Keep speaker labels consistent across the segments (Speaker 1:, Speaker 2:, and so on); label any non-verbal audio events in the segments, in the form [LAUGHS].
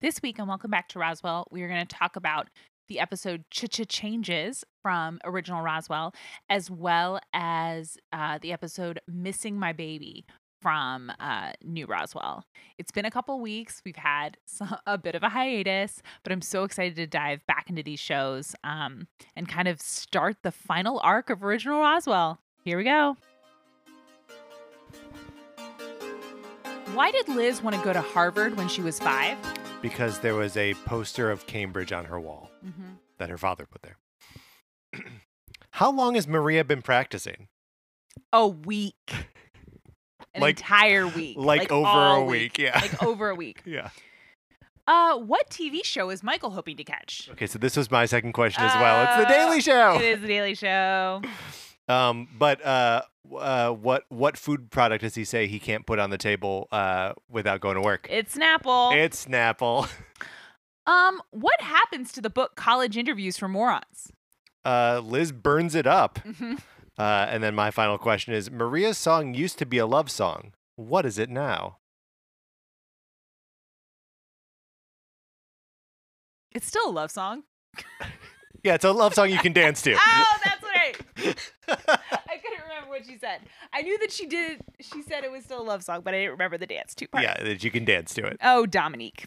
Speaker 1: This week, and welcome back to Roswell, we are going to talk about the episode Cha-Cha Changes from Original Roswell, as well as uh, the episode Missing My Baby from uh, New Roswell. It's been a couple weeks. We've had some, [LAUGHS] a bit of a hiatus, but I'm so excited to dive back into these shows um, and kind of start the final arc of Original Roswell. Here we go. Why did Liz want to go to Harvard when she was five?
Speaker 2: because there was a poster of Cambridge on her wall
Speaker 1: Mm-hmm.
Speaker 2: that her father put there. [CLEARS THROAT] How long has Maria been practicing?
Speaker 1: a
Speaker 2: [LAUGHS]
Speaker 1: week. An
Speaker 2: Like-
Speaker 1: entire week.
Speaker 2: Like, over
Speaker 1: all
Speaker 2: a week, yeah.
Speaker 1: [LAUGHS] Like over a week.
Speaker 2: [LAUGHS] yeah.
Speaker 1: Uh, what TV show is Michael hoping to catch?
Speaker 2: Okay, so this was my second question as well. It's the
Speaker 1: Uh,
Speaker 2: Daily Show.
Speaker 1: It is The Daily
Speaker 2: [LAUGHS]
Speaker 1: Show.
Speaker 2: Um, but uh, w- uh, what what food product does he say he can't put on the table uh, without going to work?
Speaker 1: It's Snapple.
Speaker 2: It's Snapple. [LAUGHS]
Speaker 1: um, what happens to the book College Interviews for Morons?
Speaker 2: Uh, Liz burns it up.
Speaker 1: Mhm.
Speaker 2: Uh, and then my final question is: Maria's song used to be a love song. What is it now?
Speaker 1: It's still a love song.
Speaker 2: Yeah, it's a love song you can
Speaker 1: [LAUGHS]
Speaker 2: dance to.
Speaker 1: Oh, that's right. Ah!
Speaker 2: [LAUGHS]
Speaker 1: I couldn't remember what she said. I knew that she did. She said it was still a love song, but I didn't remember the dance too part.
Speaker 2: yeah, that you can dance to it.
Speaker 1: Oh, Dominique.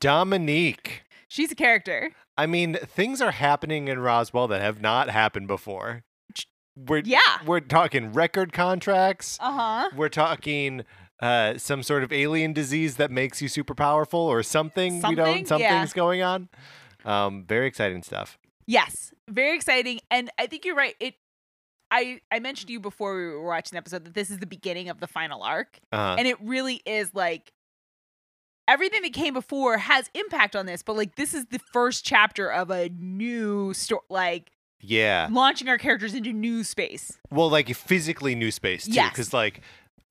Speaker 2: Dominique.
Speaker 1: She's a character.
Speaker 2: I mean, things are happening in Roswell that have not happened before. Ch- We're
Speaker 1: Yeah.
Speaker 2: we're talking record contracts.
Speaker 1: Uh huh.
Speaker 2: We're talking uh, some sort of alien disease that makes you super powerful or something. we
Speaker 1: Something? Yeah.
Speaker 2: don't. Something's going on. Um, very exciting stuff.
Speaker 1: Yes, very exciting, and I think you're right. It, I, I mentioned to you before we were watching the episode that this is the beginning of the final arc,
Speaker 2: Uh,
Speaker 1: and it really is like everything that came before has impact on this, but like this is the first chapter of a new story, like
Speaker 2: yeah.
Speaker 1: launching our characters into new space.
Speaker 2: Well, like physically new space too,
Speaker 1: Yes.
Speaker 2: because like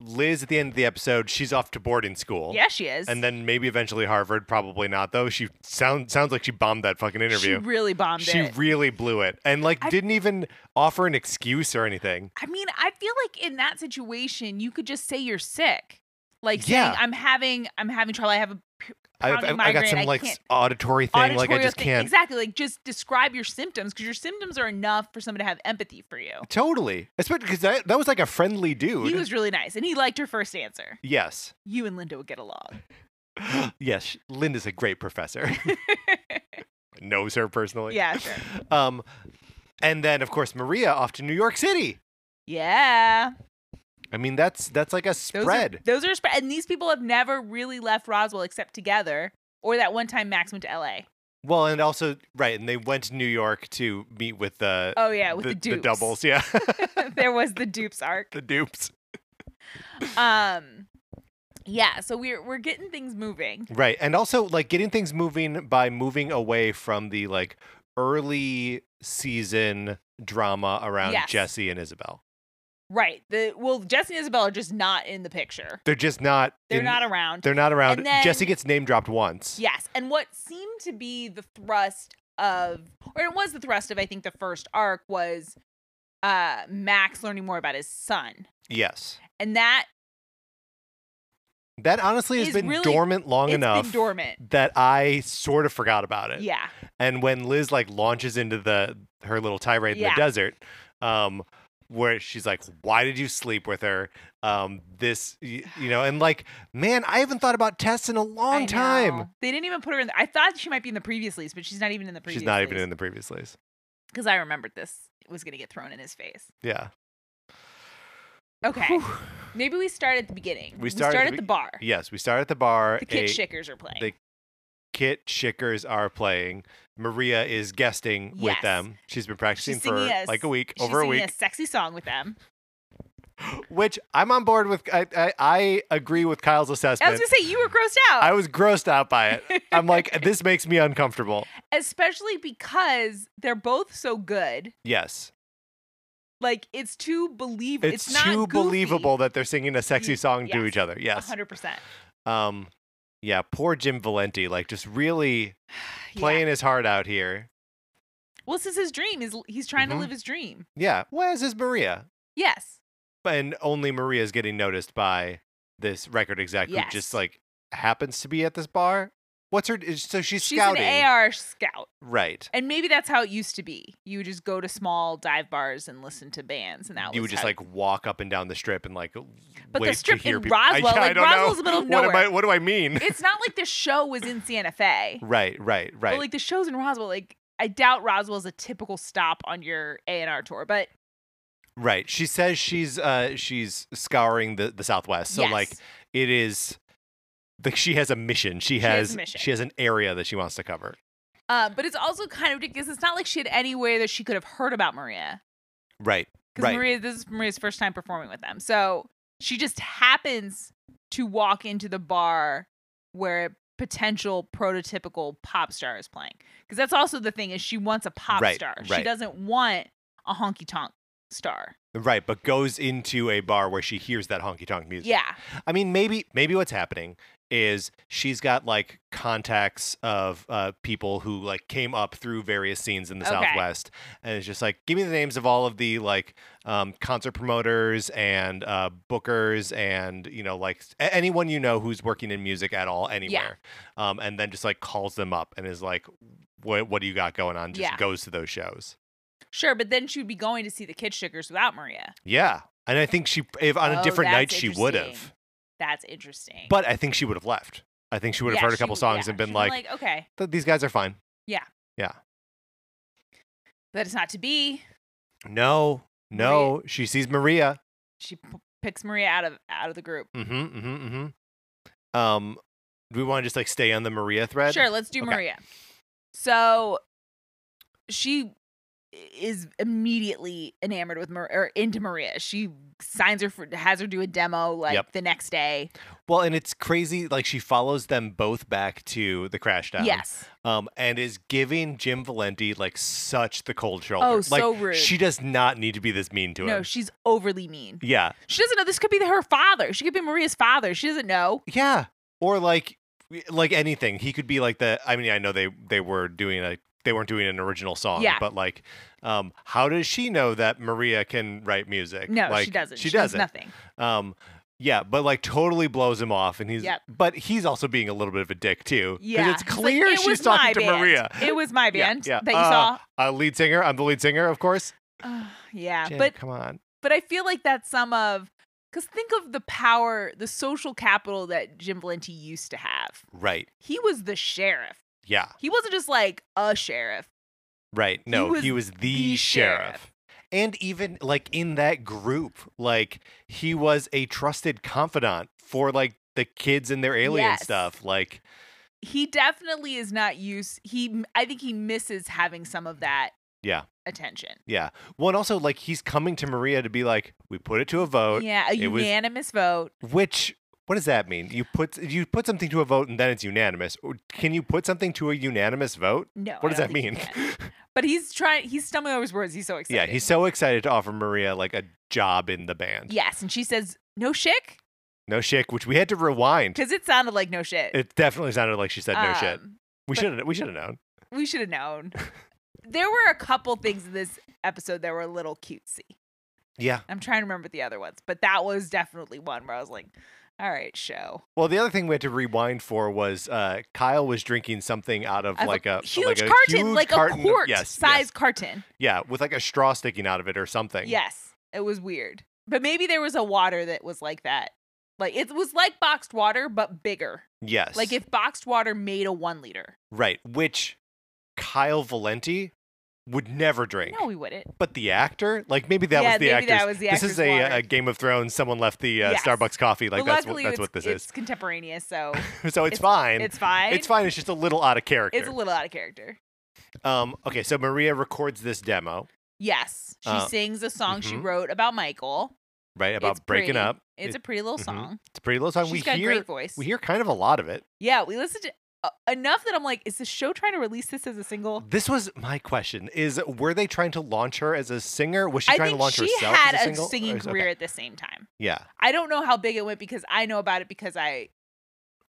Speaker 2: Liz at the end of the episode, she's off to boarding school.
Speaker 1: Yeah, she is,
Speaker 2: And then maybe eventually Harvard, probably not though. She sounds sounds like she bombed that fucking interview.
Speaker 1: she really bombed
Speaker 2: She
Speaker 1: it.
Speaker 2: really blew it and like
Speaker 1: I-
Speaker 2: didn't even offer an excuse or anything.
Speaker 1: I mean, I feel like in that situation, you could just say you're sick, like
Speaker 2: Yeah.
Speaker 1: saying I'm having, I'm having trouble. I have a p-
Speaker 2: I, I,
Speaker 1: Pounding
Speaker 2: I got
Speaker 1: migraine,
Speaker 2: some
Speaker 1: I
Speaker 2: like
Speaker 1: can't-
Speaker 2: auditory thing. like I
Speaker 1: auditorial
Speaker 2: just
Speaker 1: thing.
Speaker 2: can't.
Speaker 1: exactly like just describe your symptoms because your symptoms are enough for someone to have empathy for you.
Speaker 2: Totally, especially because that, that was like a friendly dude.
Speaker 1: He was really nice and he liked her first answer.
Speaker 2: Yes,
Speaker 1: You and Linda would get along.
Speaker 2: yes. sh- Linda's a
Speaker 1: [LAUGHS]
Speaker 2: great professor. Knows her personally.
Speaker 1: yeah, sure.
Speaker 2: Um, and then of course Maria off to New York City.
Speaker 1: Yeah.
Speaker 2: I mean that's that's like a
Speaker 1: Those
Speaker 2: spread.
Speaker 1: Are, those are spread. And these people have never really left Roswell except together or that one time Max went to LA.
Speaker 2: Well, and also right, and they went to New York to meet with the
Speaker 1: Oh, yeah, with the,
Speaker 2: the,
Speaker 1: dupes.
Speaker 2: doubles. Yeah,
Speaker 1: [LAUGHS]
Speaker 2: [LAUGHS]
Speaker 1: there was the dupes arc.
Speaker 2: the dupes.
Speaker 1: Um, yeah, so we're we're getting things moving.
Speaker 2: Right. And also like getting things moving by moving away from the like early season drama around
Speaker 1: Yes.
Speaker 2: Jesse and Isabel.
Speaker 1: Right. The well, Jesse and Isabel are just not in the picture.
Speaker 2: They're just not
Speaker 1: They're
Speaker 2: in-
Speaker 1: not around.
Speaker 2: they're not around.
Speaker 1: And then-
Speaker 2: Jesse gets name dropped once.
Speaker 1: Yes, and what seemed to be the thrust of, or it was the thrust of, I think the first arc was uh Max learning more about his son,
Speaker 2: Yes.
Speaker 1: and that
Speaker 2: That honestly has
Speaker 1: Is
Speaker 2: been
Speaker 1: really-
Speaker 2: dormant long
Speaker 1: it's
Speaker 2: enough
Speaker 1: been dormant.
Speaker 2: that I sort of forgot about it.
Speaker 1: Yeah,
Speaker 2: And when Liz like launches into the her little tirade in
Speaker 1: Yeah.
Speaker 2: the desert, um, where she's like, "Why did you sleep with her?" Um, this, y- you know, and like, man, I haven't thought about Tess in a long
Speaker 1: I
Speaker 2: time.
Speaker 1: know. They didn't even put her in. The, I thought she might be in the previous lease, but she's not even in the previous.
Speaker 2: She's not even in the previous lease.
Speaker 1: because I remembered this was going to get thrown in his face.
Speaker 2: Yeah.
Speaker 1: Okay,
Speaker 2: Whew.
Speaker 1: maybe we start at the beginning.
Speaker 2: We start at the
Speaker 1: at
Speaker 2: be-
Speaker 1: the bar.
Speaker 2: Yes, we start at the bar.
Speaker 1: The kid
Speaker 2: A-
Speaker 1: Shickers are playing.
Speaker 2: they- Kit Schickers are playing. Maria is guesting
Speaker 1: Yes.
Speaker 2: with them. She's been practicing
Speaker 1: She's
Speaker 2: for
Speaker 1: singing a s-
Speaker 2: like a week,
Speaker 1: She's
Speaker 2: over a
Speaker 1: singing
Speaker 2: week,
Speaker 1: a sexy song with them.
Speaker 2: which I'm on board with. I, I, I agree with Kyle's
Speaker 1: I was
Speaker 2: assessment.
Speaker 1: going to say you were grossed out.
Speaker 2: I was grossed out by it.
Speaker 1: [LAUGHS]
Speaker 2: I'm like, this makes me uncomfortable.
Speaker 1: especially because they're both so good.
Speaker 2: Yes.
Speaker 1: Like it's too believable.
Speaker 2: It's,
Speaker 1: It's, not
Speaker 2: too
Speaker 1: goofy.
Speaker 2: believable that they're singing a sexy
Speaker 1: Ye-
Speaker 2: song to
Speaker 1: yes.
Speaker 2: each other. Yes.
Speaker 1: hundred percent.
Speaker 2: Um, yeah, poor Jim Valenti, like just really playing his heart out here.
Speaker 1: Well, this is his dream. He's he's trying
Speaker 2: Mhm.
Speaker 1: to live his dream.
Speaker 2: Yeah. Where's is Maria?
Speaker 1: Yes.
Speaker 2: And only Maria is getting noticed by this record exec who
Speaker 1: Yes.
Speaker 2: just like happens to be at this bar. What's her? is- So she's,
Speaker 1: She's
Speaker 2: scouting,
Speaker 1: an AR scout.
Speaker 2: right?
Speaker 1: And maybe that's how it used to be. You would just go to small dive bars and listen to bands, and that
Speaker 2: you
Speaker 1: was
Speaker 2: would just
Speaker 1: how-
Speaker 2: like walk up and down the strip and like
Speaker 1: But
Speaker 2: wait
Speaker 1: the strip
Speaker 2: to hear
Speaker 1: in
Speaker 2: people. I-
Speaker 1: Roswell,
Speaker 2: yeah, I
Speaker 1: like
Speaker 2: don't know.
Speaker 1: Roswell's the middle of
Speaker 2: What am I?
Speaker 1: nowhere.
Speaker 2: What do I mean?
Speaker 1: [LAUGHS] it's not like the show was in Santa Fe.
Speaker 2: right, right, right.
Speaker 1: But like the shows in Roswell, like I doubt Roswell's a typical stop on your A and R tour. But
Speaker 2: Right. She says she's uh she's scouring the the Southwest. So
Speaker 1: yes.
Speaker 2: like it is like she has a mission. She
Speaker 1: has a
Speaker 2: has
Speaker 1: mission.
Speaker 2: she has an area that she wants to cover.
Speaker 1: Uh, but it's also kind of ridiculous. It's not like she had anywhere that she could have heard about Maria
Speaker 2: Right.
Speaker 1: because
Speaker 2: Right.
Speaker 1: Maria, this is Maria's first time performing with them. So she just happens to walk into the bar where a potential prototypical pop star is playing. Because that's also the thing is she wants a pop
Speaker 2: Right,
Speaker 1: star. She
Speaker 2: right.
Speaker 1: doesn't want a honky tonk star.
Speaker 2: Right, but goes into a bar where she hears that honky tonk music.
Speaker 1: Yeah,
Speaker 2: I mean, maybe maybe what's happening is she's got like contacts of uh, people who like came up through various scenes in the
Speaker 1: Okay.
Speaker 2: Southwest, and it's just like give me the names of all of the like um, concert promoters and uh, bookers and you know like a- anyone you know who's working in music at all anywhere, um, and then just like calls them up and is like, what what do you got going on? Just
Speaker 1: Yeah.
Speaker 2: goes to those shows.
Speaker 1: sure. But then she would be going to see the Kid Sugars without Maria.
Speaker 2: Yeah, and I think she if on a
Speaker 1: Oh,
Speaker 2: different night
Speaker 1: that's
Speaker 2: she would have.
Speaker 1: interesting. That's interesting.
Speaker 2: But I think she would have left. I think she would have
Speaker 1: Yeah,
Speaker 2: heard a
Speaker 1: she
Speaker 2: couple
Speaker 1: w-
Speaker 2: songs
Speaker 1: yeah,
Speaker 2: and been
Speaker 1: she'd
Speaker 2: like,
Speaker 1: okay,
Speaker 2: "Th- "These guys are fine."
Speaker 1: that is not to be.
Speaker 2: No,
Speaker 1: Maria-
Speaker 2: no. She sees Maria.
Speaker 1: She p- picks Maria out of out of the group.
Speaker 2: Mm-hmm. Mm-hmm. Mm-hmm. Um, do we want to just like stay on the Maria thread?
Speaker 1: Sure, let's do
Speaker 2: Okay.
Speaker 1: Maria. So she is immediately enamored with Maria or into Maria. She signs her for has her do a demo like
Speaker 2: Yep.
Speaker 1: the next day.
Speaker 2: Well, and it's crazy. Like she follows them both back to the crash down.
Speaker 1: Yes.
Speaker 2: Um, and is giving Jim Valenti like such the cold shoulder.
Speaker 1: Oh,
Speaker 2: like,
Speaker 1: so rude.
Speaker 2: She does not need to be this mean to
Speaker 1: No,
Speaker 2: him.
Speaker 1: she's overly mean.
Speaker 2: yeah.
Speaker 1: She doesn't know this could be her father. She could be Maria's father. She doesn't know.
Speaker 2: Yeah. Or like like anything. He could be like the I mean, I know they they were doing a they weren't doing an original song,
Speaker 1: Yeah.
Speaker 2: but like um how does she know that Maria can write music?
Speaker 1: No,
Speaker 2: like,
Speaker 1: she doesn't.
Speaker 2: She,
Speaker 1: knows
Speaker 2: doesn't.
Speaker 1: nothing.
Speaker 2: Um yeah, but like totally blows him off and he's
Speaker 1: Yep.
Speaker 2: but he's also being a little bit of a dick too. 'cause
Speaker 1: Yeah.
Speaker 2: It's
Speaker 1: He's like,
Speaker 2: clear
Speaker 1: "It
Speaker 2: she's
Speaker 1: was my
Speaker 2: talking to
Speaker 1: band.
Speaker 2: Maria.
Speaker 1: It was my
Speaker 2: [LAUGHS] Yeah,
Speaker 1: band
Speaker 2: yeah.
Speaker 1: that you
Speaker 2: Uh,
Speaker 1: saw.
Speaker 2: Uh, lead singer. I'm the lead singer, of course. Uh.
Speaker 1: Ugh, [SIGHS] yeah,
Speaker 2: Jim,
Speaker 1: but
Speaker 2: come on.
Speaker 1: but I feel like that's some of because think of the power, the social capital that Jim Valenti used to have.
Speaker 2: Right.
Speaker 1: He was the sheriff.
Speaker 2: Yeah.
Speaker 1: He wasn't just like a sheriff.
Speaker 2: Right. No, he was,
Speaker 1: was
Speaker 2: the,
Speaker 1: the
Speaker 2: sheriff.
Speaker 1: sheriff.
Speaker 2: And even like in that group, like he was a trusted confidant for like the kids and their alien
Speaker 1: Yes.
Speaker 2: stuff. Like,
Speaker 1: He definitely is not used. He, I think he misses having some of that.
Speaker 2: Yeah.
Speaker 1: Attention.
Speaker 2: yeah. Well, and also like he's coming to Maria to be like, we put it to a vote,
Speaker 1: yeah, a
Speaker 2: Oh, it was-
Speaker 1: unanimous vote.
Speaker 2: which what does that mean? You put you put something to a vote and then it's unanimous. Or Can you put something to a unanimous vote?
Speaker 1: No.
Speaker 2: What
Speaker 1: I
Speaker 2: does
Speaker 1: don't
Speaker 2: that
Speaker 1: think he
Speaker 2: mean?
Speaker 1: can.
Speaker 2: [LAUGHS]
Speaker 1: But he's trying. He's stumbling over his words. He's so
Speaker 2: yeah,
Speaker 1: excited.
Speaker 2: he's so excited to offer Maria like a job in the band.
Speaker 1: Yes, and she says no shit
Speaker 2: No shit, which we had to rewind.
Speaker 1: because it sounded like no shit.
Speaker 2: It definitely sounded like she said no shit.
Speaker 1: Um,
Speaker 2: We
Speaker 1: but-
Speaker 2: should have we should have known.
Speaker 1: We should have known. there were a couple things in this episode that were a little cutesy.
Speaker 2: Yeah.
Speaker 1: I'm trying to remember the other ones, but that was definitely one where I was like, all right, show.
Speaker 2: Well, the other thing we had to rewind for was uh, Kyle was drinking something out of
Speaker 1: Of a
Speaker 2: Uh, like a
Speaker 1: Huge
Speaker 2: like a
Speaker 1: carton,
Speaker 2: huge
Speaker 1: like
Speaker 2: carton
Speaker 1: a
Speaker 2: of-
Speaker 1: quart
Speaker 2: yes,
Speaker 1: size
Speaker 2: Yes,
Speaker 1: carton.
Speaker 2: yeah, with like a straw sticking out of it or something.
Speaker 1: Yes, it was weird. But maybe there was a water that was like that. Like it was like boxed water, but bigger.
Speaker 2: Yes.
Speaker 1: Like if boxed water made a one liter.
Speaker 2: right, which Kyle Valenti would never drink.
Speaker 1: No, we wouldn't.
Speaker 2: But the actor, like maybe that
Speaker 1: yeah,
Speaker 2: was the
Speaker 1: maybe
Speaker 2: actor's.
Speaker 1: that was the
Speaker 2: this
Speaker 1: actor's
Speaker 2: is a,
Speaker 1: water.
Speaker 2: a Game of Thrones. Someone left the uh,
Speaker 1: Yes.
Speaker 2: Starbucks coffee. Like
Speaker 1: But
Speaker 2: that's what
Speaker 1: luckily
Speaker 2: that's
Speaker 1: it's,
Speaker 2: what this
Speaker 1: it's
Speaker 2: is.
Speaker 1: contemporaneous, so
Speaker 2: [LAUGHS] so
Speaker 1: it's-
Speaker 2: it's, fine.
Speaker 1: it's fine.
Speaker 2: It's fine. It's just a little out of character.
Speaker 1: It's a little out of character.
Speaker 2: um. Okay. So Maria records this demo,
Speaker 1: Yes. She
Speaker 2: Uh,
Speaker 1: sings a song she
Speaker 2: mhm.
Speaker 1: wrote about Michael.
Speaker 2: right, about
Speaker 1: It's
Speaker 2: breaking
Speaker 1: pretty.
Speaker 2: up.
Speaker 1: It's
Speaker 2: It-
Speaker 1: a pretty little
Speaker 2: mhm.
Speaker 1: song.
Speaker 2: It's a pretty little song.
Speaker 1: She's
Speaker 2: we
Speaker 1: got
Speaker 2: hear
Speaker 1: a great voice.
Speaker 2: we hear kind of a lot of it.
Speaker 1: yeah, we listened to uh, enough that I'm like, is the show trying to release this as a single?
Speaker 2: This was my question: Is were they trying to launch her as a singer? Was she
Speaker 1: I
Speaker 2: trying
Speaker 1: think
Speaker 2: to launch
Speaker 1: she
Speaker 2: herself
Speaker 1: had
Speaker 2: as a,
Speaker 1: a,
Speaker 2: single? Or
Speaker 1: singing
Speaker 2: is- okay.
Speaker 1: career at the same time.
Speaker 2: Yeah,
Speaker 1: I don't know how big it went because I know about it because I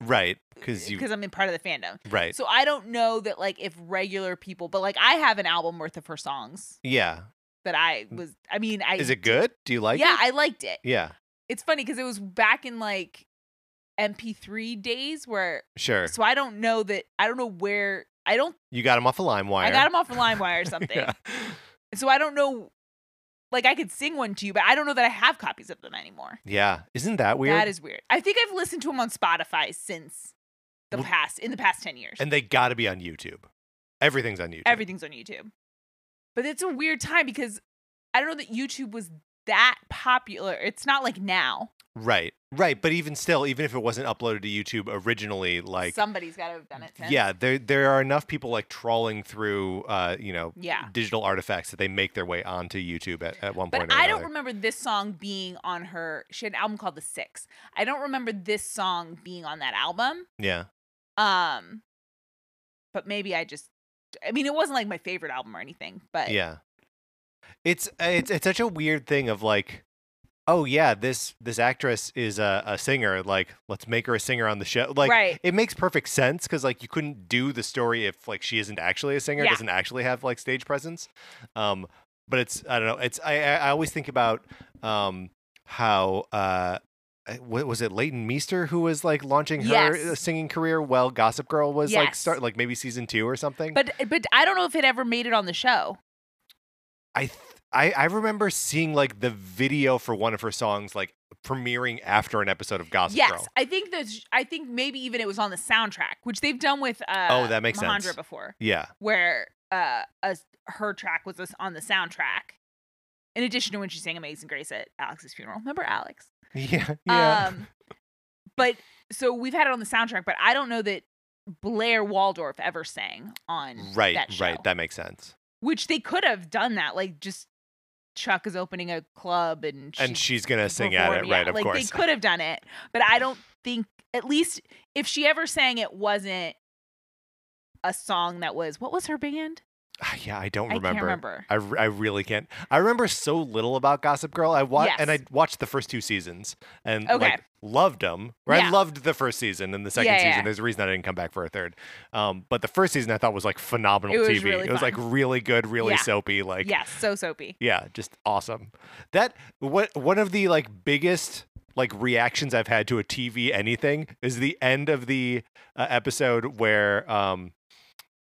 Speaker 2: right. Because you
Speaker 1: because I'm in part of the fandom.
Speaker 2: right.
Speaker 1: So I don't know that like if regular people, but like I have an album worth of her songs
Speaker 2: yeah.
Speaker 1: that I was. I mean, I
Speaker 2: Is it good? Do you Mm. like
Speaker 1: yeah,
Speaker 2: it?
Speaker 1: I liked it.
Speaker 2: Yeah.
Speaker 1: It's funny because it was back in like MP3 days where
Speaker 2: Sure.
Speaker 1: so I don't know that I don't know where I don't
Speaker 2: You got him off a lime wire.
Speaker 1: I
Speaker 2: [LAUGHS]
Speaker 1: got them off of LimeWire or something.
Speaker 2: Yeah.
Speaker 1: So I don't know like I could sing one to you, but I don't know that I have copies of them anymore.
Speaker 2: Yeah. Isn't that weird?
Speaker 1: That is weird. I think I've listened to them on Spotify since the
Speaker 2: Well-
Speaker 1: past in the past 10 years.
Speaker 2: and they got to be on YouTube. Everything's on YouTube.
Speaker 1: Everything's on YouTube. But it's a weird time because I don't know that YouTube was that popular. It's not like now.
Speaker 2: Right. Right. But even still, even if it wasn't uploaded to YouTube originally, like
Speaker 1: somebody's got to have done it since.
Speaker 2: yeah, there there are enough people like trawling through uh, you know,
Speaker 1: Yeah.
Speaker 2: digital artifacts that they make their way onto YouTube at, at one point
Speaker 1: But
Speaker 2: or
Speaker 1: I
Speaker 2: another.
Speaker 1: don't remember this song being on her. She had an album called The Six. I don't remember this song being on that album.
Speaker 2: yeah.
Speaker 1: Um, but maybe I just. I mean, it wasn't like my favorite album or anything. But
Speaker 2: yeah it's uh, it's it's such a weird thing of like oh yeah this this actress is a, a singer like let's make her a singer on the show like
Speaker 1: Right.
Speaker 2: it makes perfect sense because like you couldn't do the story if like she isn't actually a singer
Speaker 1: Yeah.
Speaker 2: doesn't actually have like stage presence um but it's i don't know it's i i I always think about um how uh uh, wa- was it Leighton Meester who was like launching her
Speaker 1: Yes.
Speaker 2: uh, singing career while Gossip Girl was like
Speaker 1: Yes.
Speaker 2: start like maybe season two or something?
Speaker 1: but but I don't know if it ever made it on the show.
Speaker 2: I th- I I remember seeing like the video for one of her songs like premiering after an episode of Gossip
Speaker 1: yes,
Speaker 2: Girl.
Speaker 1: I think that I think maybe even it was on the soundtrack, which they've done with uh,
Speaker 2: Oh, that makes
Speaker 1: Mahendra
Speaker 2: sense.
Speaker 1: before,
Speaker 2: Yeah. [LAUGHS]
Speaker 1: where uh, a, her track was just on the soundtrack. In addition to when she sang "Amazing Grace" at Alex's funeral, remember Alex?
Speaker 2: Yeah. Yeah.
Speaker 1: Um, but so we've had it on the soundtrack, but I don't know that Blair Waldorf ever sang on
Speaker 2: right,
Speaker 1: that show,
Speaker 2: right. That makes sense.
Speaker 1: which they could have done that, like just Chuck is opening a club and she's
Speaker 2: and she's going to sing at it,
Speaker 1: perform- yeah,
Speaker 2: right, of
Speaker 1: like,
Speaker 2: course.
Speaker 1: They could have done it, but I don't think at least if she ever sang it wasn't a song that was what was her band?
Speaker 2: Ah, yeah, I don't
Speaker 1: I
Speaker 2: remember.
Speaker 1: can't remember.
Speaker 2: I, re- I really can't. I remember so little about Gossip Girl. I watched and I
Speaker 1: Yes.
Speaker 2: watched the first two seasons and
Speaker 1: Okay.
Speaker 2: like loved them. Or I
Speaker 1: Yeah.
Speaker 2: loved the first season and the second
Speaker 1: Yeah, yeah,
Speaker 2: season.
Speaker 1: yeah.
Speaker 2: There's a reason I didn't come back for a third. Um, but the first season I thought was like phenomenal
Speaker 1: It was
Speaker 2: TV.
Speaker 1: really
Speaker 2: it was like
Speaker 1: fun.
Speaker 2: really good, really
Speaker 1: Yeah.
Speaker 2: soapy. Like
Speaker 1: yes, so soapy.
Speaker 2: yeah just awesome that what one of the like biggest like reactions i've had to a tv anything is the end of the uh, episode where um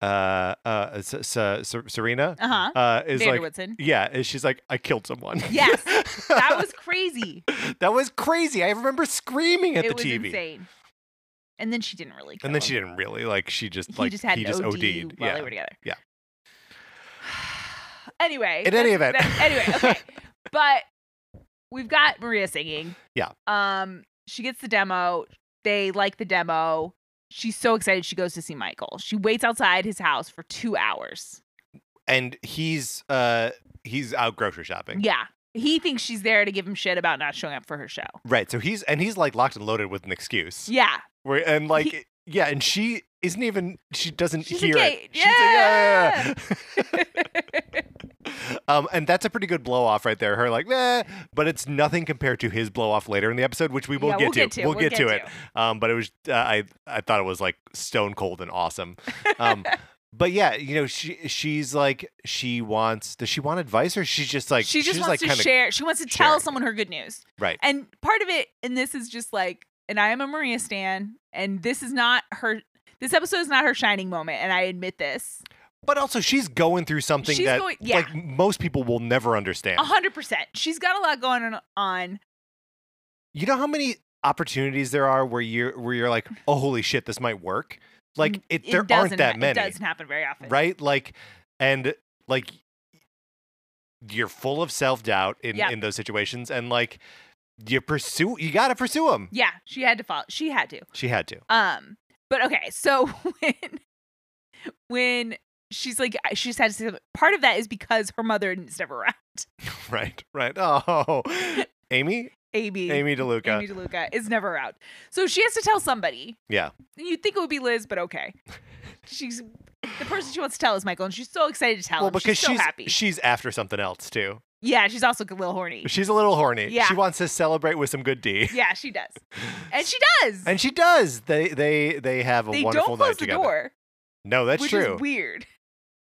Speaker 2: uh uh S- S- Ser- serena
Speaker 1: Uh huh.
Speaker 2: uh is
Speaker 1: Vander
Speaker 2: like [LAUGHS]
Speaker 1: Woodson.
Speaker 2: yeah is she's like i
Speaker 1: [LAUGHS]
Speaker 2: killed someone
Speaker 1: Yes, That was crazy.
Speaker 2: [LAUGHS] that was crazy i remember screaming at
Speaker 1: it
Speaker 2: the
Speaker 1: was
Speaker 2: tv
Speaker 1: insane. And then she didn't really.
Speaker 2: and then
Speaker 1: kill
Speaker 2: she
Speaker 1: him.
Speaker 2: didn't really like she just
Speaker 1: He
Speaker 2: like
Speaker 1: just had
Speaker 2: he
Speaker 1: an
Speaker 2: just
Speaker 1: OD
Speaker 2: od'd
Speaker 1: while
Speaker 2: yeah
Speaker 1: they were together.
Speaker 2: Yeah.
Speaker 1: [SIGHS] anyway.
Speaker 2: In any
Speaker 1: that's-
Speaker 2: event.
Speaker 1: that- anyway,
Speaker 2: [LAUGHS]
Speaker 1: okay. But we've got Maria singing.
Speaker 2: Yeah.
Speaker 1: Um, she gets the demo. They like the demo. She's so excited. She goes to see Michael. She waits outside his house for two hours.
Speaker 2: and he's uh he's out grocery shopping
Speaker 1: Yeah. He thinks she's there to give him shit about not showing up for her show.
Speaker 2: right so he's and he's like locked and loaded with an excuse
Speaker 1: Yeah.
Speaker 2: Where and like
Speaker 1: He-
Speaker 2: yeah, and she isn't even she doesn't
Speaker 1: She's
Speaker 2: hear
Speaker 1: okay.
Speaker 2: it. She's like, "Ah."
Speaker 1: [LAUGHS]
Speaker 2: [LAUGHS] um, and that's a pretty good blow off right there. Her like, eh, but it's nothing compared to his blow off later in the episode, which we will
Speaker 1: Yeah,
Speaker 2: get,
Speaker 1: we'll
Speaker 2: to.
Speaker 1: get to.
Speaker 2: We'll,
Speaker 1: We'll
Speaker 2: get,
Speaker 1: get
Speaker 2: to,
Speaker 1: to.
Speaker 2: it. Um, but it was uh, I I thought it was like stone cold and awesome. Um,
Speaker 1: [LAUGHS]
Speaker 2: but yeah, you know she she's like she wants does she want advice or she's just like
Speaker 1: she just
Speaker 2: she's
Speaker 1: wants
Speaker 2: like
Speaker 1: to
Speaker 2: kinda,
Speaker 1: share. She wants to tell
Speaker 2: sharing.
Speaker 1: someone her good news.
Speaker 2: right
Speaker 1: And part of it, and this is just like, and I am a Maria Stan, and this is not her. This episode is not her shining moment, and I admit this.
Speaker 2: but also she's going through something
Speaker 1: She's
Speaker 2: that
Speaker 1: going- yeah.
Speaker 2: like most people will never understand
Speaker 1: A hundred percent. She's got a lot going on. on.
Speaker 2: you know how many opportunities there are where you're where you're like, oh holy shit, this might work. Like it, there aren't
Speaker 1: doesn't
Speaker 2: that
Speaker 1: ha-
Speaker 2: many,
Speaker 1: Mm, It doesn't happen very often.
Speaker 2: right? Like, and like you're full of self doubt in
Speaker 1: Yep.
Speaker 2: in those situations, and like you pursue, you gotta pursue them.
Speaker 1: Yeah, she had to follow. She had to.
Speaker 2: She had to. [LAUGHS]
Speaker 1: Um, but okay, so [LAUGHS] when when she's like, I- she just had to say something. Part of that is because her mother is never around.
Speaker 2: Right. Right.
Speaker 1: [LAUGHS]
Speaker 2: Oh, Amy,
Speaker 1: Amy.
Speaker 2: Amy DeLuca.
Speaker 1: Amy DeLuca is never out. So she has to tell somebody.
Speaker 2: Yeah.
Speaker 1: You'd think it would be Liz, but
Speaker 2: [LAUGHS]
Speaker 1: okay. She's the person she wants to tell is Michael, and she's so excited to tell
Speaker 2: well,
Speaker 1: him.
Speaker 2: because
Speaker 1: she's so
Speaker 2: she's
Speaker 1: happy.
Speaker 2: she's after something else too.
Speaker 1: yeah, she's also a little horny.
Speaker 2: She's a little horny.
Speaker 1: Yeah.
Speaker 2: She wants to celebrate with some good D,
Speaker 1: yeah, she
Speaker 2: [LAUGHS]
Speaker 1: does, and she does.
Speaker 2: and she does. They they they have a
Speaker 1: they don't
Speaker 2: wonderful
Speaker 1: close
Speaker 2: night
Speaker 1: the
Speaker 2: together.
Speaker 1: door,
Speaker 2: No, that's
Speaker 1: which
Speaker 2: true.
Speaker 1: is weird.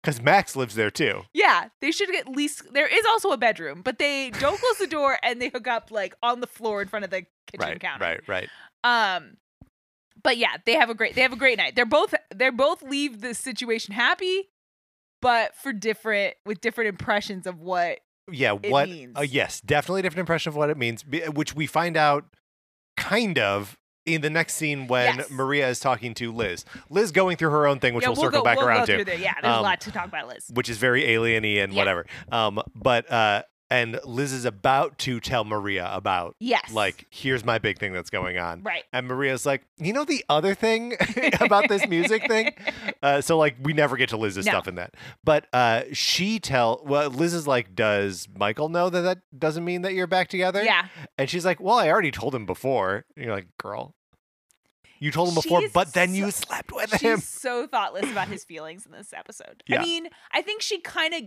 Speaker 2: Because Max lives there too.
Speaker 1: Yeah, they should at least. There is also a bedroom, but they don't close the door, and they hook up like on the floor in front of the kitchen
Speaker 2: right,
Speaker 1: counter.
Speaker 2: right, right.
Speaker 1: Um, but yeah, they have a great they have a great night. They're both they're both leave the situation happy, but for different with different impressions of what
Speaker 2: yeah
Speaker 1: It
Speaker 2: what
Speaker 1: means.
Speaker 2: uh, yes definitely a different impression of what it means be- which we find out kind of in the next scene when
Speaker 1: Yes.
Speaker 2: maria is talking to liz liz going through her own thing which
Speaker 1: yeah,
Speaker 2: we'll, circle
Speaker 1: go,
Speaker 2: back
Speaker 1: we'll go
Speaker 2: around to
Speaker 1: through There. Yeah, there's
Speaker 2: Um,
Speaker 1: a lot to talk about, Liz.
Speaker 2: which is very alieny and
Speaker 1: Yeah.
Speaker 2: whatever um but uh and liz is about to tell maria about
Speaker 1: Yes.
Speaker 2: like here's my big thing that's going on
Speaker 1: right.
Speaker 2: and maria's like you know the other thing [LAUGHS] about this
Speaker 1: [LAUGHS]
Speaker 2: music thing uh, so like we never get to Liz's
Speaker 1: No.
Speaker 2: stuff in that. But uh, she tell well Liz is like, does Michael know that that doesn't mean that you're back together?
Speaker 1: Yeah.
Speaker 2: And she's like, well, I already told him before. And you're like, girl, you told him before,
Speaker 1: She's
Speaker 2: but then
Speaker 1: so-
Speaker 2: you slept with
Speaker 1: She's
Speaker 2: him.
Speaker 1: so thoughtless about his feelings in this episode.
Speaker 2: Yeah.
Speaker 1: I mean, I think she kind of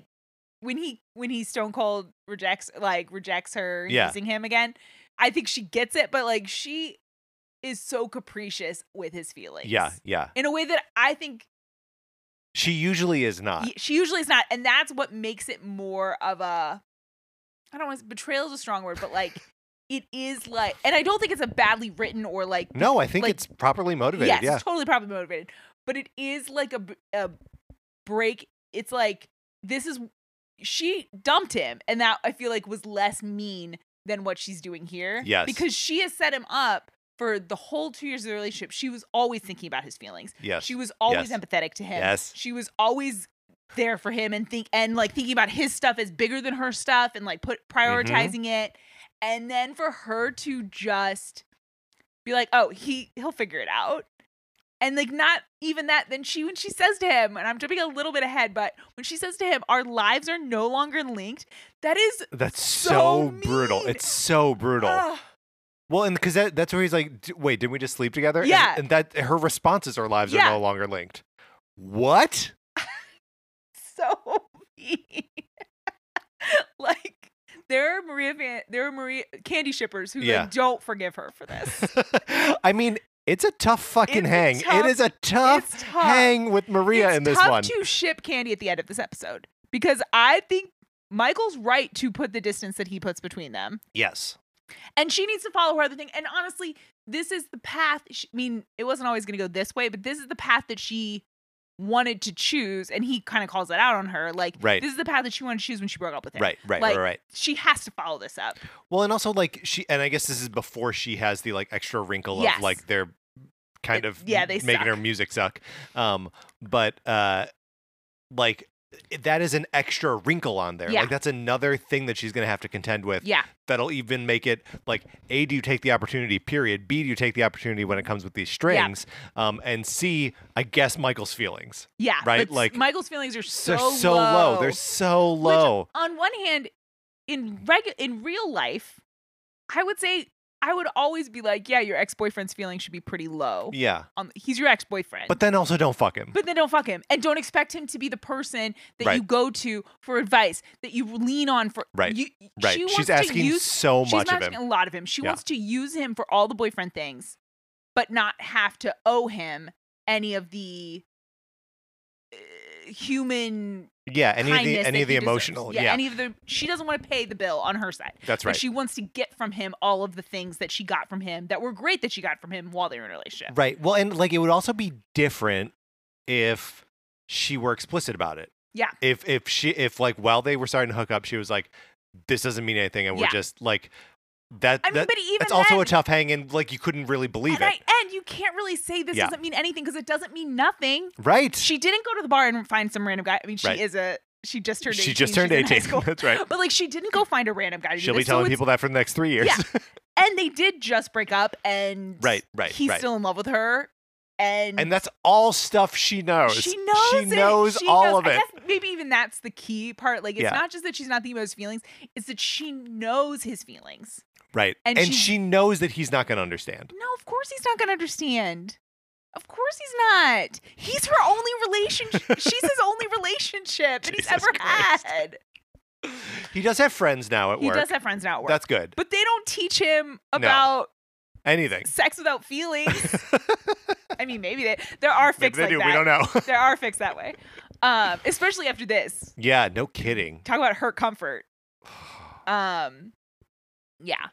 Speaker 1: when he when he stone cold rejects like rejects her
Speaker 2: Yeah.
Speaker 1: using him again, I think she gets it, but like she is so capricious with his feelings.
Speaker 2: Yeah, yeah.
Speaker 1: In a way that I think
Speaker 2: She usually is not.
Speaker 1: y- she usually is not, and that's what makes it more of a I don't want to betrayal is a strong word, but like it is like and I don't think it's a badly written or like
Speaker 2: No, I think
Speaker 1: like-
Speaker 2: it's properly motivated.
Speaker 1: Yes,
Speaker 2: yeah.
Speaker 1: totally probably motivated. But it is like a, b- a break. It's like this is she dumped him, and that I feel like was less mean than what she's doing here.
Speaker 2: Yes.
Speaker 1: because she has set him up for the whole two years of the relationship. She was always thinking about his feelings.
Speaker 2: Yes.
Speaker 1: She was always
Speaker 2: Yes.
Speaker 1: empathetic to him.
Speaker 2: Yes.
Speaker 1: She was always there for him and think and like thinking about his stuff as bigger than her stuff and like put
Speaker 2: Mm-hmm.
Speaker 1: prioritizing it. And then for her to just be like, "Oh, he he'll figure it out." And like not even that then she when she says to him, and I'm jumping a little bit ahead, but when she says to him, "Our lives are no longer linked." That is
Speaker 2: That's so,
Speaker 1: so
Speaker 2: brutal.
Speaker 1: mean.
Speaker 2: It's so brutal.
Speaker 1: Ugh.
Speaker 2: well, and because that, that's where he's like, "D- wait, didn't we just sleep together? And-
Speaker 1: Yeah.
Speaker 2: And, that her responses are lives
Speaker 1: Yeah.
Speaker 2: are no longer linked. What? [LAUGHS]
Speaker 1: so [LAUGHS] mean. like there are Maria fan, there are Maria candy shippers who
Speaker 2: Yeah.
Speaker 1: like, don't forgive her for
Speaker 2: [LAUGHS]
Speaker 1: this.
Speaker 2: I mean, it's a tough fucking
Speaker 1: It's a
Speaker 2: hang.
Speaker 1: tough-
Speaker 2: it is a tough,
Speaker 1: it's tough.
Speaker 2: hang with Maria
Speaker 1: it's
Speaker 2: in this
Speaker 1: tough
Speaker 2: one.
Speaker 1: to ship candy at the end of this episode because I think Michael's right to put the distance that he puts between them,
Speaker 2: yes.
Speaker 1: and she needs to follow her other thing. And honestly, this is the path. She, I mean, it wasn't always going to go this way, but this is the path that she wanted to choose, and he kind of calls that out on her. Like,
Speaker 2: Right.
Speaker 1: this is the path that she wanted to choose when she broke up with him.
Speaker 2: Right, right,
Speaker 1: Like-
Speaker 2: right, right.
Speaker 1: She has to follow this up.
Speaker 2: Well, and also like she and I guess this is before she has the like extra wrinkle
Speaker 1: Yes.
Speaker 2: of like their kind
Speaker 1: It-
Speaker 2: of
Speaker 1: yeah, they
Speaker 2: making her
Speaker 1: suck.
Speaker 2: music suck. Um but uh like that is an extra wrinkle on there.
Speaker 1: Yeah.
Speaker 2: Like that's another thing that she's going to have to contend with
Speaker 1: Yeah.
Speaker 2: that'll even make it like A, do you take the opportunity, period? B, do you take the opportunity when it comes with these strings? Um, and C, I guess Michael's feelings.
Speaker 1: Yeah,
Speaker 2: right?
Speaker 1: But
Speaker 2: Like,
Speaker 1: Michael's feelings are so
Speaker 2: They're so low. They're so low.
Speaker 1: on one hand, in regu- in real life, I would say I would always be like, yeah, your ex boyfriend's feelings should be pretty low.
Speaker 2: yeah.
Speaker 1: Um, he's your ex boyfriend,
Speaker 2: But then also don't fuck him.
Speaker 1: but then don't fuck him and don't expect him to be the person that
Speaker 2: Right.
Speaker 1: you go to for advice that you lean on for.
Speaker 2: Right.
Speaker 1: You,
Speaker 2: right.
Speaker 1: She wants
Speaker 2: She's
Speaker 1: to
Speaker 2: asking
Speaker 1: use
Speaker 2: so
Speaker 1: she's
Speaker 2: much of
Speaker 1: asking
Speaker 2: him.
Speaker 1: a lot of him. She
Speaker 2: Yeah.
Speaker 1: wants to use him for all the boyfriend things, but not have to owe him any of the uh, human
Speaker 2: Yeah. Any of the
Speaker 1: kindness
Speaker 2: any
Speaker 1: that
Speaker 2: of the
Speaker 1: he deserves.
Speaker 2: emotional. Yeah.
Speaker 1: any of the she doesn't want to pay the bill on her side.
Speaker 2: that's
Speaker 1: But
Speaker 2: right.
Speaker 1: she wants to get from him all of the things that she got from him that were great that she got from him while they were in a relationship.
Speaker 2: right. Well, and like it would also be different if she were explicit about it.
Speaker 1: Yeah.
Speaker 2: If if she if like while they were starting to hook up, she was like, This doesn't mean anything and
Speaker 1: Yeah.
Speaker 2: we're just like that,
Speaker 1: I mean,
Speaker 2: that
Speaker 1: but even
Speaker 2: that's also
Speaker 1: then,
Speaker 2: a tough hang and like you couldn't really believe
Speaker 1: and,
Speaker 2: it.
Speaker 1: I- and you can't really say this
Speaker 2: Yeah.
Speaker 1: doesn't mean anything because it doesn't mean nothing.
Speaker 2: right.
Speaker 1: She didn't go to the bar and find some random guy. I mean, she
Speaker 2: Right.
Speaker 1: is a she just turned. 18.
Speaker 2: she just turned
Speaker 1: She's in high
Speaker 2: 18.
Speaker 1: school.
Speaker 2: [LAUGHS] That's
Speaker 1: [LAUGHS]
Speaker 2: right.
Speaker 1: But like, she didn't go find a random guy. To do
Speaker 2: She'll be
Speaker 1: this, so
Speaker 2: telling
Speaker 1: it's-
Speaker 2: people that for the next three years.
Speaker 1: Yeah. And they did just break up, and
Speaker 2: Right, right,
Speaker 1: He's
Speaker 2: right.
Speaker 1: still in love with her, and
Speaker 2: [LAUGHS] and that's all stuff she knows.
Speaker 1: She knows.
Speaker 2: She
Speaker 1: it.
Speaker 2: knows
Speaker 1: She
Speaker 2: all
Speaker 1: knows-
Speaker 2: of
Speaker 1: I
Speaker 2: it.
Speaker 1: guess maybe even that's the key part. Like, it's
Speaker 2: Yeah.
Speaker 1: not just that she's not thinking about his feelings; it's that she knows his feelings.
Speaker 2: Right. And,
Speaker 1: And she-
Speaker 2: she knows that he's not going to understand.
Speaker 1: No, of course he's not going to understand. Of course he's not. He's her only relationship.
Speaker 2: [LAUGHS]
Speaker 1: she's his only relationship that he's
Speaker 2: Jesus
Speaker 1: ever
Speaker 2: Christ.
Speaker 1: had.
Speaker 2: He does have friends now at
Speaker 1: He
Speaker 2: work.
Speaker 1: does have friends now at work,
Speaker 2: That's good.
Speaker 1: but they don't teach him about
Speaker 2: Anything.
Speaker 1: sex without
Speaker 2: [LAUGHS]
Speaker 1: feelings. I mean, maybe they, there are
Speaker 2: Maybe
Speaker 1: fixed
Speaker 2: they
Speaker 1: like
Speaker 2: do.
Speaker 1: that.
Speaker 2: We don't know. [LAUGHS]
Speaker 1: There are fixed that way, um, especially after this.
Speaker 2: yeah, [SIGHS] no kidding.
Speaker 1: Talk about hurt comfort. Um, yeah.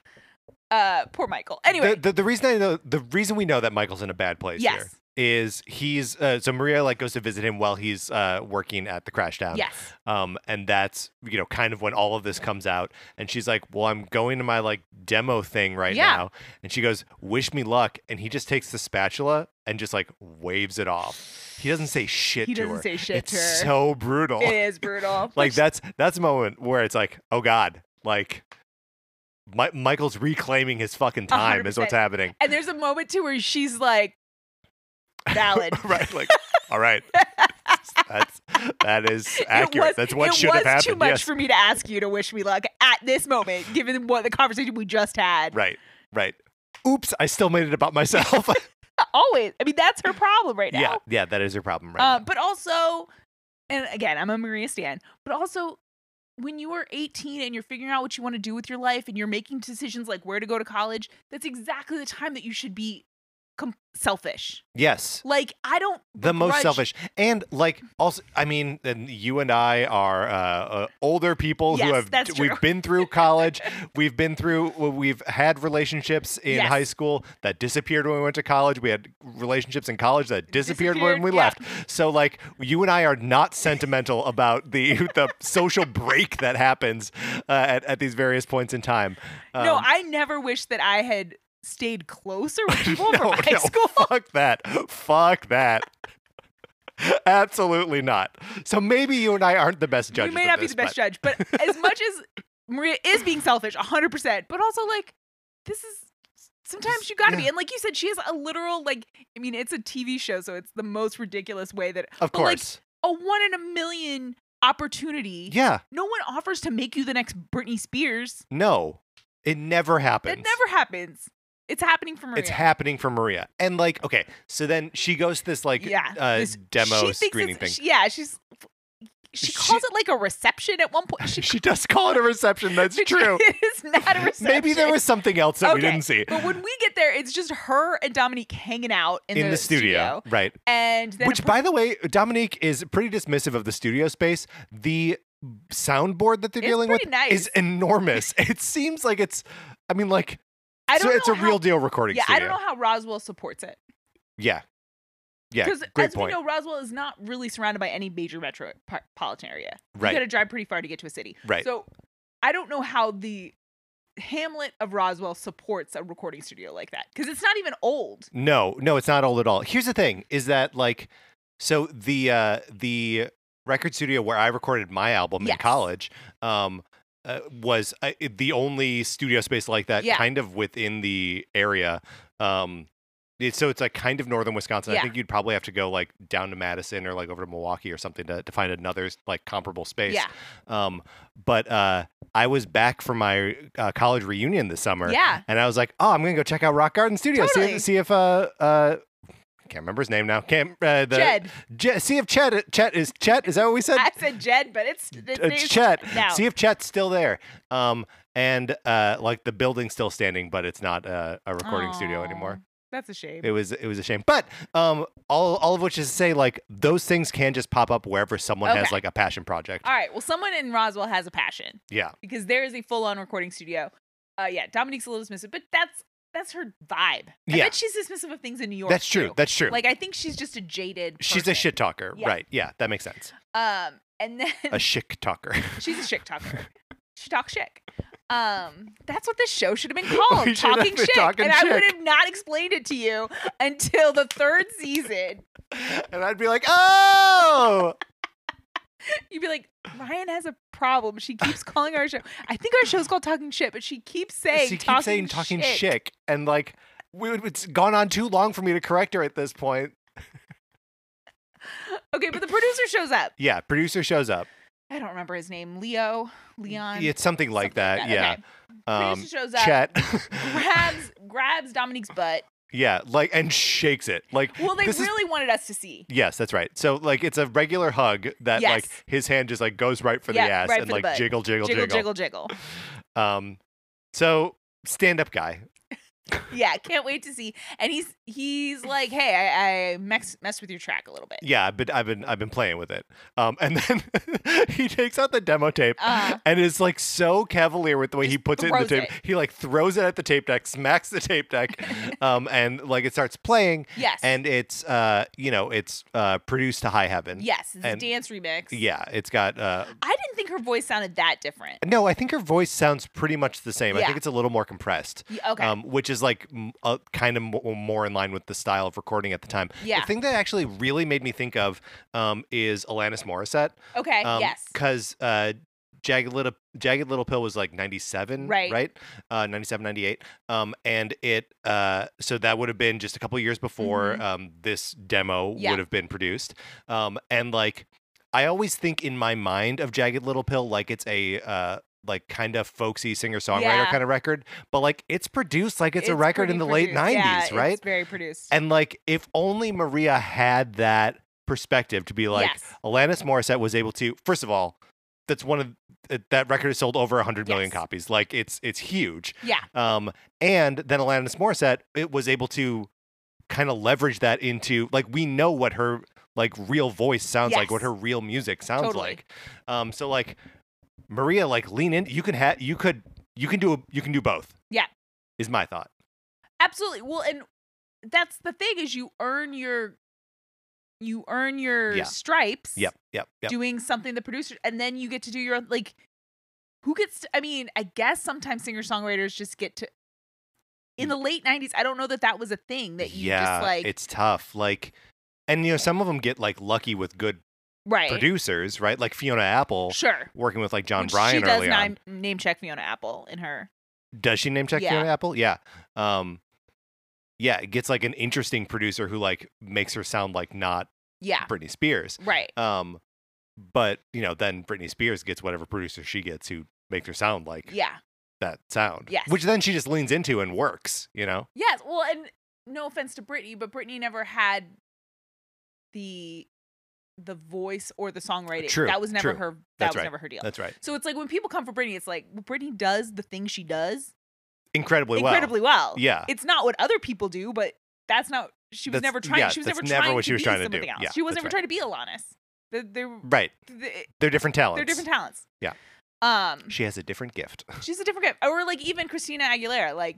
Speaker 1: uh, poor Michael. Anyway,
Speaker 2: The, the, the reason I know the reason we know that Michael's in a bad place
Speaker 1: yes,
Speaker 2: here is he's uh, so Maria like goes to visit him while he's uh, working at the crash down.
Speaker 1: yes,
Speaker 2: Um, and that's you know kind of when all of this comes out, and she's like, "Well, I'm going to my like demo thing right
Speaker 1: Yeah.
Speaker 2: now," and she goes, "Wish me luck," and he just takes the spatula and just like waves it off. He doesn't say shit
Speaker 1: he
Speaker 2: to
Speaker 1: doesn't
Speaker 2: her.
Speaker 1: say shit
Speaker 2: it's
Speaker 1: to her.
Speaker 2: so brutal.
Speaker 1: it is brutal.
Speaker 2: [LAUGHS] like
Speaker 1: Which-
Speaker 2: that's that's a moment where it's like, oh god, like Mi- Michael's reclaiming his fucking time is what's
Speaker 1: 100%.
Speaker 2: happening.
Speaker 1: And there's a moment too where she's like,
Speaker 2: [LAUGHS]
Speaker 1: valid.
Speaker 2: right, like all
Speaker 1: [LAUGHS]
Speaker 2: right, that's that is accurate.
Speaker 1: It was,
Speaker 2: that's what
Speaker 1: it
Speaker 2: should
Speaker 1: was
Speaker 2: have happened.
Speaker 1: too much
Speaker 2: yes.
Speaker 1: for me to ask you to wish me luck at this moment, given what the conversation we just had.
Speaker 2: right, right. Oops, I still made it
Speaker 1: [LAUGHS]
Speaker 2: about myself.
Speaker 1: Always. I mean, that's her problem right now.
Speaker 2: yeah, yeah, that is your problem, right?
Speaker 1: Uh, but also, and again, I'm a Maria Stan, but also, when you are 18 and you're figuring out what you want to do with your life and you're making decisions like where to go to college, that's exactly the time that you should be com- selfish.
Speaker 2: yes.
Speaker 1: Like, I don't.
Speaker 2: The most
Speaker 1: begrudge-
Speaker 2: selfish, and like also, I mean, and you and I are uh, uh, older people who
Speaker 1: Yes,
Speaker 2: have
Speaker 1: that's true.
Speaker 2: we've been
Speaker 1: [LAUGHS]
Speaker 2: through college, we've been through, well, we've had relationships in
Speaker 1: Yes.
Speaker 2: high school that disappeared when we went to college. We had relationships in college that disappeared, when
Speaker 1: Disappeared,
Speaker 2: we
Speaker 1: yeah.
Speaker 2: left. So like, you and I are
Speaker 1: [LAUGHS]
Speaker 2: not sentimental about the the social break that happens uh, at at these various points in time.
Speaker 1: no,
Speaker 2: Um,
Speaker 1: I never wish that I had stayed closer
Speaker 2: [LAUGHS]
Speaker 1: with people
Speaker 2: No,
Speaker 1: from high
Speaker 2: no.
Speaker 1: school.
Speaker 2: fuck that. Fuck that. Absolutely not. So maybe you and I aren't the best judges.
Speaker 1: you may
Speaker 2: of
Speaker 1: not be
Speaker 2: this,
Speaker 1: the best
Speaker 2: but-
Speaker 1: judge, but
Speaker 2: [LAUGHS]
Speaker 1: as much as Maria is being selfish, 100%, but also like, this is sometimes you gotta be.
Speaker 2: Yeah.
Speaker 1: And like you said, she has a literal, like, I mean, it's a TV show, so it's the most ridiculous way that
Speaker 2: Of
Speaker 1: but, like,
Speaker 2: course.
Speaker 1: a one in a million opportunity.
Speaker 2: yeah.
Speaker 1: No one offers to make you the next Britney Spears.
Speaker 2: No. It never happens.
Speaker 1: That never happens. It's happening for Maria.
Speaker 2: It's happening for Maria. And like, okay, so then she goes to this like
Speaker 1: Yeah,
Speaker 2: uh,
Speaker 1: this-
Speaker 2: demo
Speaker 1: she thinks
Speaker 2: screening thing.
Speaker 1: it's- she- yeah, she's. She
Speaker 2: She-
Speaker 1: calls it like a reception at one point.
Speaker 2: [LAUGHS] She,
Speaker 1: She [LAUGHS]
Speaker 2: does call it a reception. That's true.
Speaker 1: it's not a reception.
Speaker 2: Maybe there was something else that we
Speaker 1: Okay,
Speaker 2: didn't see
Speaker 1: But when we get there, it's just her and Dominique hanging out in,
Speaker 2: in the,
Speaker 1: studio.
Speaker 2: Right.
Speaker 1: And then a
Speaker 2: Which,
Speaker 1: per-
Speaker 2: by the way, Dominique is pretty dismissive of the studio space. The soundboard that they're
Speaker 1: It's
Speaker 2: dealing with
Speaker 1: pretty nice.
Speaker 2: is enormous. [LAUGHS] it seems like it's, I mean, like,
Speaker 1: I
Speaker 2: so
Speaker 1: don't
Speaker 2: it's
Speaker 1: know
Speaker 2: a
Speaker 1: how-
Speaker 2: real deal recording
Speaker 1: Yeah, I
Speaker 2: studio.
Speaker 1: don't know how Roswell supports it.
Speaker 2: Yeah. Yeah.
Speaker 1: Because
Speaker 2: Great
Speaker 1: as
Speaker 2: point.
Speaker 1: we know, Roswell is not really surrounded by any major metropolitan area. You
Speaker 2: right.
Speaker 1: got to drive pretty far to get to a city.
Speaker 2: right.
Speaker 1: So I don't know how the Hamlet of Roswell supports a recording studio like that because it's not even old.
Speaker 2: no, no, it's not old at all. Here's the thing is that, like, so the, uh, the record studio where I recorded my album in
Speaker 1: Yes.
Speaker 2: college, um, uh, was uh, the only studio space like that
Speaker 1: Yeah.
Speaker 2: kind of within the area. Um, It's so it's like kind of northern Wisconsin.
Speaker 1: Yeah.
Speaker 2: I think you'd probably have to go like down to Madison or like over to Milwaukee or something to, to find another like comparable space.
Speaker 1: Yeah,
Speaker 2: Um, but uh, I was back for my uh, college reunion this summer,
Speaker 1: yeah.
Speaker 2: and I was like, oh, I'm gonna go check out Rock Garden Studio. See,
Speaker 1: Totally.
Speaker 2: see if uh uh. Can't remember his name now. Can't uh, the [LAUGHS]
Speaker 1: Jed,
Speaker 2: Je- see if Chet Chet is Chet. Is that what we said?
Speaker 1: I said Jed, but it's it's,
Speaker 2: uh,
Speaker 1: it's
Speaker 2: Chet.
Speaker 1: now.
Speaker 2: See if Chet's still there. Um, and uh, like the building's still standing, but it's not uh, a recording studio
Speaker 1: Aw,
Speaker 2: anymore
Speaker 1: That's a shame.
Speaker 2: it was it was a shame but um all all of which is to say like those things can just pop up wherever someone has
Speaker 1: Okay.
Speaker 2: like a passion project
Speaker 1: All right. Well, someone in Roswell has a passion.
Speaker 2: Yeah.
Speaker 1: Because there is a full-on recording studio. Uh, yeah. Dominique's a little dismissive, but that's that's her vibe. I
Speaker 2: Yeah.
Speaker 1: bet she's dismissive of things in New York.
Speaker 2: that's true
Speaker 1: too.
Speaker 2: that's true
Speaker 1: Like I think she's just a jaded.
Speaker 2: she's
Speaker 1: person.
Speaker 2: a shit talker
Speaker 1: Yeah.
Speaker 2: right yeah that makes sense
Speaker 1: Um, and then [LAUGHS]
Speaker 2: a shit talker [LAUGHS]
Speaker 1: she's a shit talker. she talks shit. Um, that's what this show should have been called,
Speaker 2: [LAUGHS] We should have
Speaker 1: talking
Speaker 2: been
Speaker 1: shit.
Speaker 2: talking
Speaker 1: and I would
Speaker 2: chick.
Speaker 1: have not explained it to you until the third season.
Speaker 2: and i'd be like oh
Speaker 1: You'd be like, Ryan has a problem. She keeps calling our show. I think our show's called Talking Shit, but she keeps saying
Speaker 2: she
Speaker 1: talking
Speaker 2: keeps saying talking
Speaker 1: shit.
Speaker 2: shit and like we, would- it's gone on too long for me to correct her at this point
Speaker 1: Okay, but the producer shows up.
Speaker 2: yeah producer shows up
Speaker 1: I don't remember his name. Leo, Leon,
Speaker 2: it's something like that,
Speaker 1: something
Speaker 2: yeah
Speaker 1: Okay.
Speaker 2: um
Speaker 1: Producer shows up,
Speaker 2: chat
Speaker 1: [LAUGHS]
Speaker 2: [LAUGHS]
Speaker 1: grabs grabs Dominique's butt.
Speaker 2: yeah like and shakes it like
Speaker 1: Well, they
Speaker 2: this is
Speaker 1: really wanted us to see.
Speaker 2: Yes, that's right. So like it's a regular hug that like
Speaker 1: Yes.
Speaker 2: his hand just like goes right for
Speaker 1: Yeah,
Speaker 2: the ass
Speaker 1: right
Speaker 2: and
Speaker 1: for the
Speaker 2: like
Speaker 1: butt.
Speaker 2: jiggle, jiggle, jiggle,
Speaker 1: Jiggle, jiggle, jiggle.
Speaker 2: Um, so stand up Um, guy
Speaker 1: yeah, can't wait to see. And he's he's like, hey, I, I mess messed with your track a little bit.
Speaker 2: Yeah, I've been I've been I've been playing with it. Um, and then [LAUGHS] he takes out the demo tape
Speaker 1: Uh.
Speaker 2: and is like so cavalier with the way he puts it in the
Speaker 1: throws
Speaker 2: tape.
Speaker 1: it.
Speaker 2: He like throws it at the tape deck, smacks the
Speaker 1: [LAUGHS]
Speaker 2: tape deck, um, and like it starts playing.
Speaker 1: Yes.
Speaker 2: And it's uh, you know, it's uh produced to high heaven.
Speaker 1: yes, it's
Speaker 2: and-
Speaker 1: a dance remix.
Speaker 2: Yeah, it's got uh
Speaker 1: I didn't think her voice sounded that different.
Speaker 2: no, I think her voice sounds pretty much the same. I
Speaker 1: Yeah.
Speaker 2: think it's a little more compressed.
Speaker 1: Y- Okay.
Speaker 2: um, which is like m- uh, kind of mo- more in line with the style of recording at the time.
Speaker 1: Yeah.
Speaker 2: The thing that actually really made me think of um, is Alanis Morissette.
Speaker 1: okay.
Speaker 2: Um,
Speaker 1: Eh, yes.
Speaker 2: Because uh, Jagged Little Jagged Little Pill was like 97,
Speaker 1: Right.
Speaker 2: Right? Uh, 97, 98. Um, and it, uh, so that would have been just a couple years before
Speaker 1: Mhm.
Speaker 2: um, this demo
Speaker 1: Yeah.
Speaker 2: would have been produced. Um, and like, I always think in my mind of Jagged Little Pill like it's a, uh, like kind of folksy singer songwriter
Speaker 1: Yeah.
Speaker 2: kind of record, but like it's produced like it's, a record in the
Speaker 1: pretty
Speaker 2: late
Speaker 1: produced.
Speaker 2: 90s,
Speaker 1: Yeah,
Speaker 2: right?
Speaker 1: It's very produced.
Speaker 2: And like, if only Maria had that perspective to be like,
Speaker 1: yes.
Speaker 2: Alanis Morissette was able to. First of all, that's one of uh, that record has sold over 100 million
Speaker 1: Yes.
Speaker 2: copies. Like it's it's huge.
Speaker 1: Yeah.
Speaker 2: Um, and then Alanis Morissette, it was able to kind of leverage that into like we know what her like real voice sounds like, what
Speaker 1: Yes.
Speaker 2: her real music sounds
Speaker 1: Totally.
Speaker 2: like. Um, so like Maria, like lean in. You can have you could you can do a, you can do both.
Speaker 1: Yeah.
Speaker 2: is my thought.
Speaker 1: Absolutely. Well, and that's the thing is you earn your you earn your
Speaker 2: Yeah.
Speaker 1: stripes
Speaker 2: Yep, yep, yep.
Speaker 1: doing something the producer and then you get to do your own like who gets to, I mean, I guess sometimes singer songwriters just get to in the late 90s, I don't know that that was a thing that you
Speaker 2: Mm. yeah,
Speaker 1: just like
Speaker 2: it's tough. Like, and you know, some of them get like lucky with good
Speaker 1: right.
Speaker 2: producers, right? Like Fiona Apple
Speaker 1: Sure.
Speaker 2: working with like John
Speaker 1: Which
Speaker 2: Bryan
Speaker 1: she does
Speaker 2: early on.
Speaker 1: name, name check Fiona Apple in her.
Speaker 2: Does she name check
Speaker 1: Yeah.
Speaker 2: Fiona Apple? Yeah. Um yeah, it gets like an interesting producer who like makes her sound like not
Speaker 1: Yeah.
Speaker 2: Britney Spears.
Speaker 1: Right.
Speaker 2: Um but, you know, then Britney Spears gets whatever producer she gets who makes her sound like
Speaker 1: Yeah.
Speaker 2: that sound.
Speaker 1: Yes.
Speaker 2: Which then she just leans into and works, you know?
Speaker 1: Yes. Well, and no offense to Britney, but Britney never had the the voice or the songwriting.
Speaker 2: True,
Speaker 1: That was never
Speaker 2: true.
Speaker 1: her. That
Speaker 2: That's
Speaker 1: was
Speaker 2: right.
Speaker 1: never her deal.
Speaker 2: That's right.
Speaker 1: so it's like when people come for Britney, it's like well, Britney does the thing she does
Speaker 2: Incredibly,
Speaker 1: incredibly well.
Speaker 2: well. Yeah.
Speaker 1: It's not what other people do, but that's not. She was
Speaker 2: That's-
Speaker 1: never trying.
Speaker 2: yeah,
Speaker 1: she was
Speaker 2: that's
Speaker 1: never
Speaker 2: never
Speaker 1: trying
Speaker 2: what she
Speaker 1: to
Speaker 2: was
Speaker 1: be
Speaker 2: trying to
Speaker 1: something
Speaker 2: do.
Speaker 1: else.
Speaker 2: Yeah,
Speaker 1: she was
Speaker 2: that's
Speaker 1: never trying to be Alanis. They, they,
Speaker 2: Right.
Speaker 1: they,
Speaker 2: They're different talents.
Speaker 1: they're different talents.
Speaker 2: Yeah.
Speaker 1: Um,
Speaker 2: She has a different gift. [LAUGHS]
Speaker 1: she's a different guy. Or like even Christina Aguilera, like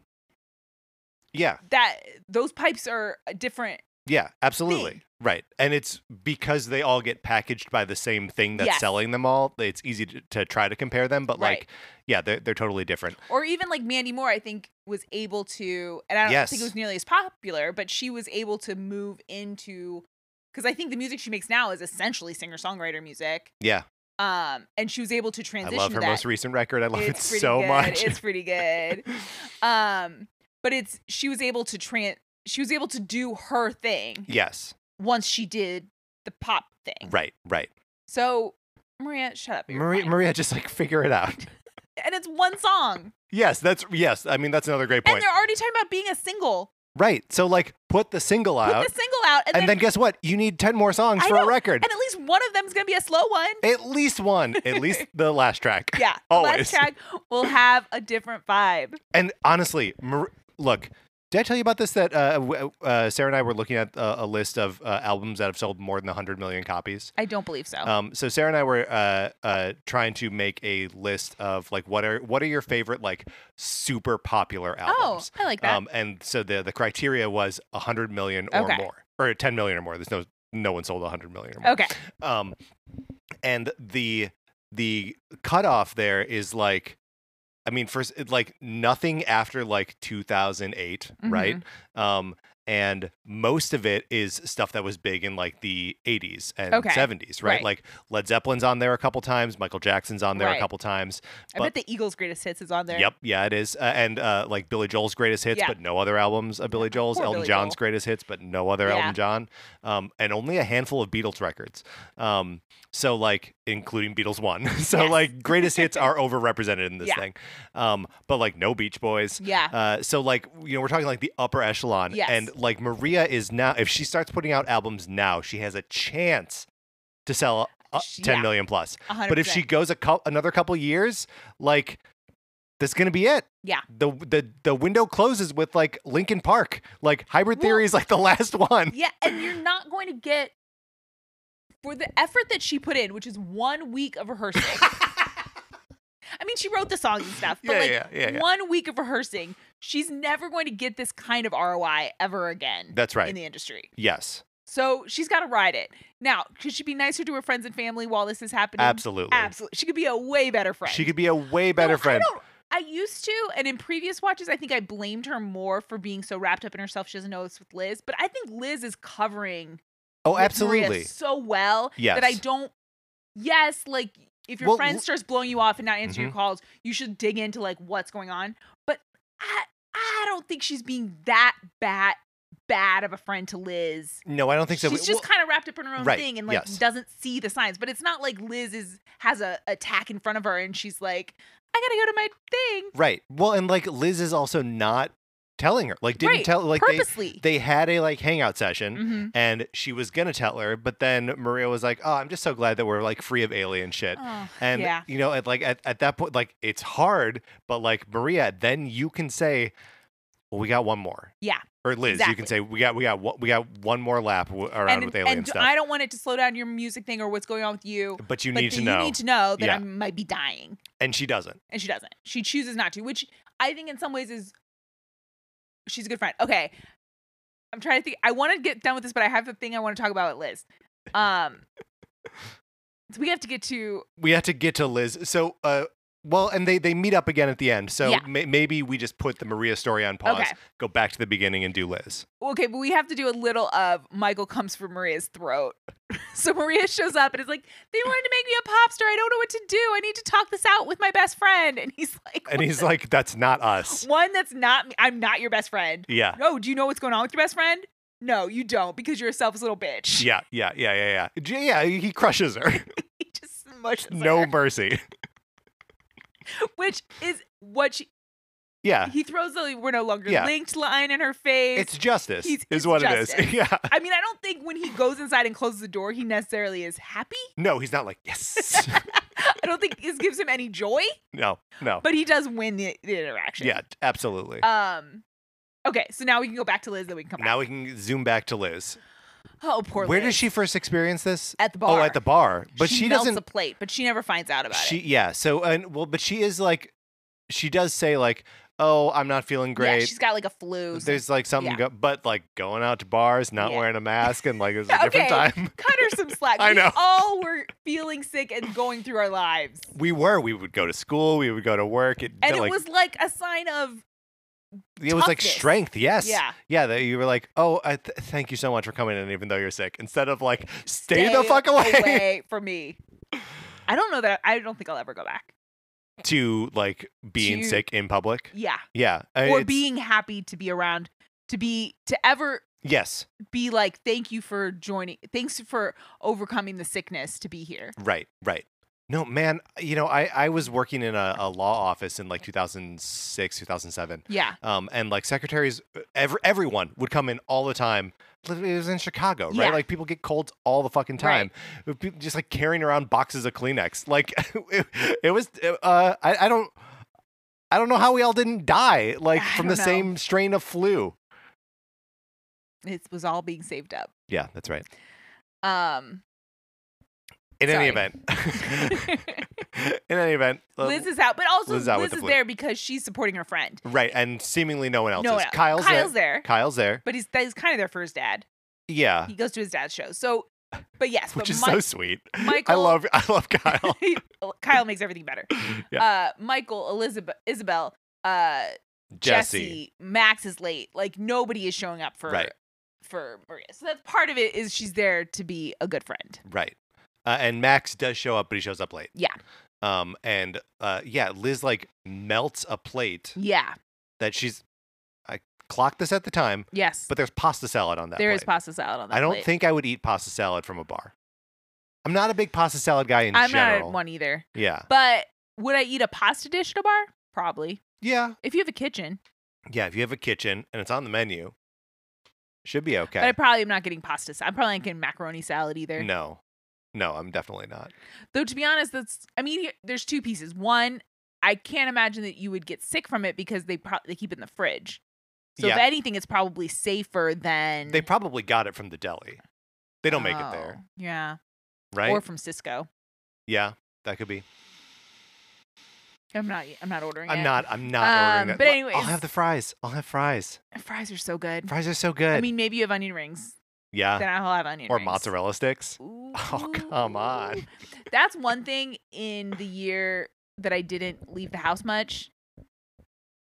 Speaker 2: yeah.
Speaker 1: that. Those pipes are a different.
Speaker 2: Yeah, absolutely.
Speaker 1: thing.
Speaker 2: Right. And it's because they all get packaged by the same thing that's
Speaker 1: Yes.
Speaker 2: selling them all. It's easy to, to try to compare them, but
Speaker 1: Right.
Speaker 2: like, yeah, they're, they're totally different.
Speaker 1: or even like Mandy Moore, I think was able to, and I don't think
Speaker 2: Yes.
Speaker 1: it was nearly as popular, but she was able to move into because I think the music she makes now is essentially singer songwriter music.
Speaker 2: Yeah.
Speaker 1: Um, and she was able to
Speaker 2: I
Speaker 1: transition.
Speaker 2: love her
Speaker 1: to that.
Speaker 2: most recent record. I love
Speaker 1: it's
Speaker 2: it
Speaker 1: pretty
Speaker 2: so
Speaker 1: good.
Speaker 2: much. [LAUGHS]
Speaker 1: It's pretty [LAUGHS] good. um, but it's she was able to tran she was able to do her thing
Speaker 2: yes.
Speaker 1: once she did the pop thing.
Speaker 2: Right. Right.
Speaker 1: So Maria, shut up. you're
Speaker 2: Maria,
Speaker 1: fine.
Speaker 2: Maria, just like figure
Speaker 1: [LAUGHS]
Speaker 2: it out.
Speaker 1: and it's one song,
Speaker 2: yes. That's, yes. I mean, that's another great
Speaker 1: and
Speaker 2: point.
Speaker 1: they're already talking about being a single.
Speaker 2: Right. So, like, put the single
Speaker 1: Put
Speaker 2: out.
Speaker 1: the single out, and,
Speaker 2: and then, guess what? You need 10 more songs
Speaker 1: I
Speaker 2: for
Speaker 1: know,
Speaker 2: a
Speaker 1: [LAUGHS]
Speaker 2: record.
Speaker 1: and at least one of them's gonna be a slow one.
Speaker 2: at least one.
Speaker 1: [LAUGHS]
Speaker 2: At least the last track.
Speaker 1: Yeah, the
Speaker 2: Always.
Speaker 1: last track will have a different vibe.
Speaker 2: And honestly, Mar- look, did I tell you about this? That uh, w- uh, Sarah and I were looking at uh, a list of uh, albums that have sold more than 100 million copies.
Speaker 1: I don't believe so.
Speaker 2: Um, so Sarah and I were uh, uh, trying to make a list of like what are what are your favorite like super popular
Speaker 1: oh,
Speaker 2: albums.
Speaker 1: I like that.
Speaker 2: Um, and so the the criteria was 100 million or
Speaker 1: Okay.
Speaker 2: more, or 10 million or more. There's no no one sold 100 million or more.
Speaker 1: okay,
Speaker 2: Um, and the the cutoff there is like, I mean, first it- like nothing after like 2008, right?
Speaker 1: Mm-hmm.
Speaker 2: Um, and most of it is stuff that was big in like the 80s and
Speaker 1: Okay.
Speaker 2: 70s, right?
Speaker 1: Right.
Speaker 2: Like Led Zeppelin's on there a couple times, Michael Jackson's on there
Speaker 1: Right.
Speaker 2: a couple times.
Speaker 1: I
Speaker 2: but-
Speaker 1: bet the Eagles' greatest hits is on there.
Speaker 2: Yep, yeah, it is. Uh, and uh, like Billy Joel's greatest hits,
Speaker 1: Yeah.
Speaker 2: but no other albums of Billy Joel's.
Speaker 1: Poor
Speaker 2: Elton
Speaker 1: Billy
Speaker 2: John's
Speaker 1: Joel.
Speaker 2: greatest hits, but no other
Speaker 1: Yeah.
Speaker 2: Elton John. Um, and only a handful of Beatles records. Um, so like including Beatles one. [LAUGHS] so
Speaker 1: Yes.
Speaker 2: like greatest
Speaker 1: [LAUGHS]
Speaker 2: hits are overrepresented in this
Speaker 1: Yeah.
Speaker 2: thing. Um, but like no Beach Boys.
Speaker 1: Yeah.
Speaker 2: Uh, so like you know we're talking like the upper echelon,
Speaker 1: Yes.
Speaker 2: and like Maria is now if she starts putting out albums now, she has a chance to sell uh,
Speaker 1: She-
Speaker 2: ten
Speaker 1: yeah.
Speaker 2: million plus.
Speaker 1: 100%.
Speaker 2: But if she goes a cou- another couple years, like This is gonna be it.
Speaker 1: Yeah.
Speaker 2: The the the window closes with like Linkin Park. Like hybrid
Speaker 1: Well-
Speaker 2: theory is like the
Speaker 1: [LAUGHS]
Speaker 2: last [LAUGHS] one.
Speaker 1: Yeah, and you're not going to get for the effort that she put in, which is one week of
Speaker 2: [LAUGHS]
Speaker 1: rehearsing. I mean, she wrote the songs and stuff, but
Speaker 2: Yeah,
Speaker 1: like
Speaker 2: yeah, yeah, yeah.
Speaker 1: one week of rehearsing, she's never going to get this kind of ROI ever again
Speaker 2: That's
Speaker 1: in
Speaker 2: right.
Speaker 1: the industry.
Speaker 2: Yes.
Speaker 1: So she's got to ride it. Now, could she be nicer to her friends and family while this is happening?
Speaker 2: Absolutely.
Speaker 1: Absolutely. She could be a way better friend.
Speaker 2: She could be a way better
Speaker 1: No,
Speaker 2: friend.
Speaker 1: I, don't- I used to, and in previous watches, I think I blamed her more for being so wrapped up in herself. She doesn't know it's with Liz, but I think Liz is covering
Speaker 2: Oh,
Speaker 1: with Maria
Speaker 2: absolutely.
Speaker 1: so well
Speaker 2: Yes.
Speaker 1: that I don't. Yes, like if your
Speaker 2: Well, Mm-hmm.
Speaker 1: friend
Speaker 2: l-
Speaker 1: starts blowing you off and not answering your calls, you should dig into like what's going on. But I, I don't think she's being that bad, bad of a friend to Liz.
Speaker 2: No, I don't think so.
Speaker 1: She's
Speaker 2: Well-
Speaker 1: just kind of wrapped up in her own
Speaker 2: right,
Speaker 1: thing and like
Speaker 2: yes.
Speaker 1: doesn't see the signs. But it's not like Liz is has a attack in front of her and she's like, I gotta go to my thing.
Speaker 2: Right. Well, and like Liz is also not telling her. Like didn't
Speaker 1: Right.
Speaker 2: tell like they
Speaker 1: Purposely.
Speaker 2: they had a like hangout session
Speaker 1: Mhm.
Speaker 2: and she was gonna tell her, but then Maria was like, "Oh, I'm just so glad that we're like free of alien shit."
Speaker 1: Oh,
Speaker 2: And
Speaker 1: yeah.
Speaker 2: you know, at like at, at that point, like it's hard, but like Maria, then you can say, "Well, we got one more."
Speaker 1: Yeah.
Speaker 2: Or Liz, you can
Speaker 1: Exactly.
Speaker 2: say, "We got we got one- we got one more lap w- around
Speaker 1: And,
Speaker 2: with alien
Speaker 1: and
Speaker 2: stuff."
Speaker 1: I don't want it to slow down your music thing or what's going on with you.
Speaker 2: but you
Speaker 1: but
Speaker 2: need
Speaker 1: that
Speaker 2: to know,
Speaker 1: you need to know that
Speaker 2: Yeah.
Speaker 1: I might be dying.
Speaker 2: and she doesn't.
Speaker 1: and she doesn't. She chooses not to, which I think in some ways is she's a good friend. Okay. I'm trying to think. I want to get done with this, but I have a thing I want to talk about with Liz.
Speaker 2: [LAUGHS]
Speaker 1: Um so we have to get to
Speaker 2: We have to get to Liz. So, uh, well, and they they meet up again at the end. So
Speaker 1: Yeah.
Speaker 2: may- maybe we just put the Maria story on pause,
Speaker 1: Okay.
Speaker 2: go back to the beginning, and do Liz.
Speaker 1: okay, but we have to do a little of Michael comes for Maria's throat. [LAUGHS] so Maria shows up and is like, they wanted to make me a pop star. I don't know what to do. I need to talk this out with my best friend. And he's [LAUGHS] like,
Speaker 2: And he's like, "That's
Speaker 1: [LAUGHS]
Speaker 2: not us."
Speaker 1: one that's not me. I'm not your best friend.
Speaker 2: Yeah.
Speaker 1: No, do you know what's going on with your best friend? No, you don't because you're a selfish little [LAUGHS] bitch.
Speaker 2: Yeah, yeah, yeah, yeah, yeah. J- Yeah, he crushes her.
Speaker 1: he just smushes
Speaker 2: [LAUGHS] no
Speaker 1: her,
Speaker 2: mercy.
Speaker 1: which is what she,
Speaker 2: Yeah.
Speaker 1: he throws the "we're no longer
Speaker 2: Uh. Yeah.
Speaker 1: linked" line in her face.
Speaker 2: It's [LAUGHS] justice,
Speaker 1: he's-
Speaker 2: is
Speaker 1: it's
Speaker 2: what it
Speaker 1: justice.
Speaker 2: is. [LAUGHS] Yeah.
Speaker 1: I mean, I don't think when he goes inside and closes the door, he necessarily is happy.
Speaker 2: No, he's not like,
Speaker 1: [LAUGHS]
Speaker 2: yes.
Speaker 1: I don't think this gives him any joy,
Speaker 2: no, no.
Speaker 1: but he does win the, the interaction.
Speaker 2: yeah, absolutely.
Speaker 1: Um. Okay, so now we can go back to Liz, then we can come
Speaker 2: now we can zoom back to Liz.
Speaker 1: back. Oh, poor
Speaker 2: Where
Speaker 1: Liz.
Speaker 2: does she first experience this?
Speaker 1: At the bar.
Speaker 2: Oh, at the bar. But she,
Speaker 1: she, melts
Speaker 2: doesn't.
Speaker 1: a plate, but she never finds out about
Speaker 2: she
Speaker 1: it.
Speaker 2: yeah. So and well, but she is like, she does say like, oh, I'm not feeling
Speaker 1: Yeah,
Speaker 2: great.
Speaker 1: she's got like a flu. so-
Speaker 2: There's like something,
Speaker 1: yeah.
Speaker 2: go- but like going out to bars, not
Speaker 1: Yeah.
Speaker 2: wearing a mask, and like
Speaker 1: [LAUGHS]
Speaker 2: it's a different
Speaker 1: Okay.
Speaker 2: time. [LAUGHS]
Speaker 1: Cut her some slack.
Speaker 2: I
Speaker 1: We
Speaker 2: know.
Speaker 1: all were feeling sick and going through our
Speaker 2: [LAUGHS]
Speaker 1: lives.
Speaker 2: We were. We would go to school. We would go to work. It,
Speaker 1: And
Speaker 2: like,
Speaker 1: it was like a sign of
Speaker 2: it was like
Speaker 1: toughness.
Speaker 2: strength. Yes.
Speaker 1: yeah.
Speaker 2: Yeah, that you were like, oh, I th- thank you so much for coming in, even though you're sick. Instead of like, stay, the
Speaker 1: stay
Speaker 2: fuck away,
Speaker 1: away from me. I don't know that I don't think I'll ever go back.
Speaker 2: [LAUGHS] to like being
Speaker 1: To-
Speaker 2: sick in public.
Speaker 1: Yeah.
Speaker 2: Yeah, I-
Speaker 1: Or
Speaker 2: it's-
Speaker 1: being happy to be around to be to ever
Speaker 2: yes,
Speaker 1: be like thank you for joining thanks for overcoming the sickness to be here.
Speaker 2: right, right. No, man, you know, I I was working in a, a law office in like 2006, 2007.
Speaker 1: Yeah.
Speaker 2: Um, and like secretaries, uh, every, everyone would come in all the time. Literally, It was in Chicago, right?
Speaker 1: Yeah.
Speaker 2: Like people get colds all the fucking time. People Just like carrying around boxes of Kleenex. Like [LAUGHS] it, it was. Uh, I, I don't. I don't know how we all didn't die like
Speaker 1: I
Speaker 2: from the
Speaker 1: don't know.
Speaker 2: same strain of flu.
Speaker 1: It was all being saved up.
Speaker 2: Yeah, that's right.
Speaker 1: Um [LAUGHS]
Speaker 2: In
Speaker 1: Sorry.
Speaker 2: any event,
Speaker 1: [LAUGHS]
Speaker 2: [LAUGHS] in any event, uh,
Speaker 1: Liz is out, but also
Speaker 2: Liz
Speaker 1: Liz,
Speaker 2: is out with the
Speaker 1: is
Speaker 2: flu.
Speaker 1: there because she's supporting her friend.
Speaker 2: right, and seemingly no one else
Speaker 1: No
Speaker 2: is.
Speaker 1: one else.
Speaker 2: Kyle's,
Speaker 1: Kyle's
Speaker 2: there.
Speaker 1: there.
Speaker 2: Kyle's there.
Speaker 1: But he's he's kind of there for his dad.
Speaker 2: Yeah,
Speaker 1: He goes to his dad's show. So but yes,
Speaker 2: Ah. [LAUGHS] which
Speaker 1: but
Speaker 2: is
Speaker 1: my,
Speaker 2: so sweet. I
Speaker 1: Michael-
Speaker 2: love. I
Speaker 1: [LAUGHS]
Speaker 2: love Kyle. [LAUGHS]
Speaker 1: Kyle makes everything better. Uh, Michael, Elizabeth, Isabel, uh, Jesse, Max is late. Like nobody is showing up for
Speaker 2: Right.
Speaker 1: for Maria. So that's part of it is she's there to be a good friend.
Speaker 2: Right. Uh, and Max does show up, but he shows up late.
Speaker 1: Yeah.
Speaker 2: Um, and uh, yeah, Liz like melts a plate
Speaker 1: Yeah.
Speaker 2: that she's. I clocked this at the time,
Speaker 1: Yes.
Speaker 2: but there's pasta salad on that.
Speaker 1: there
Speaker 2: plate.
Speaker 1: is pasta salad on that.
Speaker 2: I don't
Speaker 1: plate.
Speaker 2: think I would eat pasta salad from a bar. I'm not a big pasta salad guy in
Speaker 1: I'm
Speaker 2: general.
Speaker 1: not one either.
Speaker 2: Yeah.
Speaker 1: But would I eat a pasta dish at a bar? Probably.
Speaker 2: Yeah.
Speaker 1: If you have a kitchen.
Speaker 2: Yeah. If you have a kitchen and it's on the menu, should be
Speaker 1: But I
Speaker 2: okay.
Speaker 1: probably am not getting pasta salad. I'm probably not getting macaroni salad either.
Speaker 2: No. No, I'm definitely not.
Speaker 1: Though to be honest, that's I mean, here- there's two pieces. One, I can't imagine that you would get sick from it because they pro- they keep it in the fridge. So
Speaker 2: Yeah.
Speaker 1: if anything, it's probably safer than
Speaker 2: They probably got it from the deli. They don't make it there,
Speaker 1: Oh, Yeah,
Speaker 2: right?
Speaker 1: or from Cisco.
Speaker 2: yeah, that could be.
Speaker 1: I'm not. I'm not ordering.
Speaker 2: I'm
Speaker 1: it.
Speaker 2: not. I'm not
Speaker 1: Um,
Speaker 2: ordering that.
Speaker 1: but
Speaker 2: Look, I'll
Speaker 1: anyways-
Speaker 2: have the fries. I'll have fries.
Speaker 1: Fries are so good.
Speaker 2: Fries are so good.
Speaker 1: I mean, maybe you have onion rings.
Speaker 2: yeah,
Speaker 1: Then I'll have onion
Speaker 2: or
Speaker 1: rings.
Speaker 2: mozzarella sticks.
Speaker 1: Oh
Speaker 2: come on.
Speaker 1: That's one thing in the year that I didn't leave the house much.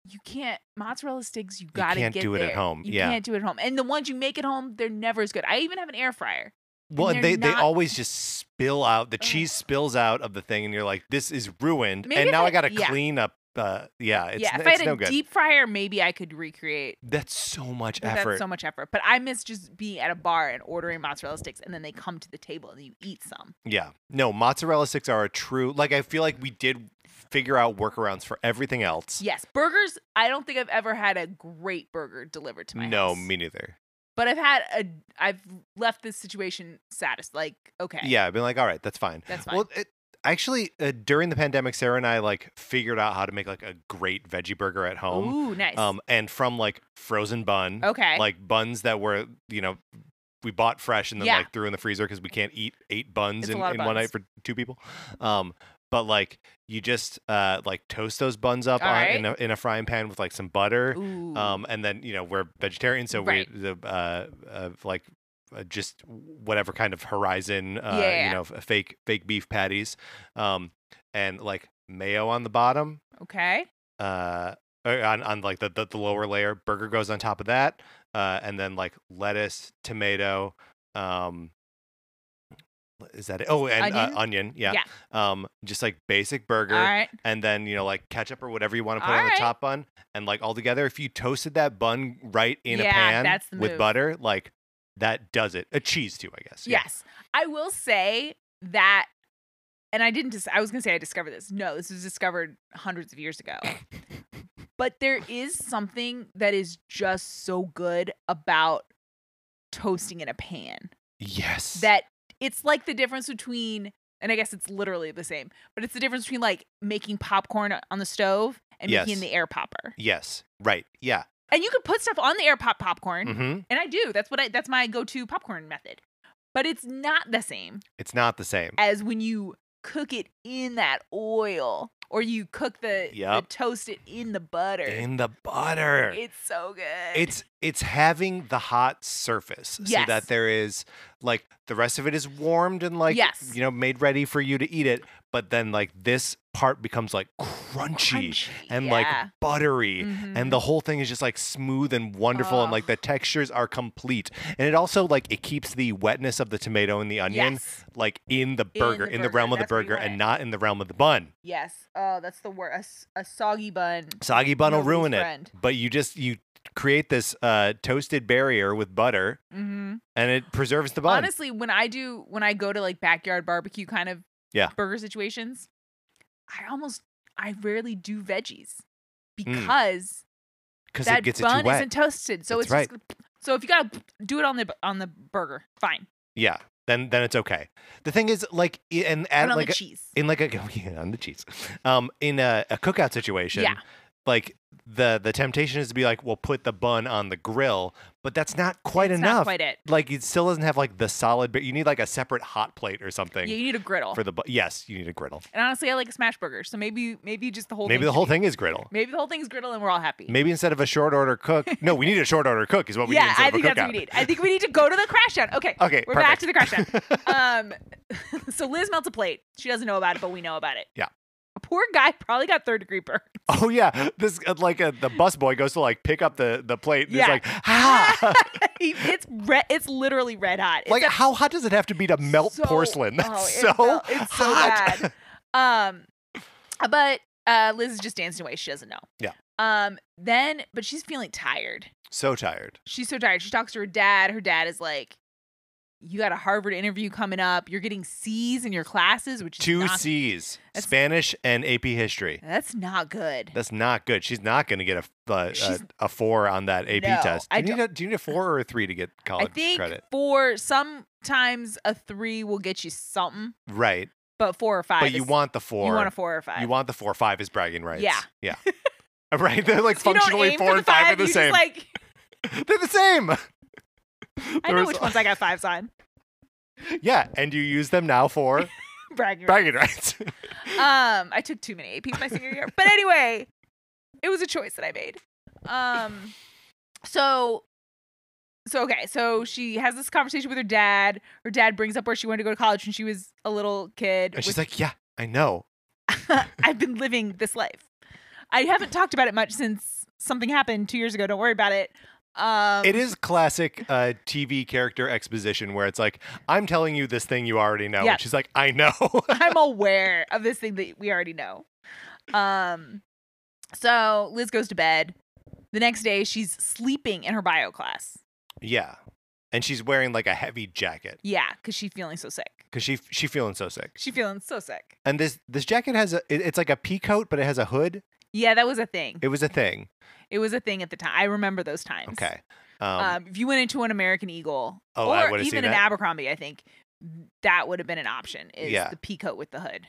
Speaker 1: You can't mozzarella sticks. You gotta
Speaker 2: can't
Speaker 1: get
Speaker 2: do it at
Speaker 1: there.
Speaker 2: home,
Speaker 1: You
Speaker 2: yeah.
Speaker 1: can't do it at home. And the ones you make at home, they're never as good. I even have an air fryer.
Speaker 2: Well,
Speaker 1: they're
Speaker 2: they they
Speaker 1: not-
Speaker 2: always just spill out. The
Speaker 1: Ugh.
Speaker 2: cheese spills out of the thing, and you're like, "This is ruined."
Speaker 1: Maybe
Speaker 2: and
Speaker 1: if
Speaker 2: now
Speaker 1: I-
Speaker 2: I, gotta
Speaker 1: yeah.
Speaker 2: clean up. Uh, yeah, it's,
Speaker 1: yeah, if
Speaker 2: it's
Speaker 1: I had
Speaker 2: no
Speaker 1: a
Speaker 2: good.
Speaker 1: deep fryer, maybe I could recreate.
Speaker 2: That's so much
Speaker 1: but
Speaker 2: effort.
Speaker 1: That's so much effort. But I miss just being at a bar and ordering mozzarella sticks, and then they come to the table and you eat some.
Speaker 2: Yeah. No, mozzarella sticks are a true like I feel like we did figure out workarounds for everything else.
Speaker 1: Yes, burgers. I don't think I've ever had a great burger delivered to my
Speaker 2: no,
Speaker 1: house.
Speaker 2: me neither.
Speaker 1: but I've had a I've left this situation satis like okay
Speaker 2: Yeah, I've been like, all right, that's fine.
Speaker 1: that's fine
Speaker 2: Well, it, actually, uh, during the pandemic, Sarah and I like figured out how to make like a great veggie burger at home.
Speaker 1: ooh nice
Speaker 2: Um, and from like frozen bun,
Speaker 1: okay
Speaker 2: like buns that were you know we bought fresh and then
Speaker 1: Yeah.
Speaker 2: like threw in the freezer because we can't eat eight buns
Speaker 1: It's a
Speaker 2: in,
Speaker 1: lot of
Speaker 2: in one
Speaker 1: buns.
Speaker 2: night for two people. Um, but like you just uh like toast those buns up
Speaker 1: All
Speaker 2: on, in a in a frying pan with like some butter.
Speaker 1: ooh
Speaker 2: Um, and then you know we're vegetarian, so
Speaker 1: Mm. Right.
Speaker 2: we the uh, uh like uh, just whatever kind of horizon, uh,
Speaker 1: Yeah.
Speaker 2: you know, f- fake fake beef patties, um, and like mayo on the bottom,
Speaker 1: okay
Speaker 2: uh, or on on like the, the the lower layer. Burger goes on top of that, uh, and then like lettuce, tomato, um. Is that it? Oh, and
Speaker 1: Onion?
Speaker 2: Uh, onion, yeah.
Speaker 1: Yeah.
Speaker 2: Um, just like basic burger,
Speaker 1: all right
Speaker 2: and then you know like ketchup or whatever you want to put
Speaker 1: All
Speaker 2: on
Speaker 1: right.
Speaker 2: the top bun and like all together if you toasted that bun right in
Speaker 1: Yeah,
Speaker 2: a pan
Speaker 1: that's the
Speaker 2: with
Speaker 1: move.
Speaker 2: butter like that does it a cheese too i guess
Speaker 1: yes I will say that and I didn't just I was gonna say I discovered this no this was discovered hundreds of years ago but there is something that is just so good about toasting in a pan
Speaker 2: yes
Speaker 1: that it's like the difference between and I guess it's literally the same, but it's the difference between like making popcorn on the stove and making it in
Speaker 2: Yes.
Speaker 1: the air popper.
Speaker 2: yes right yeah
Speaker 1: And you could put stuff on the air pop popcorn,
Speaker 2: hmm
Speaker 1: and I do. That's what I that's my go-to popcorn method. But it's not the same
Speaker 2: it's not the same
Speaker 1: as when you cook it in that oil or you cook the, the
Speaker 2: Yep.
Speaker 1: toast it in the butter.
Speaker 2: in the butter
Speaker 1: It's so good.
Speaker 2: it's it's having the hot surface so
Speaker 1: Yes.
Speaker 2: that there is like the rest of it is warmed and like
Speaker 1: Yes.
Speaker 2: you know made ready for you to eat it but then like this part becomes like crunchy,
Speaker 1: Crunchy,
Speaker 2: and like
Speaker 1: yeah.
Speaker 2: buttery
Speaker 1: Mhm.
Speaker 2: and the whole thing is just like smooth and wonderful and like
Speaker 1: Ugh.
Speaker 2: the textures are complete and it also like it keeps the wetness of the tomato and the onion
Speaker 1: Yes.
Speaker 2: like in the burger in the,
Speaker 1: burger,
Speaker 2: realm of the
Speaker 1: that's what you
Speaker 2: burger and
Speaker 1: want.
Speaker 2: not in the realm of the bun
Speaker 1: Yes. Oh, that's the worst. A, soggy bun.
Speaker 2: soggy bun will
Speaker 1: Nobody's
Speaker 2: ruin it
Speaker 1: friend.
Speaker 2: but you just you create this uh toasted barrier with butter
Speaker 1: Mm-hmm.
Speaker 2: and it preserves the bun
Speaker 1: Honestly, when I do when I go to like backyard barbecue kind of
Speaker 2: Yeah.
Speaker 1: burger situations, I almost I rarely do veggies because
Speaker 2: because
Speaker 1: that
Speaker 2: Mm. it gets it
Speaker 1: bun
Speaker 2: too wet
Speaker 1: isn't toasted. So
Speaker 2: That's
Speaker 1: it's just so if you gotta do it on the on the burger, fine.
Speaker 2: yeah then then it's okay the thing is like i-
Speaker 1: And
Speaker 2: and add
Speaker 1: on
Speaker 2: like uh,
Speaker 1: the
Speaker 2: a-
Speaker 1: cheese.
Speaker 2: in like a [LAUGHS] yeah, on the cheese um in a, a cookout situation
Speaker 1: Yeah.
Speaker 2: like the the temptation is to be like well put the bun on the grill but that's not quite
Speaker 1: It's
Speaker 2: enough
Speaker 1: not quite it.
Speaker 2: like it still doesn't have like the solid but you need like a separate hot plate or something
Speaker 1: Yeah, you need a griddle.
Speaker 2: for the bu- yes you need a griddle
Speaker 1: and honestly, I like a smash burger. So maybe maybe just the whole
Speaker 2: maybe
Speaker 1: thing
Speaker 2: the
Speaker 1: should
Speaker 2: whole
Speaker 1: be-
Speaker 2: thing is griddle
Speaker 1: Maybe the whole thing's griddle and we're all happy.
Speaker 2: maybe instead of a short order cook no we need a short order cook is what we need
Speaker 1: yeah,
Speaker 2: instead
Speaker 1: I
Speaker 2: of a
Speaker 1: think
Speaker 2: cookout
Speaker 1: that's what we need. I think we need to go to the crash down. Okay.
Speaker 2: okay
Speaker 1: We're back
Speaker 2: perfect.
Speaker 1: to the crash down.
Speaker 2: [LAUGHS]
Speaker 1: um [LAUGHS] so liz melts a plate she doesn't know about it but we know about it
Speaker 2: Yeah.
Speaker 1: a poor guy probably got third degree burn
Speaker 2: [LAUGHS]
Speaker 1: [LAUGHS]
Speaker 2: oh yeah this uh, like uh, the bus boy goes to like pick up the the plate and
Speaker 1: Yeah. [LAUGHS]
Speaker 2: it's like ah
Speaker 1: He- it's red it's literally red hot It's
Speaker 2: like
Speaker 1: a-
Speaker 2: how hot does it have to be to melt
Speaker 1: so-
Speaker 2: porcelain [LAUGHS] that's
Speaker 1: oh, it
Speaker 2: so
Speaker 1: melt- it's so
Speaker 2: hot
Speaker 1: bad
Speaker 2: [LAUGHS]
Speaker 1: um but uh liz is just dancing away she doesn't know
Speaker 2: Yeah.
Speaker 1: um then but she's feeling tired
Speaker 2: so tired
Speaker 1: she's so tired she talks to her dad her dad is like you got a harvard interview coming up you're getting c's in your classes which is
Speaker 2: two
Speaker 1: not-
Speaker 2: C's,
Speaker 1: That's-
Speaker 2: Spanish and AP History.
Speaker 1: that's not good
Speaker 2: That's not good. She's not going to get a, a, a
Speaker 1: She's-
Speaker 2: a four on that AP
Speaker 1: No,
Speaker 2: test. Do
Speaker 1: I
Speaker 2: you, need a, do you need a four or a three to get
Speaker 1: I
Speaker 2: college
Speaker 1: think
Speaker 2: credit?
Speaker 1: for sometimes a three will get you something,
Speaker 2: Right.
Speaker 1: but four or five.
Speaker 2: But you
Speaker 1: is-
Speaker 2: want the four.
Speaker 1: you want a four or five.
Speaker 2: You want the four. Five is bragging rights.
Speaker 1: Yeah. [LAUGHS]
Speaker 2: Yeah. [LAUGHS] right. They're like
Speaker 1: So you don't
Speaker 2: functionally
Speaker 1: aim
Speaker 2: four
Speaker 1: for
Speaker 2: and five, are the
Speaker 1: you just,
Speaker 2: same.
Speaker 1: like
Speaker 2: [LAUGHS] They're the same.
Speaker 1: I know
Speaker 2: There's-
Speaker 1: which ones I got fives on. [LAUGHS]
Speaker 2: [LAUGHS] Yeah, and you use them now for
Speaker 1: Bragging. rights.
Speaker 2: bragging rights. [LAUGHS]
Speaker 1: Um, I took too many APs my senior year, but anyway, it was a choice that I made. Um, so, so okay, so she has this conversation with her dad. Her dad brings up where she wanted to go to college when she was a little kid.
Speaker 2: and she's like, "Yeah, I know." [LAUGHS]
Speaker 1: I've been living this life. I haven't talked about it much since something happened two years ago. Don't worry about it. Um,
Speaker 2: It is classic uh, TV character exposition where it's like, "I'm telling you this thing you already know,"
Speaker 1: Yeah.
Speaker 2: and she's like, "I know."
Speaker 1: [LAUGHS]
Speaker 2: [LAUGHS]
Speaker 1: I'm aware of this thing that we already know. Um, so Liz goes to bed. The next day, she's sleeping in her bio class.
Speaker 2: yeah, and she's wearing like a heavy jacket
Speaker 1: Yeah, because she's feeling so sick.
Speaker 2: because she she feeling so sick.
Speaker 1: She feeling so sick.
Speaker 2: And this this jacket has a it- it's like a pea coat, but it has a hood.
Speaker 1: Yeah, that was a thing.
Speaker 2: It was a thing.
Speaker 1: It was a thing at the time. I remember those times.
Speaker 2: Okay.
Speaker 1: Um,
Speaker 2: Um,
Speaker 1: if you went into an American Eagle
Speaker 2: Oh,
Speaker 1: or
Speaker 2: I would've
Speaker 1: even
Speaker 2: seen
Speaker 1: an
Speaker 2: that.
Speaker 1: Abercrombie, I think that would have been an option. Is
Speaker 2: Yeah.
Speaker 1: the pea coat with the hood?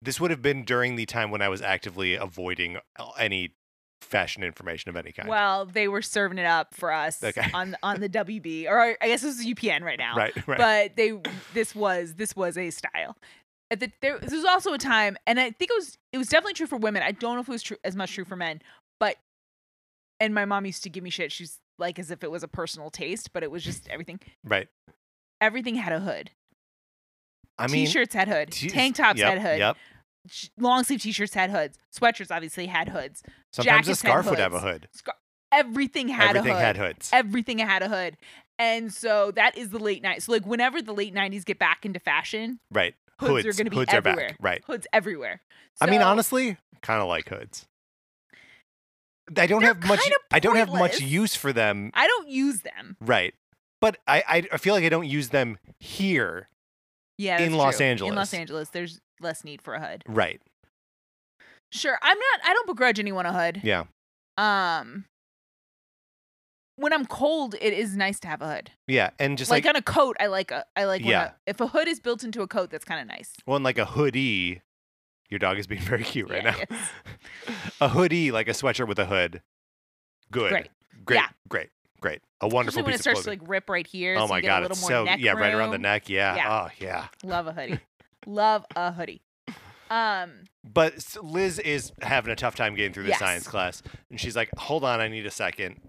Speaker 2: this would have been during the time when I was actively avoiding uh, any fashion information of any kind.
Speaker 1: Well, they were serving it up for us
Speaker 2: Okay.
Speaker 1: on on
Speaker 2: [LAUGHS]
Speaker 1: the WB or I guess this is UPN right now.
Speaker 2: right, [LAUGHS] right.
Speaker 1: but they this was this was a style. At the, there, this was also a time, and I think it was it was definitely true for women. I don't know if it was true as much true for men, but and my mom used to give me shit. She's like as if it was a personal taste, but it was just everything.
Speaker 2: right.
Speaker 1: Everything had a hood.
Speaker 2: I mean,
Speaker 1: t-shirts had hood.
Speaker 2: t-
Speaker 1: Tank tops
Speaker 2: yep,
Speaker 1: had hood.
Speaker 2: Yep.
Speaker 1: sh- Long sleeve t-shirts had hoods. Sweatshirts obviously had hoods.
Speaker 2: Sometimes a
Speaker 1: Jackets had
Speaker 2: scarf would have a
Speaker 1: hoods.
Speaker 2: hood.
Speaker 1: Everything had
Speaker 2: Everything
Speaker 1: a hood. E
Speaker 2: had hoods.
Speaker 1: Everything had a hood. And so that is the late night. So like whenever the late '90s get back into fashion,
Speaker 2: right.
Speaker 1: hoods,
Speaker 2: Hoods.
Speaker 1: are going to be
Speaker 2: hoods
Speaker 1: everywhere.
Speaker 2: are back. Right.
Speaker 1: hoods everywhere.
Speaker 2: I mean,
Speaker 1: So-
Speaker 2: honestly, kind of like hoods. I don't
Speaker 1: They're
Speaker 2: have much.
Speaker 1: kinda
Speaker 2: I don't have much
Speaker 1: pointless.
Speaker 2: use for them.
Speaker 1: I don't use them.
Speaker 2: Right. But I, I, I feel like I don't use them here.
Speaker 1: Yeah,
Speaker 2: In
Speaker 1: that's
Speaker 2: Los
Speaker 1: true.
Speaker 2: Angeles.
Speaker 1: In Los Angeles, there's less need for a hood.
Speaker 2: Right.
Speaker 1: Sure, I'm not. I don't begrudge anyone a hood.
Speaker 2: Yeah.
Speaker 1: Um, when I'm cold, it is nice to have a hood.
Speaker 2: Yeah. And just
Speaker 1: like,
Speaker 2: like,
Speaker 1: on a coat, I like a. I like. when
Speaker 2: Yeah.
Speaker 1: a- if a hood is built into a coat, that's kind of nice.
Speaker 2: well, and like a hoodie. Your dog is being [LAUGHS] very cute right
Speaker 1: Yeah,
Speaker 2: now.
Speaker 1: he is.
Speaker 2: a hoodie, like a sweatshirt with a hood. Good.
Speaker 1: Great.
Speaker 2: Great.
Speaker 1: Yeah.
Speaker 2: Great. Great. A wonderful
Speaker 1: Especially when it
Speaker 2: piece of
Speaker 1: starts to
Speaker 2: clothing.
Speaker 1: like rip right here.
Speaker 2: oh
Speaker 1: so
Speaker 2: my
Speaker 1: you get
Speaker 2: god,
Speaker 1: a little
Speaker 2: it's
Speaker 1: more
Speaker 2: so
Speaker 1: neck
Speaker 2: yeah, right around the
Speaker 1: room.
Speaker 2: neck. Yeah.
Speaker 1: Yeah.
Speaker 2: Oh yeah.
Speaker 1: Love a
Speaker 2: [LAUGHS]
Speaker 1: hoodie. Love a hoodie. Um.
Speaker 2: But s- Liz is having a tough time getting through the
Speaker 1: Yes.
Speaker 2: science class, and she's like, "Hold on, I need a second.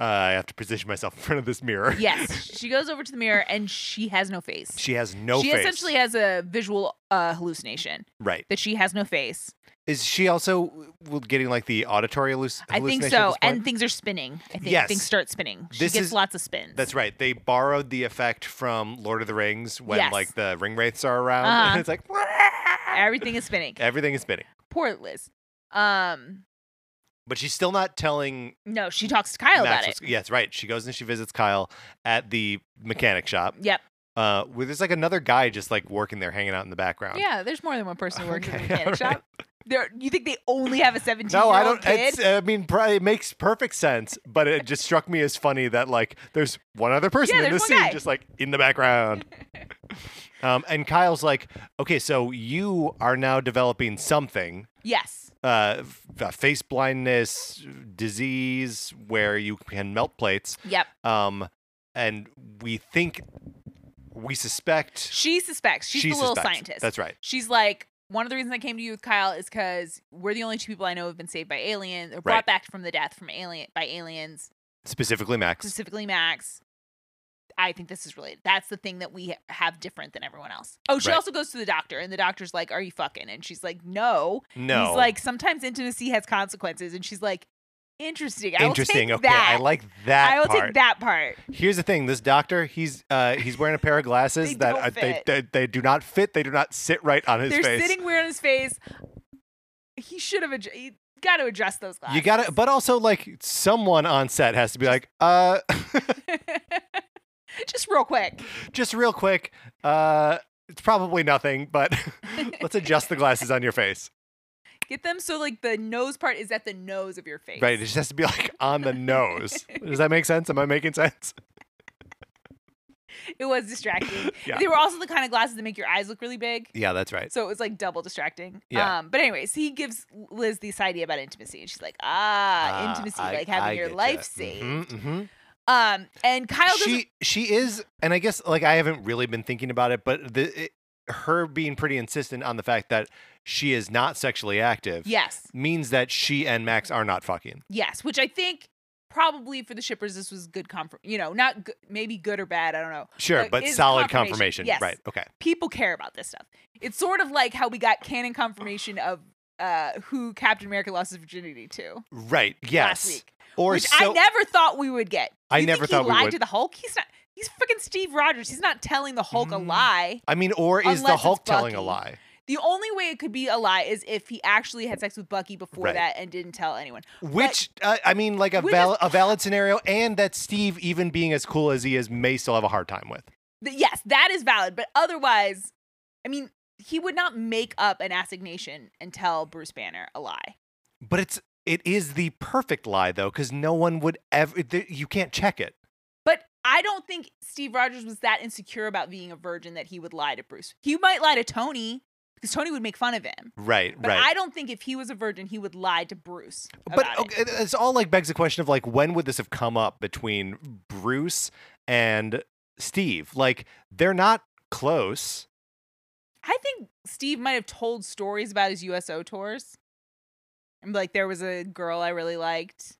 Speaker 2: Uh, I have to position myself in front of this mirror."
Speaker 1: Yes, she goes over to the mirror and she has no face.
Speaker 2: She has no
Speaker 1: she
Speaker 2: face.
Speaker 1: essentially has a visual uh, hallucination
Speaker 2: right.
Speaker 1: that she has no face.
Speaker 2: Is she also w- w- getting like the auditory halluc-
Speaker 1: I
Speaker 2: hallucination?
Speaker 1: think
Speaker 2: at
Speaker 1: so.
Speaker 2: this point?
Speaker 1: And things are spinning. I think
Speaker 2: Yes.
Speaker 1: things start spinning. She
Speaker 2: This
Speaker 1: gets
Speaker 2: is-
Speaker 1: lots of spins.
Speaker 2: That's right. They borrowed the effect from Lord of the Rings when
Speaker 1: Yes.
Speaker 2: like the ring wraiths are around, [LAUGHS]
Speaker 1: Uh-huh.
Speaker 2: and it's like
Speaker 1: [LAUGHS] Everything is spinning.
Speaker 2: everything is spinning.
Speaker 1: Poor Liz. Um,
Speaker 2: But she's still not telling
Speaker 1: no, she talks to Kyle
Speaker 2: Max
Speaker 1: about it.
Speaker 2: was- Yes, right. She goes and she visits Kyle at the mechanic shop.
Speaker 1: Yep.
Speaker 2: Uh, where there's like another guy just like working there, hanging out in the background.
Speaker 1: Yeah, there's more than one person who works in
Speaker 2: Okay,
Speaker 1: the mechanic
Speaker 2: all right.
Speaker 1: shop. There, you think they only have a 17
Speaker 2: No,
Speaker 1: year
Speaker 2: I
Speaker 1: old
Speaker 2: don't.
Speaker 1: kid?
Speaker 2: It's, I mean, pri- it makes perfect sense, but it just struck me as funny that like there's one other person
Speaker 1: Yeah,
Speaker 2: in
Speaker 1: there's
Speaker 2: this
Speaker 1: one
Speaker 2: scene,
Speaker 1: guy.
Speaker 2: just like in
Speaker 1: [LAUGHS]
Speaker 2: the background. um, and Kyle's like, okay, so you are now developing something.
Speaker 1: Yes.
Speaker 2: Uh, f- uh, face blindness disease where you can melt plates.
Speaker 1: Yep.
Speaker 2: Um, and we think, we suspect
Speaker 1: She suspects. She's
Speaker 2: she
Speaker 1: the little
Speaker 2: suspects.
Speaker 1: scientist.
Speaker 2: That's right.
Speaker 1: She's like, one of the reasons I came to you with Kyle is because we're the only two people I know who've been saved by aliens or brought
Speaker 2: Right.
Speaker 1: back from the death from alien by aliens,
Speaker 2: Specifically, Max.
Speaker 1: specifically Max. I think this is related. That's the thing that we ha- have different than everyone else. Oh, she
Speaker 2: Right.
Speaker 1: also goes to the doctor, and the doctor's like, "Are you fucking?" And she's like, "No."
Speaker 2: No.
Speaker 1: He's like, "Sometimes intimacy has consequences," and she's like, "Interesting. I will
Speaker 2: interesting.
Speaker 1: take
Speaker 2: okay,
Speaker 1: that.
Speaker 2: I like that
Speaker 1: I will
Speaker 2: part.
Speaker 1: take that part.
Speaker 2: Here's the thing: this doctor, he's uh, he's wearing a pair
Speaker 1: [LAUGHS]
Speaker 2: of glasses
Speaker 1: They
Speaker 2: that
Speaker 1: don't
Speaker 2: uh, they,
Speaker 1: fit.
Speaker 2: they they do not fit. They do not sit right on his
Speaker 1: They're
Speaker 2: face.
Speaker 1: sitting weird on his face. He should have. Adju- he got to adjust those glasses.
Speaker 2: you gotta, but also like someone on set has to be like, uh,
Speaker 1: [LAUGHS]
Speaker 2: [LAUGHS]
Speaker 1: just real quick.
Speaker 2: just real quick, uh, it's probably nothing, but [LAUGHS] let's adjust the glasses on
Speaker 1: [LAUGHS]
Speaker 2: your face,
Speaker 1: Get them so like the nose part is at the nose of your face.
Speaker 2: right? It
Speaker 1: [LAUGHS]
Speaker 2: just has to be like on the nose. Does that make sense? Am I making sense?
Speaker 1: It was distracting.
Speaker 2: [LAUGHS] Yeah.
Speaker 1: They were also the kind of glasses that make your eyes look really big.
Speaker 2: Yeah, that's right.
Speaker 1: So it was like double distracting.
Speaker 2: Yeah.
Speaker 1: Um, but anyways, he gives Liz this idea about intimacy, and she's like, ah,
Speaker 2: Ah,
Speaker 1: intimacy,
Speaker 2: I-
Speaker 1: like having
Speaker 2: I
Speaker 1: your
Speaker 2: getcha.
Speaker 1: life saved.
Speaker 2: Mhm, mhm.
Speaker 1: Um, and Kyle doesn't.
Speaker 2: she she is and i guess like i haven't really been thinking about it but the it, her being pretty insistent on the fact that she is not sexually active
Speaker 1: yes,
Speaker 2: means that she and max are not fucking
Speaker 1: yes, which I think probably for the shippers this was good comfort. You know, not good, maybe good or bad. I don't know.
Speaker 2: sure
Speaker 1: But
Speaker 2: but
Speaker 1: it's
Speaker 2: solid
Speaker 1: confirmation.
Speaker 2: confirmation,
Speaker 1: Yes.
Speaker 2: right okay
Speaker 1: People care about this stuff. It's sort of like how we got canon confirmation of uh who Captain America lost his virginity to
Speaker 2: right
Speaker 1: last
Speaker 2: yes
Speaker 1: week,
Speaker 2: or
Speaker 1: which
Speaker 2: so
Speaker 1: I never thought we would get.
Speaker 2: I
Speaker 1: You think
Speaker 2: never
Speaker 1: he
Speaker 2: thought we
Speaker 1: lied
Speaker 2: would.
Speaker 1: to the Hulk. He's not. He's freaking Steve Rogers. He's not telling the Hulk a
Speaker 2: Mm.
Speaker 1: lie.
Speaker 2: I mean or is
Speaker 1: Unless
Speaker 2: the
Speaker 1: it's
Speaker 2: hulk telling a
Speaker 1: Bucky.
Speaker 2: lie
Speaker 1: The only way it could be a lie is if he actually had sex with Bucky before
Speaker 2: Right.
Speaker 1: that and didn't tell anyone.
Speaker 2: which uh, i mean like a,
Speaker 1: Which
Speaker 2: val-
Speaker 1: is-
Speaker 2: a valid scenario and that steve even being as cool as he is may still have a hard time with
Speaker 1: Th- yes, that is valid, but otherwise, I mean, he would not make up an assignation and tell Bruce Banner a lie.
Speaker 2: but it's it is the perfect lie though because no one would ever th- you can't check it
Speaker 1: But I don't think Steve Rogers was that insecure about being a virgin that he would lie to Bruce. He might lie to Tony because Tony would make fun of him.
Speaker 2: right
Speaker 1: But
Speaker 2: right
Speaker 1: I don't think if he was a virgin, he would lie to Bruce.
Speaker 2: but
Speaker 1: about it.
Speaker 2: okay, it- it's all like begs the question of like when would this have come up between Bruce and Steve? Like they're not close.
Speaker 1: I think Steve might have told stories about his USO tours. And like there was a girl I really liked.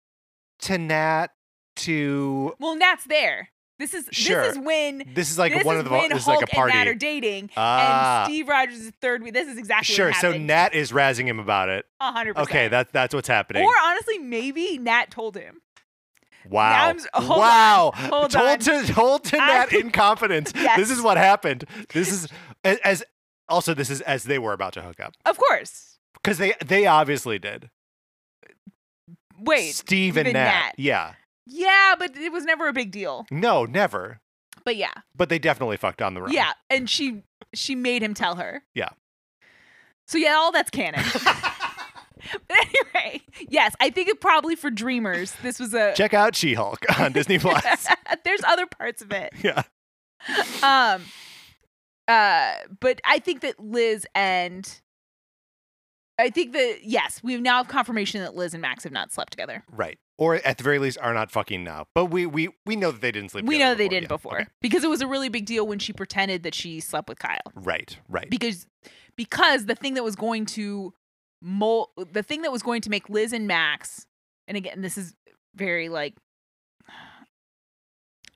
Speaker 2: To Nat, to
Speaker 1: Well, Nat's there. This is
Speaker 2: Sure.
Speaker 1: this is when
Speaker 2: this is like
Speaker 1: this
Speaker 2: one
Speaker 1: is
Speaker 2: of the
Speaker 1: when
Speaker 2: this is
Speaker 1: Hulk
Speaker 2: like a
Speaker 1: and Nat
Speaker 2: party.
Speaker 1: are dating,
Speaker 2: ah,
Speaker 1: and Steve Rogers is third. week. This is exactly
Speaker 2: sure.
Speaker 1: What
Speaker 2: So
Speaker 1: happened.
Speaker 2: Nat is razzing him about it.
Speaker 1: hundred percent.
Speaker 2: Okay, that that's what's happening.
Speaker 1: or honestly, maybe Nat told him.
Speaker 2: wow.
Speaker 1: I'm s- hold on,
Speaker 2: wow.
Speaker 1: hold
Speaker 2: told
Speaker 1: on.
Speaker 2: to told to
Speaker 1: I- [LAUGHS]
Speaker 2: Nat in confidence.
Speaker 1: Yes.
Speaker 2: This is what happened. This is a- as also this is as they were about to hook up
Speaker 1: Of course.
Speaker 2: because they they obviously did.
Speaker 1: Wait.
Speaker 2: Steve and
Speaker 1: even
Speaker 2: Nat.
Speaker 1: Nat.
Speaker 2: Yeah.
Speaker 1: Yeah, but it was never a big deal.
Speaker 2: No, never.
Speaker 1: But yeah,
Speaker 2: But they definitely fucked on the run.
Speaker 1: yeah, and she she made him tell her.
Speaker 2: Yeah.
Speaker 1: So yeah, all that's canon. [LAUGHS] But anyway, yes, I think it probably for dreamers. This was a
Speaker 2: [LAUGHS]
Speaker 1: [LAUGHS]
Speaker 2: Check out She Hulk on Disney Plus.
Speaker 1: There's other parts of it.
Speaker 2: yeah.
Speaker 1: Um uh but I think that Liz and I think that yes, we now have confirmation that Liz and Max have not slept together.
Speaker 2: Right. Or at the very least are not fucking now. But we we we know that they didn't sleep.
Speaker 1: we know
Speaker 2: together
Speaker 1: that they
Speaker 2: before,
Speaker 1: didn't
Speaker 2: yeah.
Speaker 1: before
Speaker 2: Okay.
Speaker 1: because it was a really big deal when she pretended that she slept with Kyle.
Speaker 2: Right, right.
Speaker 1: Because because the thing that was going to mold the thing that was going to make Liz and Max and again this is very like [SIGHS]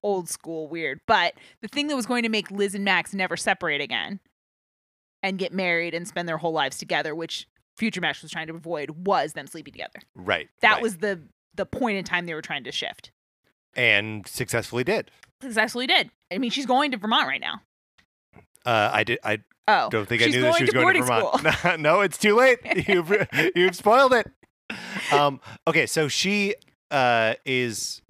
Speaker 1: old school weird, but the thing that was going to make Liz and Max never separate again and get married and spend their whole lives together, which Future Max was trying to avoid, was them sleeping together.
Speaker 2: right.
Speaker 1: That
Speaker 2: right.
Speaker 1: was the the point in time they were trying to shift.
Speaker 2: and successfully did.
Speaker 1: Successfully did. I mean, she's going to Vermont right now.
Speaker 2: Uh, I did. I
Speaker 1: Oh,
Speaker 2: don't think
Speaker 1: She's
Speaker 2: I knew that she
Speaker 1: going to
Speaker 2: was going to
Speaker 1: boarding
Speaker 2: Vermont. [LAUGHS] no, it's
Speaker 1: [LAUGHS]
Speaker 2: too late. You've you've spoiled it. Um. Okay. So she uh is,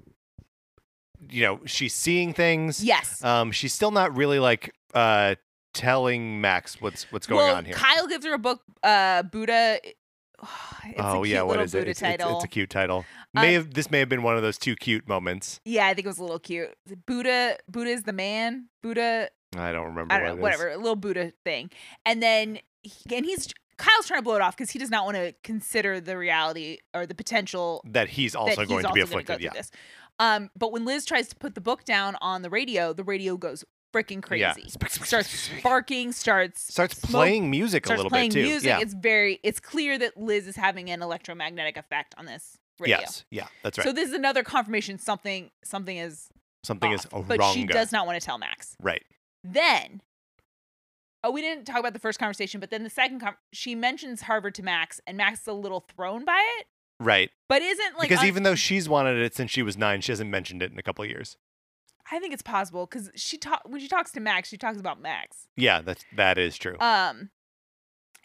Speaker 2: you know, she's seeing things.
Speaker 1: yes.
Speaker 2: Um, she's still not really like uh telling Max what's what's going
Speaker 1: well,
Speaker 2: on here.
Speaker 1: Kyle gives her a book, uh, Buddha. [SIGHS] It's a
Speaker 2: oh
Speaker 1: cute
Speaker 2: yeah, what
Speaker 1: little
Speaker 2: is
Speaker 1: Buddha
Speaker 2: it? It's, it's-
Speaker 1: title.
Speaker 2: it's a cute title.
Speaker 1: Uh,
Speaker 2: May have, this may have been one of those two cute moments.
Speaker 1: yeah, I think it was a little cute. Is it Buddha, Buddha is the man. Buddha,
Speaker 2: I don't remember.
Speaker 1: I don't know,
Speaker 2: what it is.
Speaker 1: whatever, a little Buddha thing. And then, he, and he's Kyle's trying to blow it off because he does not want to consider the reality or the potential
Speaker 2: That he's Mm, also
Speaker 1: that he's
Speaker 2: going to
Speaker 1: also
Speaker 2: be
Speaker 1: gonna go
Speaker 2: afflicted.
Speaker 1: through
Speaker 2: Yeah,
Speaker 1: This. Um, but when Liz tries to put the book down on the radio, the radio goes freaking crazy.
Speaker 2: Yeah.
Speaker 1: Starts barking. Starts
Speaker 2: Starts
Speaker 1: smoke-
Speaker 2: playing music a
Speaker 1: starts
Speaker 2: little
Speaker 1: playing
Speaker 2: bit too.
Speaker 1: music.
Speaker 2: yeah.
Speaker 1: It's very it's clear that Liz is having an electromagnetic effect on this radio.
Speaker 2: Yes. Yeah. That's right.
Speaker 1: So this is another confirmation something something is
Speaker 2: Something
Speaker 1: off,
Speaker 2: is wrong.
Speaker 1: but she does not want to tell Max.
Speaker 2: Right.
Speaker 1: Then Oh, we didn't talk about the first conversation, but then the second con- she mentions Harvard to Max and Max is a little thrown by it,
Speaker 2: Right.
Speaker 1: but isn't like
Speaker 2: because
Speaker 1: un-
Speaker 2: even though she's wanted it since she was nine, she hasn't mentioned it in a couple of years.
Speaker 1: I think it's possible cuz she talk when she talks to Max, she talks about Max.
Speaker 2: Yeah. That's that is true.
Speaker 1: Um,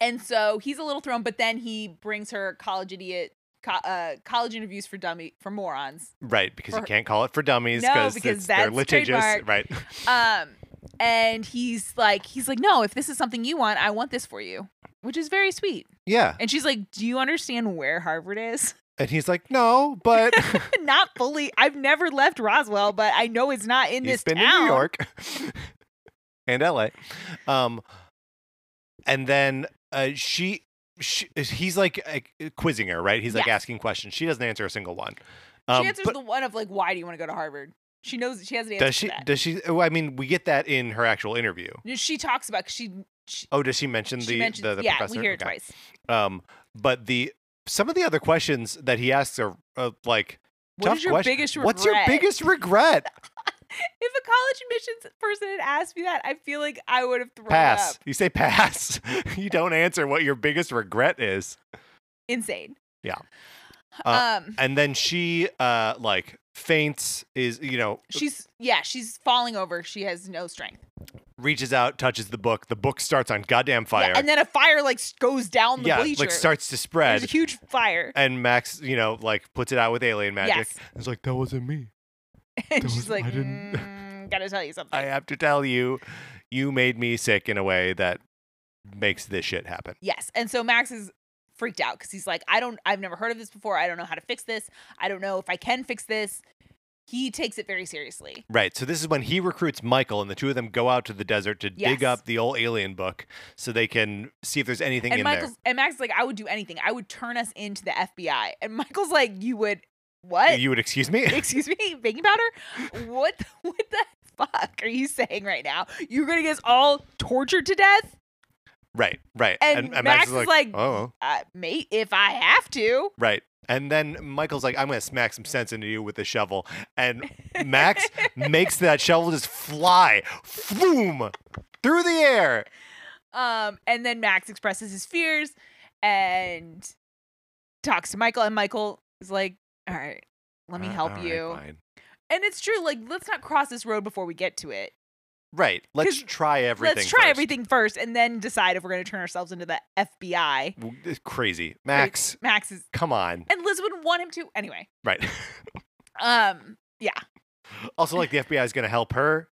Speaker 1: and so he's a little thrown, but then he brings her college idiot, co- uh, college interviews for dummy for morons.
Speaker 2: right. Because you
Speaker 1: for-
Speaker 2: can't call it for dummies
Speaker 1: No,
Speaker 2: it's-
Speaker 1: because
Speaker 2: they're
Speaker 1: that's
Speaker 2: litigious.
Speaker 1: trademark.
Speaker 2: Right.
Speaker 1: Um, and he's like, he's like, no, if this is something you want, I want this for you, which is very sweet.
Speaker 2: Yeah.
Speaker 1: And she's like, do you understand where Harvard is? [LAUGHS]
Speaker 2: And he's like, no, but
Speaker 1: not fully. I've never left Roswell, but I know it's not [LAUGHS] in this
Speaker 2: he's been
Speaker 1: town.
Speaker 2: in New York [LAUGHS] and LA. Um, and then uh, she, she, he's like uh, quizzing her, right? He's like
Speaker 1: Yeah.
Speaker 2: asking questions. She doesn't answer a single one.
Speaker 1: she answers
Speaker 2: Um, but
Speaker 1: the one of like, why do you want to go to Harvard? She knows she has an answer.
Speaker 2: does she?
Speaker 1: To that.
Speaker 2: Does she? Oh, I mean, we get that in her actual interview.
Speaker 1: she talks about 'cause she she,
Speaker 2: Oh, does she mention the
Speaker 1: she mentions
Speaker 2: the, the
Speaker 1: yeah
Speaker 2: professor?
Speaker 1: we hear it
Speaker 2: Okay.
Speaker 1: twice.
Speaker 2: Um, but the some of the other questions that he asks are uh, like,
Speaker 1: What
Speaker 2: tough
Speaker 1: is your
Speaker 2: question.
Speaker 1: biggest regret?
Speaker 2: what's your biggest regret?
Speaker 1: If a college admissions person had asked me that, I feel like I would have thrown
Speaker 2: pass.
Speaker 1: up.
Speaker 2: You say pass. [LAUGHS] you don't answer what your biggest regret is.
Speaker 1: Insane.
Speaker 2: Yeah. Uh,
Speaker 1: Um,
Speaker 2: And then she uh like faints is you know
Speaker 1: she's yeah, she's falling over. She has no strength.
Speaker 2: reaches out, touches the book. The book starts on goddamn
Speaker 1: Yeah,
Speaker 2: fire.
Speaker 1: and then a fire like s- goes down the
Speaker 2: Yeah,
Speaker 1: bleacher.
Speaker 2: like starts to
Speaker 1: There's a
Speaker 2: spread.
Speaker 1: huge fire.
Speaker 2: And Max, you know, like puts it out with alien [LAUGHS] magic.
Speaker 1: Yes. [LAUGHS]
Speaker 2: It's like that wasn't me.
Speaker 1: And
Speaker 2: That
Speaker 1: she's
Speaker 2: was-
Speaker 1: like,
Speaker 2: I didn't-
Speaker 1: "Mm, gotta tell you something.
Speaker 2: I have to tell you, you made me sick in a way that makes this shit happen.
Speaker 1: yes. And so Max is freaked out because he's like, I don't, I've never heard of this before. I don't know how to fix this. I don't know if I can fix this. He takes it very seriously.
Speaker 2: Right. So this is when he recruits Michael, and the two of them go out to the desert to
Speaker 1: Yes.
Speaker 2: dig up the old alien book so they can see if there's anything
Speaker 1: And
Speaker 2: in
Speaker 1: Michael's and Max is like, I would do anything. I would turn us into the FBI. And Michael's like, you would
Speaker 2: there.
Speaker 1: what?
Speaker 2: You would excuse [LAUGHS] me.
Speaker 1: Excuse me, baking powder? What the- [LAUGHS] what the fuck are you saying right now? You're gonna get us all tortured to death?
Speaker 2: right. Right.
Speaker 1: And Max is like-
Speaker 2: oh,
Speaker 1: Uh, mate, if I have to.
Speaker 2: right. And then Michael's like, I'm gonna smack some sense into you with a shovel,
Speaker 1: [LAUGHS]
Speaker 2: and Max makes that shovel just fly, boom, through the air.
Speaker 1: Um, and then Max expresses his fears and talks to Michael, and Michael is like, "All right, let me
Speaker 2: Uh,
Speaker 1: help
Speaker 2: all right,
Speaker 1: you."
Speaker 2: fine.
Speaker 1: and it's true. Like, let's not cross this road before we get to it.
Speaker 2: Right. Let's
Speaker 1: 'Cause
Speaker 2: try everything.
Speaker 1: let's try
Speaker 2: first.
Speaker 1: everything first, and then decide if we're going to turn ourselves into the FBI.
Speaker 2: W- It's crazy, Max.
Speaker 1: Max is,
Speaker 2: Come on.
Speaker 1: and Liz wouldn't want him to anyway.
Speaker 2: Right. [LAUGHS]
Speaker 1: Um, yeah,
Speaker 2: Also, like the FBI is going to help her.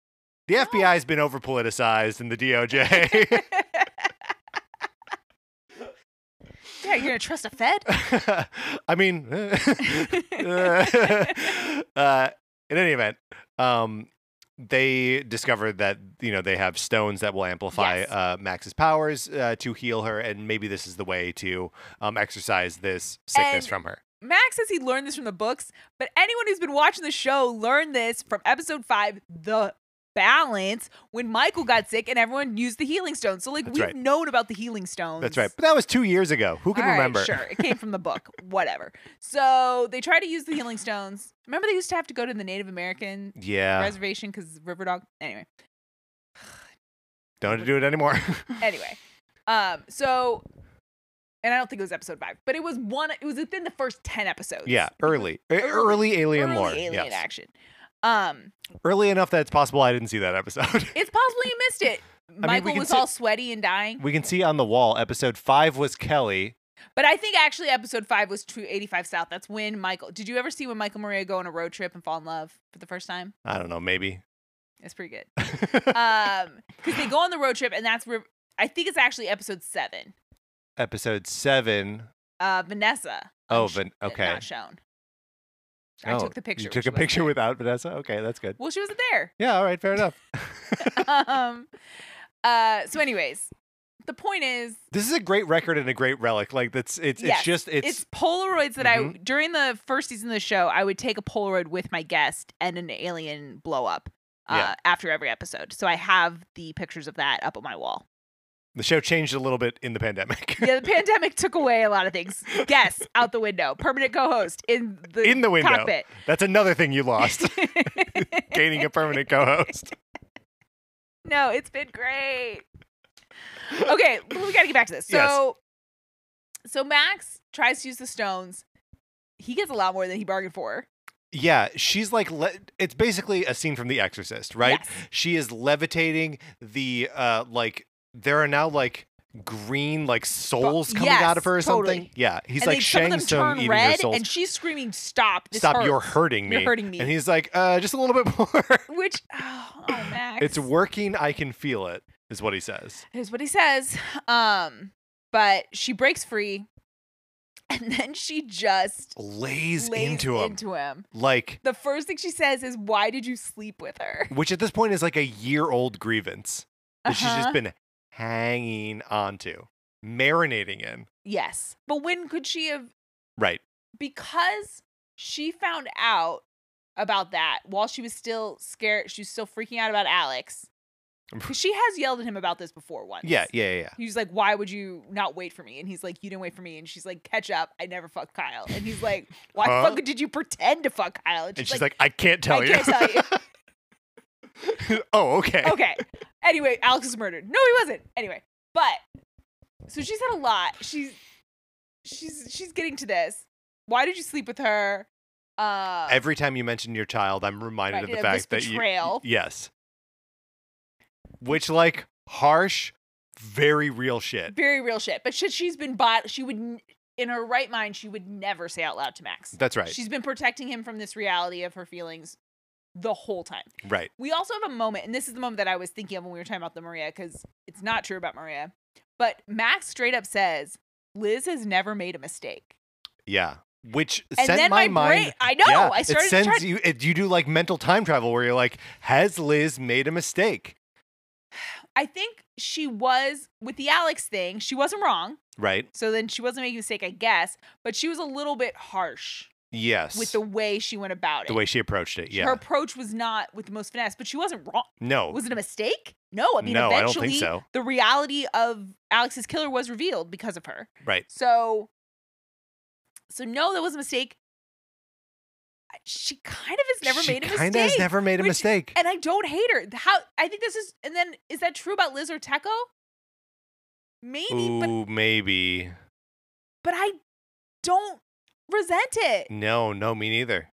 Speaker 2: The FBI has been over politicized in
Speaker 1: [LAUGHS]
Speaker 2: the DOJ.
Speaker 1: yeah, you're gonna trust a Fed?
Speaker 2: [LAUGHS] I mean, [LAUGHS] uh, in any event, um, they discovered that you know they have stones that will amplify
Speaker 1: Yes.
Speaker 2: uh, Max's powers uh, to heal her, and maybe this is the way to um, exercise this sickness
Speaker 1: And-
Speaker 2: from her.
Speaker 1: [LAUGHS] Max says he learned this from the books, but anyone who's been watching the show learned this from episode five, The Balance, when Michael got sick and everyone used the healing stone. So, like,
Speaker 2: That's
Speaker 1: we've
Speaker 2: right.
Speaker 1: known about the healing stones.
Speaker 2: That's right, but that was two years ago. Who can
Speaker 1: All right,
Speaker 2: remember?
Speaker 1: sure. It came from the book.
Speaker 2: [LAUGHS]
Speaker 1: Whatever. So, they try to use the healing stones. Remember, they used to have to go to the Native American
Speaker 2: Yeah,
Speaker 1: reservation because River Dog? Anyway.
Speaker 2: don't do it anymore. [LAUGHS]
Speaker 1: Anyway. Um, so. And I don't think it was episode five, but it was one. It was within the first ten episodes.
Speaker 2: yeah, early, E- early, alien
Speaker 1: Early
Speaker 2: lore.
Speaker 1: alien
Speaker 2: yes.
Speaker 1: action. Um,
Speaker 2: early enough that it's possible I didn't see that episode. [LAUGHS]
Speaker 1: It's possible you missed it.
Speaker 2: we
Speaker 1: Michael
Speaker 2: can
Speaker 1: was
Speaker 2: sit-
Speaker 1: all sweaty and dying.
Speaker 2: we can see on the wall. Episode five was Kelly.
Speaker 1: But I think actually episode five was True 85 South. That's when Michael. Did you ever see when Michael Maria go on a road trip and fall in love for the first time?
Speaker 2: I don't know, maybe. [LAUGHS]
Speaker 1: It's pretty good. Um, because they go on the road trip and that's where I think it's actually episode seven.
Speaker 2: episode seven.
Speaker 1: Uh, Vanessa.
Speaker 2: Oh,
Speaker 1: unsho-
Speaker 2: Van- okay.
Speaker 1: Not shown. I
Speaker 2: Oh,
Speaker 1: took the picture.
Speaker 2: You
Speaker 1: but
Speaker 2: took
Speaker 1: she
Speaker 2: a
Speaker 1: wasn't
Speaker 2: picture
Speaker 1: there.
Speaker 2: without Vanessa. Okay, that's good.
Speaker 1: Well, she wasn't there. [LAUGHS]
Speaker 2: Yeah, all right, fair enough.
Speaker 1: um. Uh. So, anyways, the point is,
Speaker 2: this is a great record and a great relic. Like that's it's
Speaker 1: Yes,
Speaker 2: it's just it's, Mm-hmm.
Speaker 1: it's Polaroids that I during the first season of the show I would take a Polaroid with my guest and an alien blow up uh,
Speaker 2: Yeah.
Speaker 1: after every episode. So I have the pictures of that up on my wall.
Speaker 2: the show changed a little bit in
Speaker 1: [LAUGHS]
Speaker 2: the pandemic.
Speaker 1: Yeah, the pandemic took away a lot of things.
Speaker 2: [LAUGHS]
Speaker 1: Guests out the window, permanent co-host in the
Speaker 2: In the window.
Speaker 1: cockpit.
Speaker 2: that's another thing you
Speaker 1: [LAUGHS]
Speaker 2: lost, [LAUGHS] gaining a permanent co-host.
Speaker 1: no, it's been great. Okay, we got to get back to this.
Speaker 2: Yes.
Speaker 1: So, so Max tries to use the stones. He gets a lot more than he bargained for.
Speaker 2: Yeah, she's like le- it's basically a scene from The Exorcist, right?
Speaker 1: Yes.
Speaker 2: She is levitating the uh like there are now like green like souls coming out of
Speaker 1: yes,
Speaker 2: her or something.
Speaker 1: totally.
Speaker 2: Yeah, he's
Speaker 1: and
Speaker 2: like
Speaker 1: they, some of
Speaker 2: Shang
Speaker 1: them
Speaker 2: Tsung
Speaker 1: turn
Speaker 2: eating your
Speaker 1: red,
Speaker 2: souls.
Speaker 1: and she's screaming, "Stop! This
Speaker 2: Stop! You're
Speaker 1: hurts.
Speaker 2: hurting me.
Speaker 1: You're hurting me."
Speaker 2: And he's like, uh, just a little bit more.
Speaker 1: Which, [SIGHS]
Speaker 2: [SIGHS]
Speaker 1: oh, oh Max,
Speaker 2: it's working. I can feel it. Is what he says.
Speaker 1: is what he says. Um, but she breaks free, [LAUGHS] and then she just
Speaker 2: lays,
Speaker 1: lays
Speaker 2: into him.
Speaker 1: into him.
Speaker 2: like,
Speaker 1: The first thing she says is, "Why did you sleep with her?"
Speaker 2: which at this point is like a year old grievance that she's
Speaker 1: Uh-huh.
Speaker 2: just been hanging onto, marinating in.
Speaker 1: yes, but when could she have?
Speaker 2: Right.
Speaker 1: Because she found out about that while she was still scared. She was still freaking out about Alex. 'Cause she has yelled at him about this before once.
Speaker 2: Yeah, yeah, yeah, yeah.
Speaker 1: He's like, "Why would you not wait for me?" And he's like, "You didn't wait for me." And she's like, "Catch up. I never fucked Kyle." And he's like, "Why the
Speaker 2: Huh?
Speaker 1: fuck did you pretend to fuck Kyle?"
Speaker 2: And she's like, I can't tell
Speaker 1: "I
Speaker 2: you.
Speaker 1: can't tell
Speaker 2: [LAUGHS]
Speaker 1: you."
Speaker 2: oh, okay.
Speaker 1: okay. Anyway, Alex was murdered. No, he wasn't. Anyway, but so she's had a lot. She's she's she's getting to this. Why did you sleep with her? Uh,
Speaker 2: Every time you mention your child, I'm reminded of
Speaker 1: reminded
Speaker 2: the
Speaker 1: of this
Speaker 2: fact that you.
Speaker 1: betrayal.
Speaker 2: Yes. Which, like, harsh, very real shit.
Speaker 1: very real shit. But shit, she's been bought. She would, n- in her right mind, she would never say out loud to Max.
Speaker 2: That's right.
Speaker 1: She's been protecting him from this reality of her feelings the whole time.
Speaker 2: right.
Speaker 1: We also have a moment, and this is the moment that I was thinking of when we were talking about the Maria, because it's not true about Maria. But Max straight up says, Liz has never made a mistake.
Speaker 2: Yeah. Which
Speaker 1: And
Speaker 2: sent
Speaker 1: then
Speaker 2: my,
Speaker 1: my
Speaker 2: mind.
Speaker 1: brain- I know,
Speaker 2: Yeah,
Speaker 1: I
Speaker 2: it
Speaker 1: started
Speaker 2: sends
Speaker 1: trying-
Speaker 2: you. It, you do like mental time travel where you're like, has Liz made a mistake?
Speaker 1: I think she was with the Alex thing, she wasn't wrong.
Speaker 2: Right.
Speaker 1: So then she wasn't making a mistake, I guess, but she was a little bit harsh
Speaker 2: Yes.
Speaker 1: with the way she went about it.
Speaker 2: the way she approached it. Yeah.
Speaker 1: Her approach was not with the most finesse, but she wasn't wrong.
Speaker 2: no.
Speaker 1: Was it a mistake? No, I mean,
Speaker 2: no, I don't
Speaker 1: eventually
Speaker 2: think so.
Speaker 1: the reality of Alex's killer was revealed because of her.
Speaker 2: Right.
Speaker 1: So, so no, that was a mistake. I- She kind of has never
Speaker 2: she
Speaker 1: made a
Speaker 2: kinda
Speaker 1: mistake,
Speaker 2: has never made a
Speaker 1: which-
Speaker 2: mistake.
Speaker 1: and I don't hate her. How I think this is, and then is that true about Liz or Teco? Maybe, but
Speaker 2: Ooh, maybe.
Speaker 1: but I don't resent it.
Speaker 2: No, no, me neither.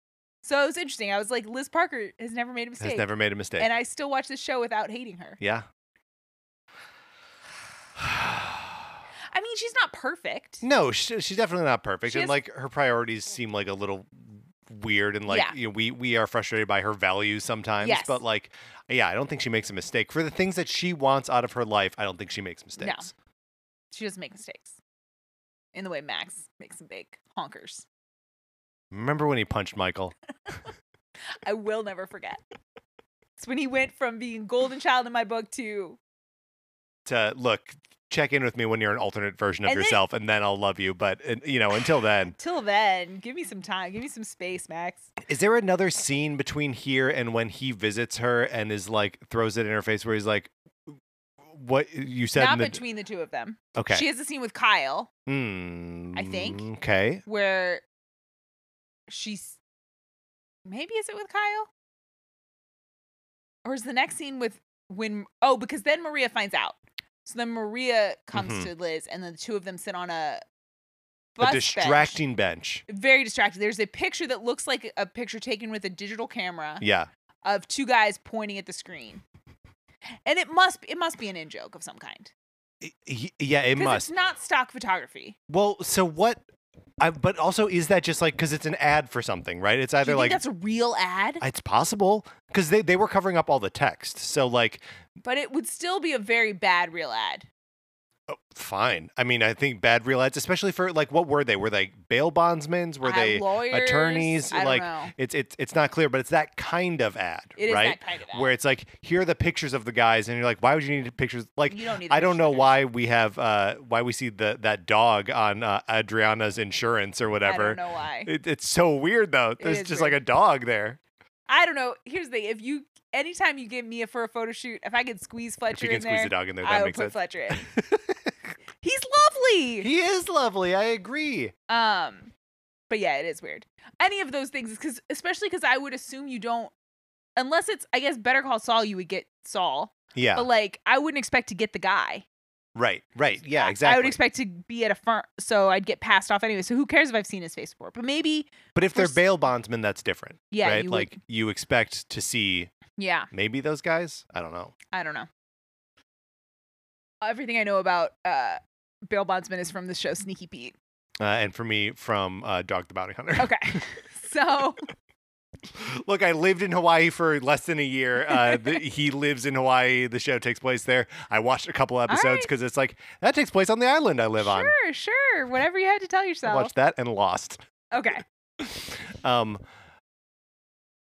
Speaker 1: So it was interesting. I was like, Liz Parker has never made a mistake,
Speaker 2: Has never made a mistake.
Speaker 1: and I still watch this show without hating her. [SIGHS]
Speaker 2: yeah. [SIGHS]
Speaker 1: I mean, she's not perfect.
Speaker 2: no, she, she's definitely not perfect,
Speaker 1: She
Speaker 2: and
Speaker 1: has-
Speaker 2: like her priorities seem like a little weird, and like
Speaker 1: Yeah.
Speaker 2: you know, we we are frustrated by her values sometimes.
Speaker 1: Yes.
Speaker 2: But like, yeah, I don't think she makes a mistake for the things that she wants out of her life. I don't think she makes mistakes.
Speaker 1: She doesn't make mistakes, in the way Max makes some big honkers.
Speaker 2: Remember when he punched Michael?
Speaker 1: I will never forget. It's when he went from being golden child in my book to
Speaker 2: To look, check in with me when you're an alternate version of
Speaker 1: And then-
Speaker 2: yourself, and then I'll love you. But uh, you know, until then.
Speaker 1: [COUGHS] till then, give me some time, give me some space, Max.
Speaker 2: Is there another scene between here and when he visits her and is like throws it in her face where he's like, "What you said"?
Speaker 1: Not
Speaker 2: in the-
Speaker 1: between the two of them.
Speaker 2: okay.
Speaker 1: She has a scene with Kyle
Speaker 2: Hmm,
Speaker 1: I think.
Speaker 2: Okay.
Speaker 1: where she's maybe is it with Kyle? Or is the next scene with when oh, because then Maria finds out. So then Maria comes
Speaker 2: Mhm.
Speaker 1: to Liz and then the two of them sit on a bus
Speaker 2: a
Speaker 1: bench.
Speaker 2: distracting bench.
Speaker 1: very distracted. There's a picture that looks like a picture taken with a digital camera [LAUGHS]
Speaker 2: Yeah.
Speaker 1: of two guys pointing at the screen. And it must it must be an in joke of some kind.
Speaker 2: I- he- yeah, it
Speaker 1: Because
Speaker 2: must.
Speaker 1: it's not stock photography.
Speaker 2: well, so what? I, but also, is that just like because it's an ad for something, right? It's
Speaker 1: Do
Speaker 2: either
Speaker 1: you
Speaker 2: like
Speaker 1: think that's a real ad?
Speaker 2: it's possible because they they were covering up all the text, so like
Speaker 1: but it would still be a very bad real ad.
Speaker 2: oh, fine. I mean, I think bad real ads, especially for like what were they? Were they bail bondsmen? Were
Speaker 1: Uh,
Speaker 2: they?
Speaker 1: lawyers?
Speaker 2: attorneys,
Speaker 1: I don't
Speaker 2: like,
Speaker 1: know.
Speaker 2: it's it's it's not clear, but it's that kind of ad,
Speaker 1: It is
Speaker 2: right?
Speaker 1: that kind of ad.
Speaker 2: Where it's like here are the pictures of the guys, and you're like, why would you need pictures? Like,
Speaker 1: you don't need. the
Speaker 2: I don't
Speaker 1: pictures
Speaker 2: know
Speaker 1: there.
Speaker 2: why we have uh why we see the that dog on uh, Adriana's insurance or
Speaker 1: I
Speaker 2: whatever.
Speaker 1: don't know why.
Speaker 2: It, it's so weird though. There's
Speaker 1: is
Speaker 2: just like
Speaker 1: weird.
Speaker 2: a dog there.
Speaker 1: I don't know. Here's the thing: if you anytime you get Mia for a photo shoot, if I could squeeze Fletcher
Speaker 2: If you
Speaker 1: in
Speaker 2: can squeeze
Speaker 1: there,
Speaker 2: the dog in there, that
Speaker 1: I would
Speaker 2: makes
Speaker 1: put
Speaker 2: sense.
Speaker 1: Fletcher
Speaker 2: [LAUGHS]
Speaker 1: in. He's lovely.
Speaker 2: He is lovely. I agree.
Speaker 1: Um, but yeah, it is weird. Any of those things is because, especially because I would assume you don't, unless it's I guess Better Call Saul, you would get Saul,
Speaker 2: Yeah.
Speaker 1: but like I wouldn't expect to get the guy.
Speaker 2: right. Right. Yeah.
Speaker 1: I-
Speaker 2: Exactly.
Speaker 1: I would expect to be at a firm, so I'd get passed off anyway. So who cares if I've seen his face before? But maybe,
Speaker 2: but if they're
Speaker 1: pers-
Speaker 2: bail bondsmen, that's different.
Speaker 1: yeah,
Speaker 2: right.
Speaker 1: you would-
Speaker 2: like you expect to see
Speaker 1: yeah,
Speaker 2: maybe those guys. I don't know.
Speaker 1: I don't know. Everything I know about uh bail bondsman is from the show Sneaky Pete.
Speaker 2: [LAUGHS] Uh, and for me, from uh, Dog the Bounty Hunter.
Speaker 1: Okay, [LAUGHS] so
Speaker 2: Look, I lived in Hawaii for less than a year. Uh, the, he lives in Hawaii. The show takes place there. I watched a couple episodes
Speaker 1: right.
Speaker 2: because it's like that takes place on the island I live on.
Speaker 1: Sure, sure. Whatever you had to tell
Speaker 2: I
Speaker 1: yourself.
Speaker 2: watched that and Lost.
Speaker 1: Okay.
Speaker 2: Um,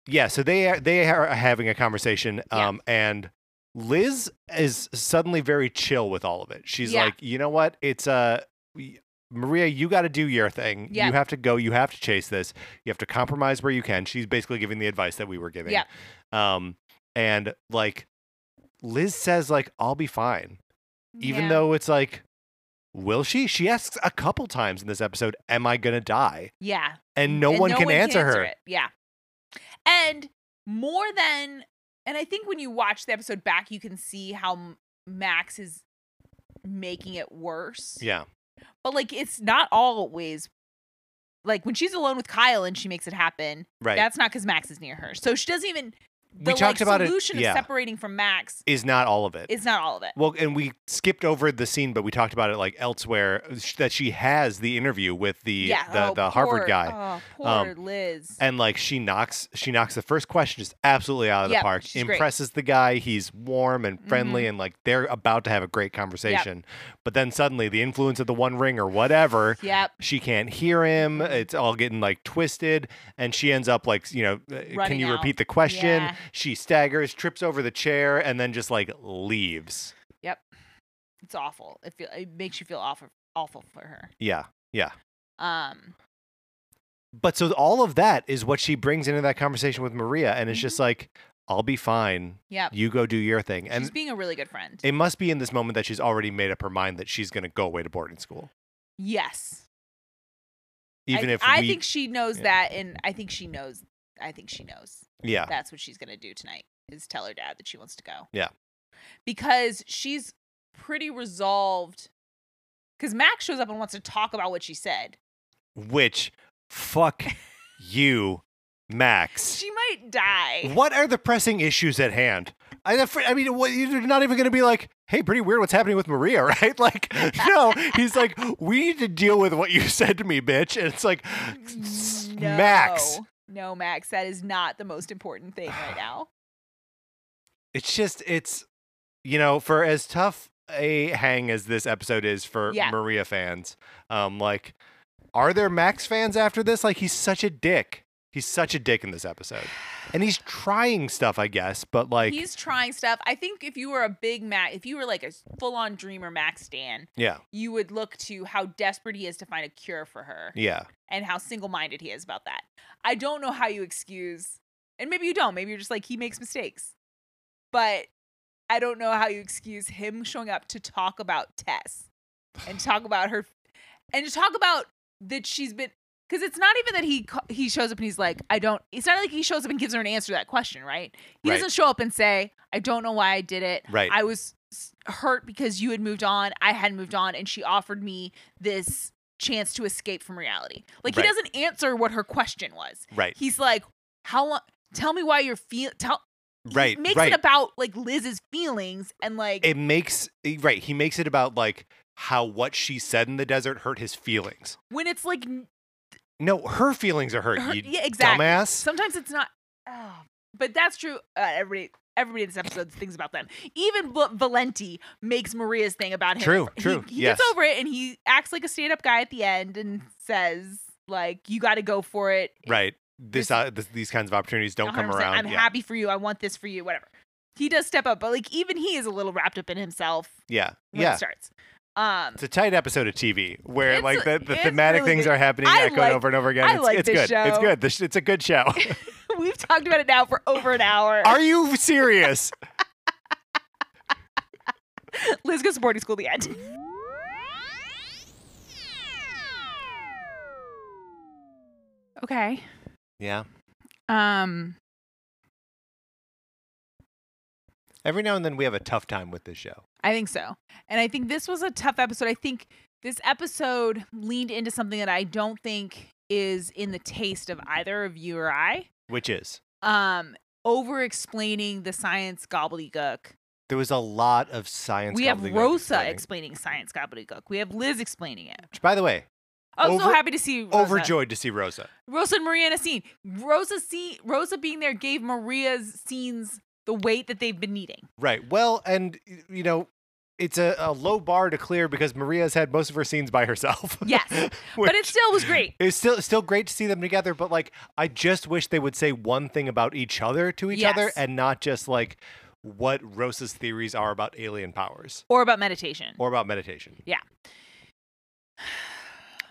Speaker 2: yeah, so they are, they are having a conversation,
Speaker 1: Yeah.
Speaker 2: um, and Liz is suddenly very chill with all of it. She's
Speaker 1: Yeah.
Speaker 2: like, you know what? It's uh, y- Maria, you got to do your thing.
Speaker 1: Yeah.
Speaker 2: You have to go. You have to chase this. You have to compromise where you can. She's basically giving the advice that we were giving.
Speaker 1: Yeah.
Speaker 2: Um, and like Liz says, like I'll be fine even
Speaker 1: Yeah.
Speaker 2: though it's like will she she asks a couple times in this episode am i gonna die
Speaker 1: Yeah.
Speaker 2: and no one can answer her
Speaker 1: it. Yeah. And more than, and I think when you watch the episode back, you can see how M- Max is making it worse.
Speaker 2: yeah
Speaker 1: But like, it's not always like when she's alone with Kyle and she makes it happen.
Speaker 2: right
Speaker 1: That's not because Max is near her. So she doesn't even. The,
Speaker 2: we talked
Speaker 1: like,
Speaker 2: about
Speaker 1: solution
Speaker 2: it yeah
Speaker 1: of separating from Max
Speaker 2: is not all of it
Speaker 1: is not all of it.
Speaker 2: well and we skipped over the scene but we talked about it like elsewhere uh, sh- that she has the interview with the
Speaker 1: yeah,
Speaker 2: the,
Speaker 1: oh,
Speaker 2: the harvard
Speaker 1: poor-
Speaker 2: guy
Speaker 1: Oh,
Speaker 2: Um,
Speaker 1: poor Liz.
Speaker 2: and like she knocks she knocks the first question just absolutely out of the
Speaker 1: Yep,
Speaker 2: park
Speaker 1: she's great. Mm-hmm.
Speaker 2: impresses the guy he's warm and friendly and like they're about to have a great conversation but then suddenly the influence of the one ring or whatever
Speaker 1: yep.
Speaker 2: she can't hear him
Speaker 1: Mm-hmm.
Speaker 2: it's all getting like twisted and she ends up like you know uh, can
Speaker 1: Running
Speaker 2: you
Speaker 1: out.
Speaker 2: repeat the question
Speaker 1: Yeah.
Speaker 2: she staggers trips over the chair and then just like leaves
Speaker 1: It's awful. It feel, it makes you feel awful awful for her.
Speaker 2: yeah
Speaker 1: Um
Speaker 2: but so all of that is what she brings into that conversation with maria and it's
Speaker 1: Mhm.
Speaker 2: just like i'll be fine
Speaker 1: yep.
Speaker 2: you go do your thing and
Speaker 1: she's being a really good friend.
Speaker 2: it must be in this moment that she's already made up her mind that she's going to go away to boarding school
Speaker 1: yes.
Speaker 2: even
Speaker 1: I,
Speaker 2: if
Speaker 1: I
Speaker 2: we
Speaker 1: think she knows
Speaker 2: yeah.
Speaker 1: that and I think she knows I think she knows.
Speaker 2: yeah
Speaker 1: [LAUGHS] That's what she's going to do tonight is tell her dad that she wants to go.
Speaker 2: Yeah.
Speaker 1: Because she's pretty resolved cuz Max shows up and wants to talk about what she said.
Speaker 2: which fuck you max
Speaker 1: She might die.
Speaker 2: What are the pressing issues at hand? I, the fr- I mean, what, you're not even going to be like, hey, pretty weird what's happening with Maria, [LAUGHS] right? Like, no, he's like, we need to deal with what you [LAUGHS] said to me, bitch. And it's like, s- Max.
Speaker 1: No. No, Max, that is not the most important thing
Speaker 2: [SIGHS]
Speaker 1: right now.
Speaker 2: It's just, it's, you know, for as tough a hang as this episode is for
Speaker 1: Yeah.
Speaker 2: Maria fans, um, like, are there Max fans after this? Like, he's such a dick. He's such a dick in this episode. And he's trying stuff, I guess, but like,
Speaker 1: he's trying stuff. I think if you were a big Mac, if you were like a full on dreamer Max Stan,
Speaker 2: yeah,
Speaker 1: you would look to how desperate he is to find a cure for her
Speaker 2: yeah.
Speaker 1: and how single minded he is about that. I don't know how you excuse, and maybe you don't. Maybe you're just like, he makes mistakes. But I don't know how you excuse him showing up to talk about Tess and talk about her and to talk about that she's been. Because it's not even that he ca- he shows up and he's like, I don't. It's not like he shows up and gives her an answer to that question, right? He
Speaker 2: Right.
Speaker 1: doesn't show up and say, I don't know why I did it.
Speaker 2: Right.
Speaker 1: I was s- hurt because you had moved on, I hadn't moved on, and she offered me this chance to escape from reality. Like
Speaker 2: Right.
Speaker 1: he doesn't answer what her question was.
Speaker 2: right.
Speaker 1: He's like, "How long? Tell me why you're feel." Tell he
Speaker 2: Right,
Speaker 1: makes
Speaker 2: right.
Speaker 1: it about like Liz's feelings and like
Speaker 2: it makes eh, right he makes it about like how what she said in the desert hurt his feelings
Speaker 1: when it's like n-
Speaker 2: no her feelings are hurt
Speaker 1: her,
Speaker 2: you
Speaker 1: yeah, exactly.
Speaker 2: dumbass
Speaker 1: Sometimes it's not. Oh, but that's true. Uh, everybody. Everybody in this episode thinks about them. Even Val- Valenti makes Maria's thing about him.
Speaker 2: True,
Speaker 1: He-
Speaker 2: true,
Speaker 1: He,
Speaker 2: yes.
Speaker 1: gets over it and he acts like a stand-up guy at the end and says, "Like you got to go for it.
Speaker 2: right this,
Speaker 1: This-
Speaker 2: uh, this these kinds of opportunities don't come
Speaker 1: 100%.
Speaker 2: around
Speaker 1: I'm
Speaker 2: yeah
Speaker 1: happy for you. I want this for you. Whatever. He does step up, but like even he is a little wrapped up in himself
Speaker 2: yeah
Speaker 1: when
Speaker 2: yeah
Speaker 1: it starts. Um, [LAUGHS]
Speaker 2: it's a tight episode of tv where
Speaker 1: It's
Speaker 2: like
Speaker 1: a-
Speaker 2: the, the
Speaker 1: it's
Speaker 2: thematic
Speaker 1: really
Speaker 2: things
Speaker 1: good.
Speaker 2: are happening
Speaker 1: I
Speaker 2: echoed
Speaker 1: like-
Speaker 2: over and over again
Speaker 1: I
Speaker 2: it's,
Speaker 1: like
Speaker 2: it's
Speaker 1: this
Speaker 2: good it's
Speaker 1: show.
Speaker 2: good the sh- it's a
Speaker 1: [LAUGHS]
Speaker 2: good show
Speaker 1: we've talked about it now for over an hour. [LAUGHS]
Speaker 2: are you serious
Speaker 1: Liz goes to boarding school. The end. Okay.
Speaker 2: yeah
Speaker 1: Um.
Speaker 2: every now and then we have a tough time with this show
Speaker 1: I think so. And I think this was a tough episode. I think this episode leaned into something that I don't think is in the taste of either of you or I.
Speaker 2: which is
Speaker 1: Um, over explaining the science gobbledygook.
Speaker 2: there was a lot of science
Speaker 1: we have
Speaker 2: gobbledygook
Speaker 1: Rosa
Speaker 2: explaining.
Speaker 1: explaining science gobbledygook. We have Liz explaining it.
Speaker 2: Which, by the way
Speaker 1: I was so
Speaker 2: Over-
Speaker 1: happy to see Rosa.
Speaker 2: Overjoyed to see Rosa.
Speaker 1: Rosa and Maria in a scene. Rosa see Rosa being there gave Maria's scenes the weight that they've been
Speaker 2: [LAUGHS]
Speaker 1: needing.
Speaker 2: Right. Well, and y- you know, it's a, a low bar to clear because Maria's had most of her scenes by herself. [LAUGHS]
Speaker 1: Yes, but it
Speaker 2: Which-
Speaker 1: still was great.
Speaker 2: It's still still great to see them together, but like I just wish they would say one thing about each other to each other
Speaker 1: Yes.
Speaker 2: and not just like what Rosa's theories are about alien powers
Speaker 1: Or about meditation.
Speaker 2: or about meditation.
Speaker 1: Yeah.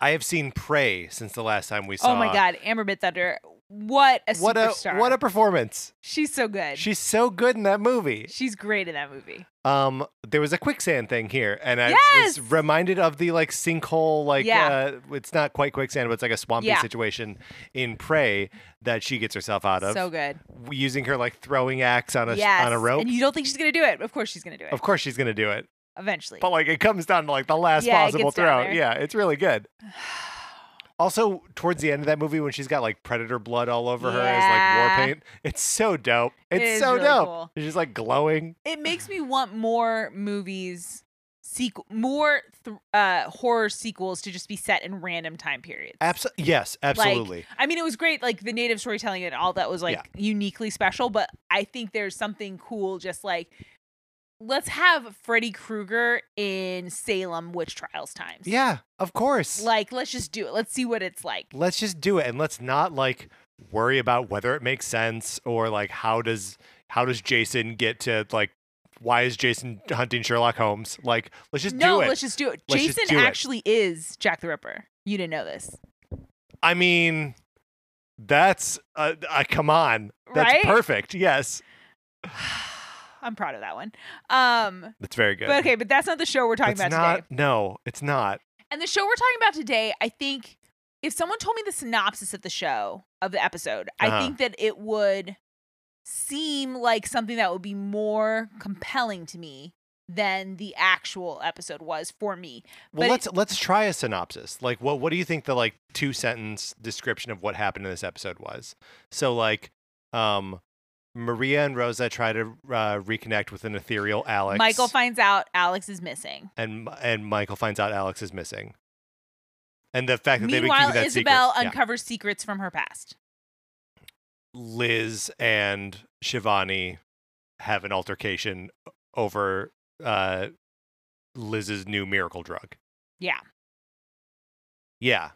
Speaker 2: I have seen Prey since the last time we saw
Speaker 1: oh my God, Amber Mid Thunder. What a
Speaker 2: What a
Speaker 1: superstar.
Speaker 2: what a performance.
Speaker 1: She's so good.
Speaker 2: She's so good in that movie.
Speaker 1: She's great in that movie.
Speaker 2: Um, there was a quicksand thing here, and I
Speaker 1: Yes!
Speaker 2: was reminded of the like sinkhole, like
Speaker 1: Yeah.
Speaker 2: uh, it's not quite quicksand, but it's like a swampy
Speaker 1: Yeah.
Speaker 2: situation in Prey that she gets herself out of,
Speaker 1: So good.
Speaker 2: w- using her like throwing axe on a
Speaker 1: Yes.
Speaker 2: on a rope.
Speaker 1: And you don't think she's gonna do it. Of course she's gonna do it.
Speaker 2: of course, she's gonna do it,
Speaker 1: Eventually.
Speaker 2: but like it comes down to like the last
Speaker 1: Yeah, it
Speaker 2: possible
Speaker 1: gets down
Speaker 2: throw.
Speaker 1: there.
Speaker 2: Yeah, it's
Speaker 1: [SIGHS]
Speaker 2: really good. Also, towards the end of that movie, when she's got like predator blood all over her as like
Speaker 1: Yeah.
Speaker 2: war paint, it's so dope.
Speaker 1: It
Speaker 2: It's
Speaker 1: is
Speaker 2: so
Speaker 1: really
Speaker 2: dope.
Speaker 1: cool.
Speaker 2: She's like glowing.
Speaker 1: it makes me want more movies sequel more th- uh horror sequels to just be set in random time periods
Speaker 2: Absolutely, yes, absolutely.
Speaker 1: i mean it was great like the native storytelling and all that was like uniquely special but i think there's something cool just like let's have freddy krueger in salem witch trials times
Speaker 2: yeah, of course.
Speaker 1: like let's just do it let's see what it's like
Speaker 2: let's just do it and let's not like worry about whether it makes sense or like how does how does Jason get to like why is Jason hunting Sherlock Holmes? Like let's just
Speaker 1: no
Speaker 2: do it.
Speaker 1: let's just do it
Speaker 2: Let's just
Speaker 1: jason
Speaker 2: do it.
Speaker 1: actually is jack the ripper you didn't know this
Speaker 2: I mean that's uh, uh come on. That's
Speaker 1: Right?
Speaker 2: perfect. Yes.
Speaker 1: i'm proud of that one um
Speaker 2: That's very good.
Speaker 1: But okay, but that's not the show we're talking
Speaker 2: It's
Speaker 1: about
Speaker 2: not
Speaker 1: today.
Speaker 2: no, it's not.
Speaker 1: And the show we're talking about today, I think if someone told me the synopsis of the show, of the episode, I
Speaker 2: Uh-huh.
Speaker 1: think that it would seem like something that would be more compelling to me than the actual episode was for me.
Speaker 2: Well,
Speaker 1: But
Speaker 2: let's let's try a synopsis. Like, what what do you think the like two sentence description of what happened in this episode was? So, like, um, Maria and Rosa try to uh, reconnect with an ethereal Alex.
Speaker 1: Michael finds out Alex is missing.
Speaker 2: and and Michael finds out Alex is missing, and the fact that
Speaker 1: Meanwhile,
Speaker 2: they've been keeping that
Speaker 1: Isabel
Speaker 2: secret. Yeah.
Speaker 1: uncovers secrets from her past.
Speaker 2: Liz and Shivani have an altercation over uh, Liz's new miracle drug.
Speaker 1: Yeah.
Speaker 2: Yeah.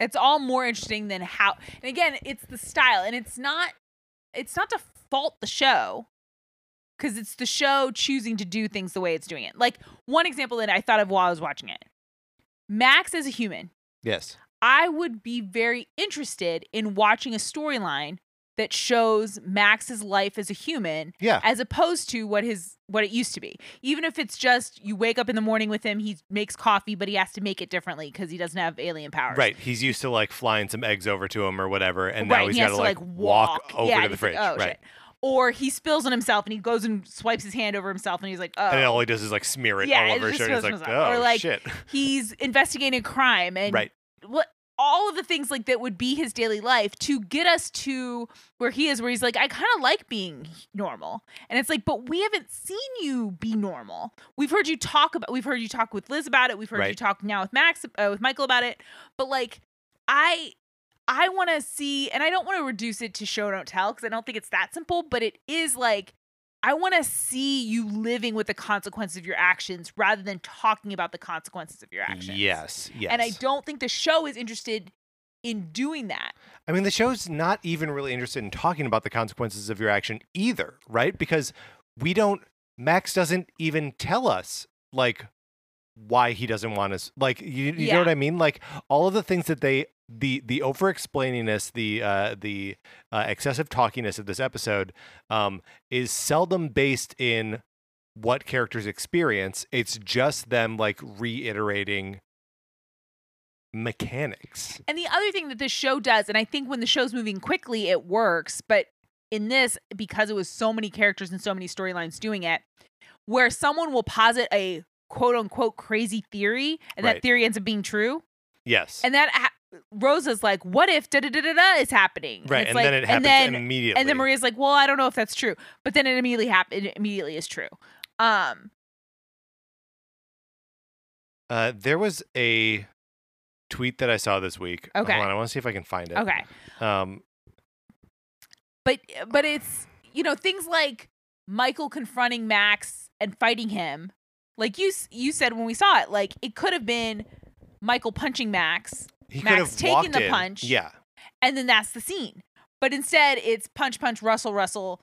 Speaker 1: It's all more interesting than how. And again, it's the style, and it's not. It's not to fault the show, because it's the show choosing to do things the way it's doing it. Like one example that I thought of while I was watching it, Max as a human,
Speaker 2: Yes.
Speaker 1: I would be very interested in watching a storyline that shows Max's life as a human
Speaker 2: Yeah.
Speaker 1: as opposed to what his what it used to be. Even if it's just you wake up in the morning with him, he makes coffee, but he has to make it differently because he doesn't have alien powers.
Speaker 2: Right. He's used to like flying some eggs over to him or whatever, and
Speaker 1: right,
Speaker 2: now he's
Speaker 1: he
Speaker 2: got
Speaker 1: has
Speaker 2: to
Speaker 1: to
Speaker 2: like walk, over
Speaker 1: Yeah,
Speaker 2: to
Speaker 1: and
Speaker 2: the
Speaker 1: he's like,
Speaker 2: fridge.
Speaker 1: oh,
Speaker 2: right.
Speaker 1: shit. Or he spills on himself and he goes and swipes his hand over himself and he's like, oh.
Speaker 2: And all he does is like smear it
Speaker 1: Yeah,
Speaker 2: all
Speaker 1: it
Speaker 2: over his
Speaker 1: just
Speaker 2: shirt. and He's
Speaker 1: goes
Speaker 2: like,
Speaker 1: on his arm.
Speaker 2: oh
Speaker 1: Or, like, [LAUGHS]
Speaker 2: shit.
Speaker 1: he's investigating crime and
Speaker 2: right.
Speaker 1: what all of the things like that would be his daily life to get us to where he is where he's like I kind of like being normal. And it's like but we haven't seen you be normal. We've heard you talk about we've heard you talk with Liz about it. We've heard you
Speaker 2: Right.
Speaker 1: talk now with Max uh, with Michael about it. But like I I want to see and I don't want to reduce it to show don't tell cuz I don't think it's that simple, but it is like I want to see you living with the consequences of your actions rather than talking about the consequences of your actions.
Speaker 2: Yes. Yes.
Speaker 1: And I don't think the show is interested in doing that.
Speaker 2: I mean, the show's not even really interested in talking about the consequences of your action either, right? Because we don't. Max doesn't even tell us like why he doesn't want us. Like you, you
Speaker 1: Yeah.
Speaker 2: know what I mean? Like all of the things that they the the over explainingness, the uh, the uh, excessive talkiness of this episode um, is seldom based in what characters experience. It's just them like reiterating mechanics.
Speaker 1: And the other thing that this show does, and I think when the show's moving quickly, it works, but in this, because it was so many characters and so many storylines doing it, where someone will posit a quote unquote crazy theory, and that
Speaker 2: Right.
Speaker 1: theory ends up being true.
Speaker 2: Yes.
Speaker 1: And that ha- Rosa's like, what if da da da da da is happening?
Speaker 2: Right,
Speaker 1: it's
Speaker 2: and
Speaker 1: like-
Speaker 2: then it happens
Speaker 1: And then,
Speaker 2: immediately.
Speaker 1: and then Maria's like, well, I don't know if that's true. But then it immediately happened, it immediately is true. Um,
Speaker 2: uh, there was a tweet that I saw this week. Hold
Speaker 1: Okay.
Speaker 2: on, I want to see if I can find it.
Speaker 1: Okay.
Speaker 2: Um,
Speaker 1: But eh, but it's you know things like Michael confronting Max and fighting him. Like you s- you said when we saw it, like it could have been Michael punching Max,
Speaker 2: he
Speaker 1: Max
Speaker 2: could have
Speaker 1: taking
Speaker 2: walked
Speaker 1: the
Speaker 2: in.
Speaker 1: punch.
Speaker 2: Yeah.
Speaker 1: and then that's the scene. But instead, it's punch punch Russell Russell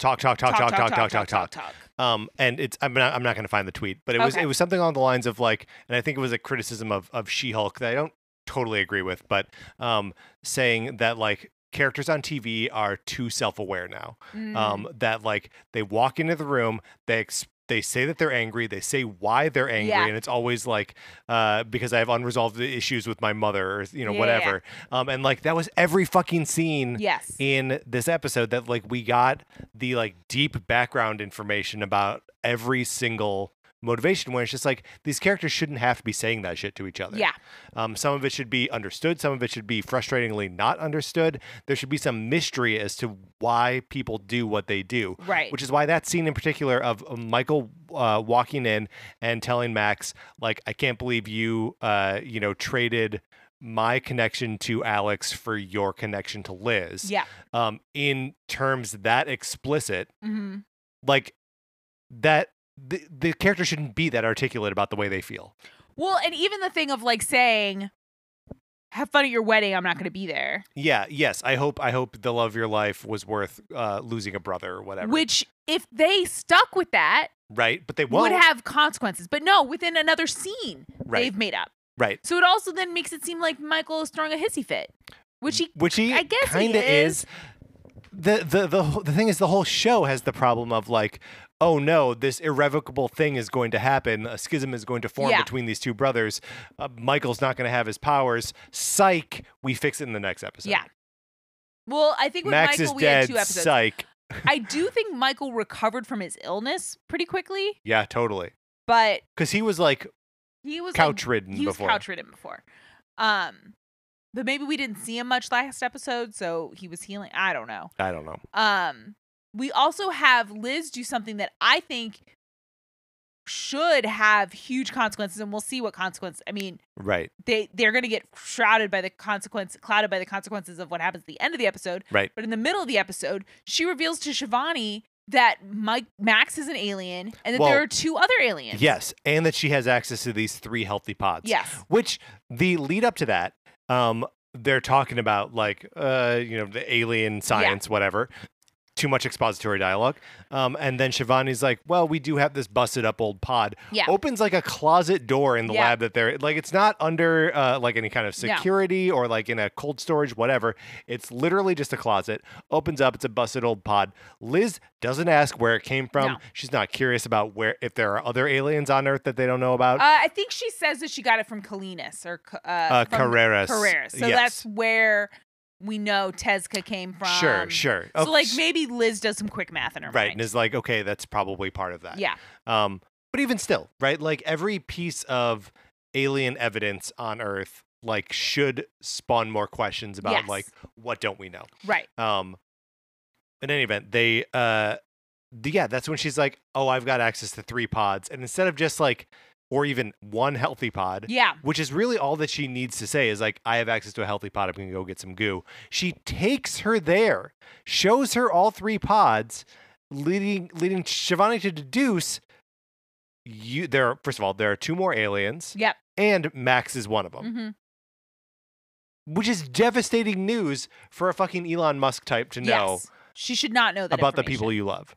Speaker 2: Talk, talk, talk, talk, talk, talk, talk, talk.
Speaker 1: talk.
Speaker 2: Um, and it's I'm not I'm not going to find the tweet, but it was
Speaker 1: Okay.
Speaker 2: it was something along the lines of like, and I think it was a criticism of of She-Hulk that I don't totally agree with, but um, saying that like characters on TV are too self-aware now.
Speaker 1: Mm.
Speaker 2: Um, that like they walk into the room, they ex- they say that they're angry, they say why they're angry,
Speaker 1: Yeah.
Speaker 2: and it's always like uh, because I have unresolved issues with my mother or you
Speaker 1: Yeah, yeah,
Speaker 2: know
Speaker 1: yeah.
Speaker 2: whatever. Um, and like that was every fucking scene
Speaker 1: yes.
Speaker 2: in this episode that like we got the like deep background information about every single motivation where it's just like these characters shouldn't have to be saying that shit to each other.
Speaker 1: Yeah.
Speaker 2: Um, some of it should be understood, some of it should be frustratingly not understood. There should be some mystery as to why people do what they do.
Speaker 1: Right.
Speaker 2: Which is why that scene in particular of Michael uh, walking in and telling Max, like, I can't believe you, uh, you know, traded my connection to Alex for your connection to Liz.
Speaker 1: yeah.
Speaker 2: Um, in terms that explicit,
Speaker 1: hmm
Speaker 2: like that, the, the character shouldn't be that articulate about the way they feel.
Speaker 1: Well, and even the thing of like saying, "Have fun at your wedding. I'm not going to be there,"
Speaker 2: Yeah. Yes. I hope. I hope the love of your life was worth uh, losing a brother or whatever.
Speaker 1: which if they stuck with that
Speaker 2: right. But they won't.
Speaker 1: would have consequences. But no, within another scene
Speaker 2: Right.
Speaker 1: they've made up.
Speaker 2: right.
Speaker 1: So it also then makes it seem like Michael is throwing a hissy fit, which he
Speaker 2: which he
Speaker 1: I guess he
Speaker 2: kind of is.
Speaker 1: is.
Speaker 2: The, the the wh- the thing is the whole show has the problem of like oh no this irrevocable thing is going to happen a schism is going to form
Speaker 1: Yeah.
Speaker 2: between these two brothers uh, Michael's not going to have his powers psych we fix it in the next episode
Speaker 1: yeah. Well, I think with
Speaker 2: Max
Speaker 1: Michael we
Speaker 2: is
Speaker 1: had
Speaker 2: dead
Speaker 1: two episodes.
Speaker 2: psych
Speaker 1: I do think Michael recovered from his illness pretty quickly,
Speaker 2: yeah totally
Speaker 1: but
Speaker 2: because he was like
Speaker 1: he was like,
Speaker 2: couch ridden
Speaker 1: he was
Speaker 2: before
Speaker 1: couch ridden before. Um, but maybe we didn't see him much last episode, so he was healing. I don't know.
Speaker 2: I don't know
Speaker 1: Um, we also have Liz do something that I think should have huge consequences, and we'll see what consequence. I mean,
Speaker 2: right
Speaker 1: they they're going to get shrouded by the consequence, clouded by the consequences of what happens at the end of the episode.
Speaker 2: Right.
Speaker 1: But in the middle of the episode, she reveals to Shivani that Mike Max is an alien, and that
Speaker 2: Well,
Speaker 1: there are two other aliens.
Speaker 2: yes and that she has access to these three healthy pods
Speaker 1: Yes.
Speaker 2: Which the lead up to that, um, they're talking about like uh, you know, the alien science, whatever. Too much expository dialogue. Um, and then Shivani's like, well, we do have this busted up old pod.
Speaker 1: Yeah.
Speaker 2: Opens like a closet door in the
Speaker 1: Yeah.
Speaker 2: lab that they're like it's not under uh, like any kind of
Speaker 1: No.
Speaker 2: security or like in a cold storage, whatever. It's literally just a closet. Opens up, it's a busted old pod. Liz doesn't ask where it came from.
Speaker 1: No.
Speaker 2: She's not curious about where if there are other aliens on Earth that they don't know about.
Speaker 1: Uh, I think she says that she got it from Kalinas or Ca- uh,
Speaker 2: uh,
Speaker 1: from
Speaker 2: Carreras.
Speaker 1: Carreras. So
Speaker 2: Yes.
Speaker 1: that's where we know Tezca came from.
Speaker 2: Sure, sure. Oh,
Speaker 1: So like
Speaker 2: s-
Speaker 1: maybe Liz does some quick math in her
Speaker 2: right, and
Speaker 1: mind.
Speaker 2: is like, okay, that's probably part of that.
Speaker 1: Yeah.
Speaker 2: Um, but even still, right? Like every piece of alien evidence on Earth, like, should spawn more questions about
Speaker 1: Yes.
Speaker 2: like what don't we know.
Speaker 1: Right.
Speaker 2: Um, in any event, they uh, the, yeah, that's when she's like, oh, I've got access to three pods, and instead of just like, or even one healthy pod.
Speaker 1: Yeah.
Speaker 2: Which is really all that she needs to say is like, I have access to a healthy pod. I'm gonna go get some goo. She takes her there, shows her all three pods, leading leading Shivani to deduce you there. Are, first of all, there are two more aliens,
Speaker 1: Yep.
Speaker 2: and Max is one of them,
Speaker 1: hmm Mm-hmm.
Speaker 2: which is devastating news for a fucking Elon Musk type to know
Speaker 1: Yes. She should not know that
Speaker 2: about the people
Speaker 1: information.
Speaker 2: you love.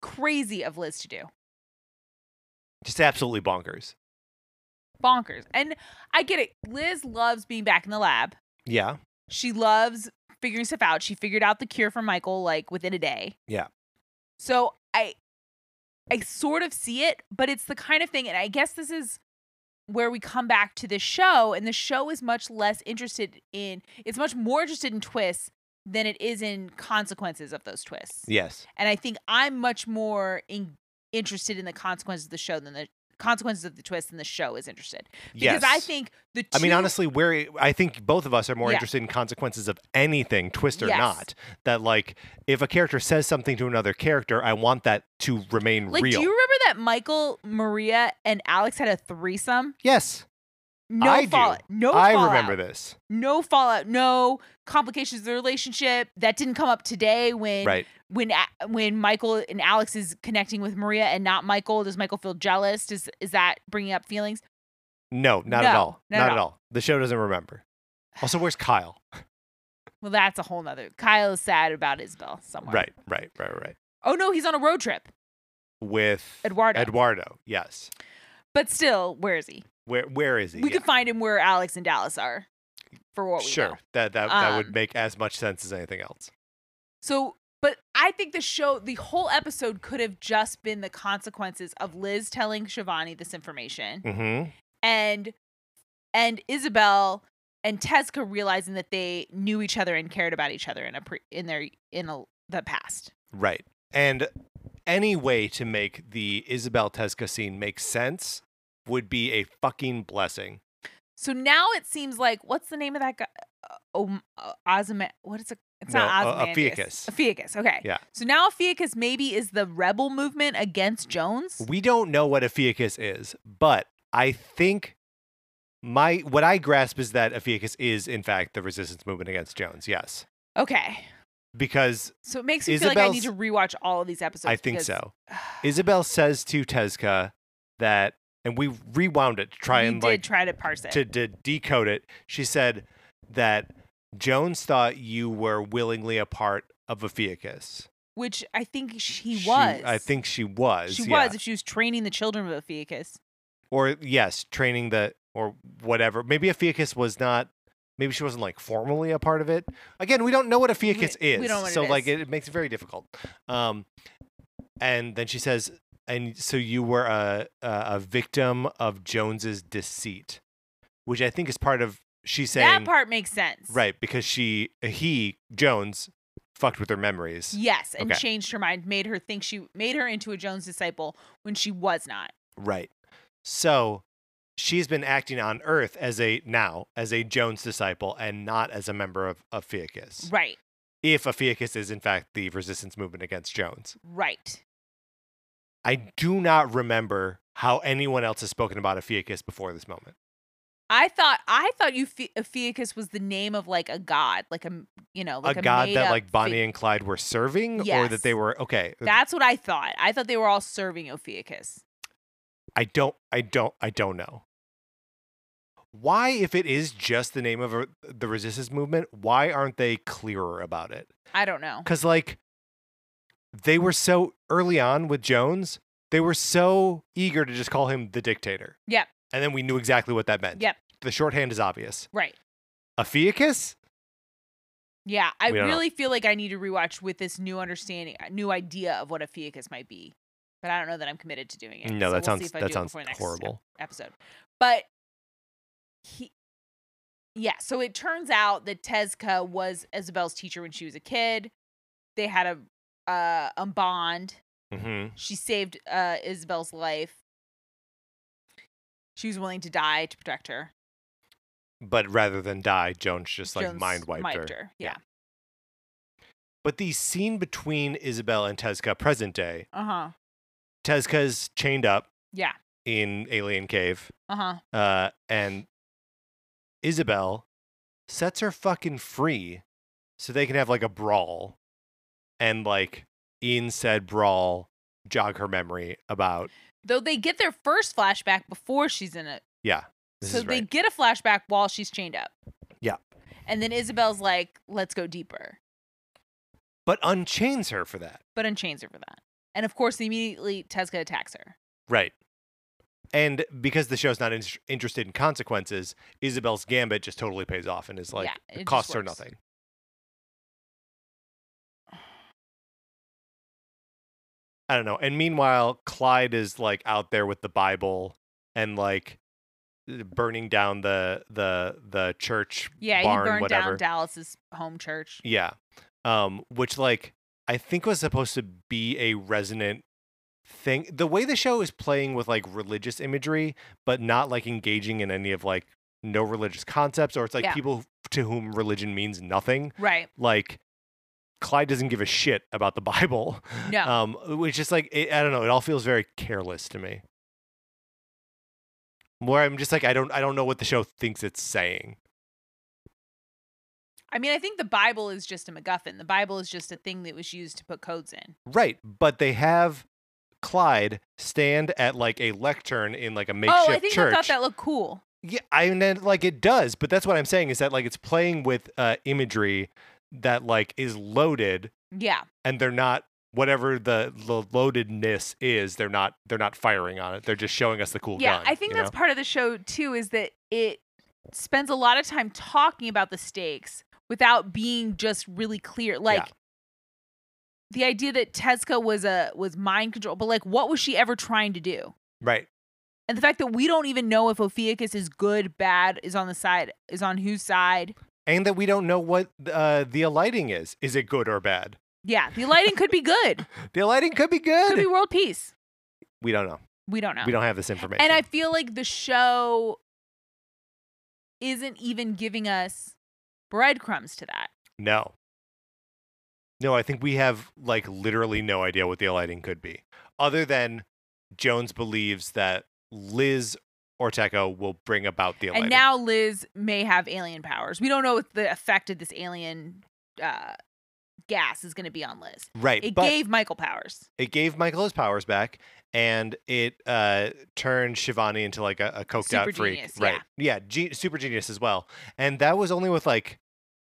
Speaker 1: Crazy of Liz to do.
Speaker 2: Just absolutely bonkers.
Speaker 1: Bonkers. And I get it. Liz loves being back in the lab.
Speaker 2: Yeah,
Speaker 1: She loves figuring stuff out. She figured out the cure for Michael like within a day.
Speaker 2: Yeah.
Speaker 1: So I I sort of see it, but it's the kind of thing and I guess this is where we come back to the show and the show is much less interested in it's much more interested in twists than it is in consequences of those twists.
Speaker 2: yes,
Speaker 1: And I think I'm much more in, interested in the consequences of the show than the consequences of the twist than the show is interested. Because
Speaker 2: yes.
Speaker 1: I think the two
Speaker 2: I mean, honestly, we're I think both of us are more
Speaker 1: Yeah.
Speaker 2: interested in consequences of anything, twist or
Speaker 1: Yes.
Speaker 2: not. That like, if a character says something to another character, I want that to remain
Speaker 1: Like,
Speaker 2: real.
Speaker 1: do you remember that Michael, Maria, and Alex had a threesome?
Speaker 2: yes,
Speaker 1: No
Speaker 2: I do.
Speaker 1: fallout. No
Speaker 2: I
Speaker 1: fallout.
Speaker 2: remember this.
Speaker 1: No fallout. No complications of the relationship. That didn't come up today when
Speaker 2: Right.
Speaker 1: when A- when Michael and Alex is connecting with Maria and not Michael. Does Michael feel jealous? Does is that bringing up feelings?
Speaker 2: No, not at
Speaker 1: No,
Speaker 2: all.
Speaker 1: not
Speaker 2: Not,
Speaker 1: at
Speaker 2: at all. The show doesn't remember. Also, where's Kyle?
Speaker 1: Well, that's a whole nother. Kyle is sad about Isabel somewhere.
Speaker 2: Right, right, right, right.
Speaker 1: Oh no, he's on a road trip.
Speaker 2: With
Speaker 1: Eduardo.
Speaker 2: Eduardo, yes.
Speaker 1: But still, where is he?
Speaker 2: Where where is he?
Speaker 1: We
Speaker 2: Yeah.
Speaker 1: could find him where Alex and Dallas are. For what we
Speaker 2: sure.
Speaker 1: know.
Speaker 2: That that that
Speaker 1: Um,
Speaker 2: would make as much sense as anything else.
Speaker 1: So, but I think the show, the whole episode could have just been the consequences of Liz telling Shivani this information
Speaker 2: Mm-hmm.
Speaker 1: and and Isabel and Tezka realizing that they knew each other and cared about each other in a pre, in their in a, the past.
Speaker 2: Right. And any way to make the Isabel Tezca scene make sense would be a fucking blessing.
Speaker 1: So now it seems like what's the name of that guy? Uh, oh, uh, Ozma- What is it? It's not
Speaker 2: No, uh,
Speaker 1: Ozymandias.
Speaker 2: Ophiuchus.
Speaker 1: Ophiuchus. Okay.
Speaker 2: Yeah.
Speaker 1: So now Ophiuchus maybe is the rebel movement against Jones.
Speaker 2: We don't know what Ophiuchus is, but I think my what I grasp is that Ophiuchus is in fact the resistance movement against Jones. Yes.
Speaker 1: Okay.
Speaker 2: Because
Speaker 1: So it makes me feel like I need to
Speaker 2: Isabel's-
Speaker 1: rewatch all of these episodes.
Speaker 2: I think
Speaker 1: because- [SIGHS]
Speaker 2: so. Isabel says to Tezca that and we rewound it to try
Speaker 1: You
Speaker 2: and
Speaker 1: did
Speaker 2: like
Speaker 1: try to parse it.
Speaker 2: to, to decode it, she said that Jones thought you were willingly a part of Ophiuchus.
Speaker 1: which I think she
Speaker 2: She-
Speaker 1: was.
Speaker 2: I think she was.
Speaker 1: she
Speaker 2: yeah.
Speaker 1: was if she was training the children of Ophiuchus.
Speaker 2: Or yes, training the or whatever. Maybe Ophiuchus was not. Maybe she wasn't like formally a part of it. Again, we don't know what Ophiuchus
Speaker 1: We-
Speaker 2: is.
Speaker 1: we don't know what it
Speaker 2: so like
Speaker 1: is.
Speaker 2: It, it makes it very difficult. Um, and then she says, and so you were a a, a victim of Jones's deceit, which I think is part of she's saying
Speaker 1: that part makes sense.
Speaker 2: Right, because she he Jones fucked with her memories.
Speaker 1: Yes, and
Speaker 2: Okay.
Speaker 1: changed her mind, made her think she made her into a Jones disciple when she was not.
Speaker 2: Right. So she's been acting on Earth as a now as a Jones disciple and not as a member of Ophiuchus.
Speaker 1: Right.
Speaker 2: If Ophiuchus is in fact the resistance movement against Jones.
Speaker 1: Right.
Speaker 2: I do not remember how anyone else has spoken about Ophiuchus before this moment.
Speaker 1: I thought I thought you Ophiuchus was the name of like a god, like a m- you know, like a,
Speaker 2: a god that
Speaker 1: made-up
Speaker 2: like Bonnie
Speaker 1: fi-
Speaker 2: and Clyde were serving or
Speaker 1: Yes.
Speaker 2: that they were okay.
Speaker 1: That's what I thought. I thought they were all serving Ophiuchus.
Speaker 2: I don't I don't I don't know. Why if it is just the name of a- the resistance movement, why aren't they clearer about it?
Speaker 1: I don't know.
Speaker 2: Cuz like they were so early on with Jones, they were so eager to just call him the dictator.
Speaker 1: Yep.
Speaker 2: And then we knew exactly what that meant.
Speaker 1: Yep.
Speaker 2: The shorthand is obvious.
Speaker 1: Right.
Speaker 2: Ophiuchus?
Speaker 1: Yeah, I
Speaker 2: We don't know.
Speaker 1: really feel like I need to rewatch with this new understanding, uh, new idea of what Ophiuchus might be. But I don't know that I'm committed to doing it.
Speaker 2: No,
Speaker 1: so
Speaker 2: that
Speaker 1: we'll see
Speaker 2: sounds
Speaker 1: if I do
Speaker 2: that
Speaker 1: it
Speaker 2: sounds
Speaker 1: before next ep-
Speaker 2: horrible.
Speaker 1: episode. But he Yeah, so it turns out that Tezka was Isabel's teacher when she was a kid. They had a uh, a bond.
Speaker 2: Mhm.
Speaker 1: She saved uh, Isabel's life. She was willing to die to protect her.
Speaker 2: But rather than die, Jones just like
Speaker 1: Jones
Speaker 2: mind wiped, her.
Speaker 1: Yeah.
Speaker 2: But the scene between Isabel and Tezca present day,
Speaker 1: Uh huh.
Speaker 2: Tezca's chained up
Speaker 1: Yeah.
Speaker 2: in Alien Cave,
Speaker 1: Uh huh.
Speaker 2: uh, and Isabel sets her fucking free so they can have like a brawl and like in said brawl jog her memory about
Speaker 1: Though they get their first flashback before she's in it.
Speaker 2: yeah this
Speaker 1: so
Speaker 2: is
Speaker 1: they
Speaker 2: right
Speaker 1: get a flashback while she's chained up.
Speaker 2: Yeah.
Speaker 1: And then Isabel's like, let's go deeper,
Speaker 2: but unchains her for that
Speaker 1: but unchains her for that. And of course, immediately Tezka attacks her.
Speaker 2: right and because the show's not in- interested in consequences isabel's gambit just totally pays off and is like
Speaker 1: Yeah, it
Speaker 2: it
Speaker 1: just
Speaker 2: costs her
Speaker 1: works.
Speaker 2: nothing I don't know. And meanwhile, Clyde is like out there with the Bible and like uh, burning down the the the church
Speaker 1: Yeah,
Speaker 2: barn
Speaker 1: he burned down
Speaker 2: whatever.
Speaker 1: Dallas's home church.
Speaker 2: Yeah. Um which like I think was supposed to be a resonant thing. The way the show is playing with like religious imagery but not like engaging in any of like no religious concepts or it's like
Speaker 1: Yeah.
Speaker 2: people to whom religion means nothing
Speaker 1: Right.
Speaker 2: like Clyde doesn't give a shit about the [LAUGHS] Bible.
Speaker 1: No.
Speaker 2: Um, which is like it, I don't know. It all feels very careless to me. Where I'm just like, I don't, I don't know what the show thinks it's saying.
Speaker 1: I mean, I think the Bible is just a MacGuffin. The Bible is just a thing that was used to put codes in.
Speaker 2: Right, but they have Clyde stand at like a lectern in like a makeshift
Speaker 1: oh, I think
Speaker 2: church.
Speaker 1: I thought that looked cool.
Speaker 2: Yeah, I mean, and, like it does, but that's what I'm saying is that like it's playing with uh, imagery that like is loaded,
Speaker 1: Yeah.
Speaker 2: and they're not whatever the, the loadedness is. They're not they're not firing on it. They're just showing us the cool
Speaker 1: yeah.
Speaker 2: gun.
Speaker 1: I think
Speaker 2: you
Speaker 1: that's
Speaker 2: know?
Speaker 1: part of the show, too, is that it spends a lot of time talking about the stakes without being just really clear. Like, The idea that Tezca was a was mind control, but like, what was she ever trying to do?
Speaker 2: right.
Speaker 1: And the fact that we don't even know if Ophiuchus is good, bad, is on the side, is on whose side.
Speaker 2: And that we don't know what uh, the alighting is. Is it good or bad?
Speaker 1: Yeah, the lighting could be good.
Speaker 2: The alighting could be good.
Speaker 1: Could be world peace.
Speaker 2: we don't know.
Speaker 1: We don't know.
Speaker 2: We don't have this information.
Speaker 1: and I feel like the show isn't even giving us breadcrumbs to that.
Speaker 2: No. No, I think we have like literally no idea what the alighting could be, other than Jones believes that Liz Orteco will bring about the alighting.
Speaker 1: And now Liz may have alien powers. We don't know what the effect of this alien uh, gas is going to be on Liz.
Speaker 2: right,
Speaker 1: It
Speaker 2: but
Speaker 1: gave Michael powers.
Speaker 2: it gave Michael his powers back, and it uh, turned Shivani into like a, a coked
Speaker 1: Super
Speaker 2: out freak,
Speaker 1: genius, yeah.
Speaker 2: right? Yeah, ge- super genius as well. And that was only with like,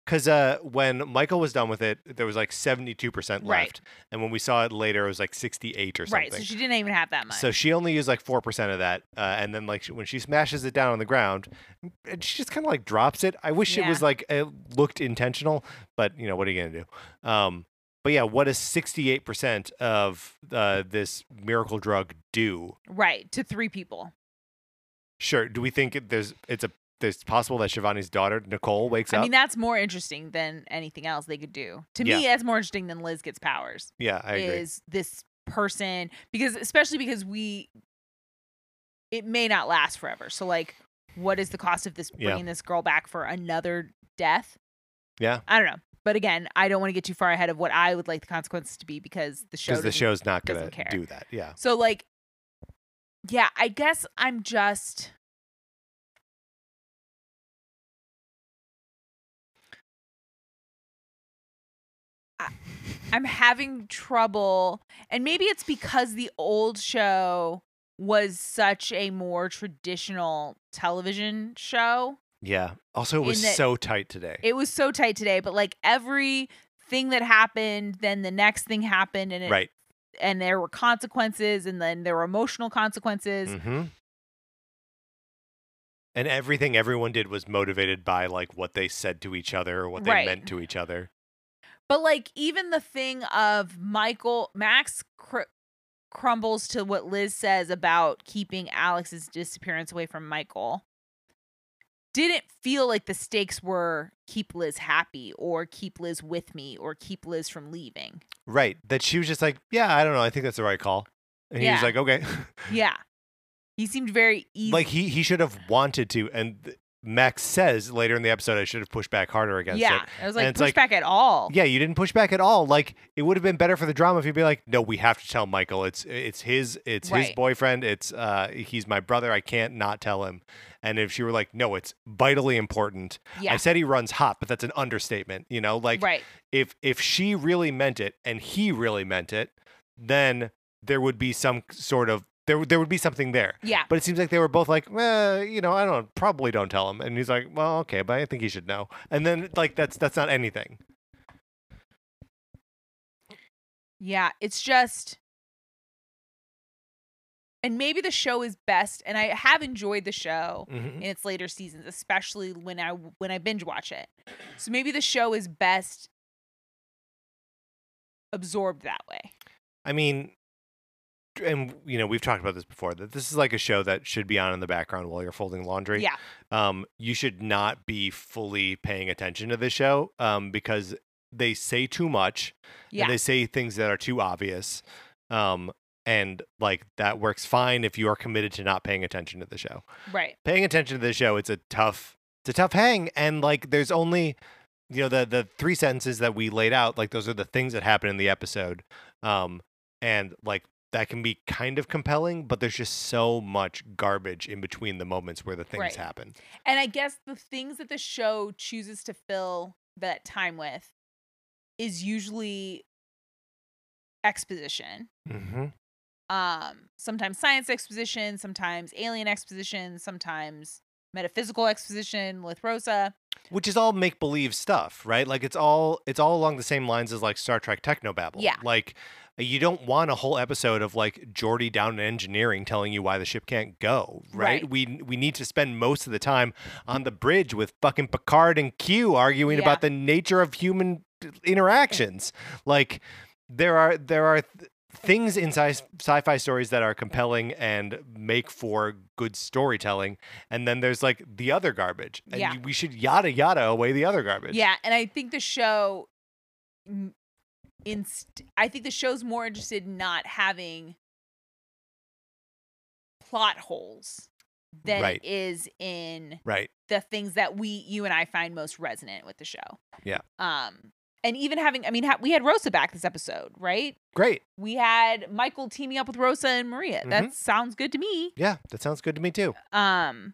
Speaker 2: because uh, when Michael was done with it, there was like seventy two percent
Speaker 1: Right.
Speaker 2: left, and when we saw it later, it was like sixty eight or something.
Speaker 1: Right. So she didn't even have that much.
Speaker 2: So she only used like four percent of that, uh, and then like she, when she smashes it down on the ground, and she just kind of like drops it. I wish it
Speaker 1: Yeah.
Speaker 2: was like it looked intentional, but you know what are you gonna do? Um, but yeah, what does sixty-eight percent of uh, this miracle drug do?
Speaker 1: right. To three people.
Speaker 2: Sure, do we think it- there's it's a there's possible that Shivani's daughter Nicole wakes
Speaker 1: I
Speaker 2: up?
Speaker 1: mean, that's more interesting than anything else they could do. To me, that's more interesting than Liz gets powers.
Speaker 2: yeah, I agree.
Speaker 1: is this person because especially because we it may not last forever so like what is the cost of this
Speaker 2: Yeah.
Speaker 1: bringing this girl back for another death
Speaker 2: Yeah.
Speaker 1: i don't know but again i don't want to get too far ahead of what i would like the consequences to be because the show
Speaker 2: Because the
Speaker 1: doesn't-
Speaker 2: show's not gonna
Speaker 1: doesn't care.
Speaker 2: do that. Yeah,
Speaker 1: so like yeah i guess i'm just I- I'm having trouble, and maybe it's because the old show was such a more traditional television show.
Speaker 2: yeah. Also, it
Speaker 1: In
Speaker 2: was
Speaker 1: that-
Speaker 2: so tight today.
Speaker 1: It was so tight today, but like every thing that happened, then the next thing happened, and it,
Speaker 2: right.
Speaker 1: and there were consequences, and then there were emotional consequences.
Speaker 2: Mm-hmm. And everything everyone did was motivated by like what they said to each other or what they
Speaker 1: Right.
Speaker 2: meant to each other.
Speaker 1: But like even the thing of Michael Max cr- crumbles to what Liz says about keeping Alex's disappearance away from Michael. Didn't feel like the stakes were keep Liz happy or keep Liz with me or keep Liz from leaving.
Speaker 2: Right. That she was just like, yeah, I don't know. I think that's the right call. And he was
Speaker 1: Yeah.
Speaker 2: like, okay. [LAUGHS]
Speaker 1: Yeah. He seemed very easy.
Speaker 2: like he he should have wanted to. And th- Max says later in the episode, I should have pushed back harder against
Speaker 1: yeah.
Speaker 2: it.
Speaker 1: I was
Speaker 2: And
Speaker 1: like
Speaker 2: it's
Speaker 1: push
Speaker 2: like-
Speaker 1: back at all.
Speaker 2: Yeah, you didn't push back at all. Like it would have been better for the drama if you'd be like, no, we have to tell Michael. It's it's his it's his
Speaker 1: Right.
Speaker 2: boyfriend. It's uh he's my brother. I can't not tell him. And if she were like, no, it's vitally important.
Speaker 1: Yeah.
Speaker 2: I said he runs hot, but that's an understatement. You know, like
Speaker 1: right.
Speaker 2: if if she really meant it and he really meant it, then there would be some sort of there there would be something there.
Speaker 1: Yeah.
Speaker 2: But it seems like they were both like, well, you know, I don't probably don't tell him. And he's like, well, okay, but I think he should know. And then like that's that's not anything.
Speaker 1: Yeah, it's just and maybe the show is best and I have enjoyed the show.
Speaker 2: Mhm.
Speaker 1: in its later seasons, especially when I when I binge watch it. So maybe the show is best absorbed that way.
Speaker 2: I mean, and you know, we've talked about this before that this is like a show that should be on in the background while you're folding laundry.
Speaker 1: Yeah,
Speaker 2: um, you should not be fully paying attention to the show um, because they say too much
Speaker 1: yeah,
Speaker 2: and they say things that are too obvious. Um, and like that works fine if you are committed to not paying attention to the show.
Speaker 1: right.
Speaker 2: Paying attention to the show, it's a tough, it's a tough hang. And like, there's only, you know, the the three sentences that we laid out, like those are the things that happen in the episode. Um, and like that can be kind of compelling, but there's just so much garbage in between the moments where the things
Speaker 1: Right.
Speaker 2: happen.
Speaker 1: And I guess the things that the show chooses to fill that time with is usually exposition.
Speaker 2: Mm-hmm.
Speaker 1: Um, sometimes science exposition, sometimes alien exposition, sometimes metaphysical exposition with Rosa.
Speaker 2: Which is all make believe stuff, right? Like it's all it's all along the same lines as like Star Trek Technobabble.
Speaker 1: Yeah.
Speaker 2: Like you don't want a whole episode of like Geordi down in engineering telling you why the ship can't go, right?
Speaker 1: Right.
Speaker 2: We we need to spend most of the time on the bridge with fucking Picard and Q arguing
Speaker 1: Yeah.
Speaker 2: about the nature of human interactions. Like there are there are th- things in sci- sci-fi stories that are compelling and make for good storytelling and then there's like the other garbage and
Speaker 1: Yeah.
Speaker 2: y- we should yada yada away the other garbage
Speaker 1: Yeah, and I think the show n- inst- I think the show's more interested in not having plot holes than
Speaker 2: Right.
Speaker 1: it is in
Speaker 2: right
Speaker 1: the things that we you and I find most resonant with the show.
Speaker 2: Yeah.
Speaker 1: Um and even having I mean ha- we had Rosa back this episode, right?
Speaker 2: great
Speaker 1: We had Michael teaming up with Rosa and Maria.
Speaker 2: Mm-hmm.
Speaker 1: That sounds good to me.
Speaker 2: yeah that sounds good to me too
Speaker 1: Um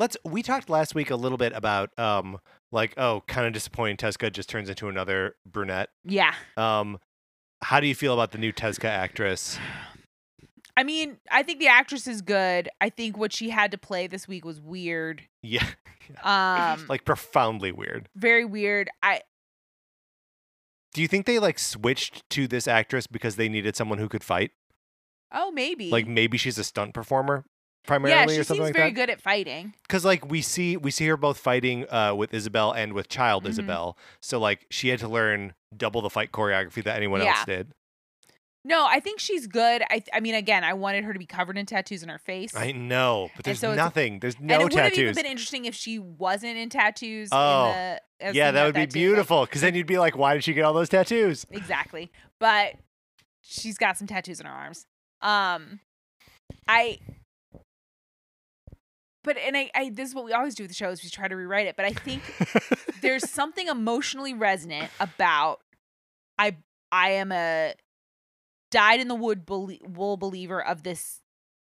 Speaker 2: let's we talked last week a little bit about um like oh kind of disappointing Tezca just turns into another brunette
Speaker 1: yeah.
Speaker 2: um how do you feel about the new Tezca actress [LAUGHS]
Speaker 1: I mean, I think the actress is good. I think what she had to play this week was weird.
Speaker 2: yeah
Speaker 1: Um
Speaker 2: [LAUGHS] like profoundly weird
Speaker 1: very weird. I
Speaker 2: do you think they like switched to this actress because they needed someone who could fight
Speaker 1: oh maybe
Speaker 2: like maybe she's a stunt performer primarily
Speaker 1: yeah, she
Speaker 2: or
Speaker 1: seems
Speaker 2: something like
Speaker 1: very
Speaker 2: that
Speaker 1: good at fighting.
Speaker 2: because like we see we see her both fighting uh, with isabel and with child
Speaker 1: Mhm.
Speaker 2: isabel so like she had to learn double the fight choreography that anyone
Speaker 1: Yeah.
Speaker 2: else did
Speaker 1: No, I think she's good. I I mean, again, I wanted her to be covered in tattoos in her face.
Speaker 2: i know but there's
Speaker 1: so it's a-
Speaker 2: nothing there's
Speaker 1: and
Speaker 2: no
Speaker 1: it would have even
Speaker 2: tattoos
Speaker 1: been interesting if she wasn't in tattoos.
Speaker 2: Oh,
Speaker 1: in the, as
Speaker 2: yeah
Speaker 1: in
Speaker 2: that would be
Speaker 1: tattoo, like-
Speaker 2: beautiful because then you'd be like why did she get all those tattoos [LAUGHS]
Speaker 1: exactly, but she's got some tattoos in her arms. Um, I. But and I, I this is what we always do with the show is we try to rewrite it. But I think there's something emotionally resonant about I I am a died in the wood belie- wool believer of this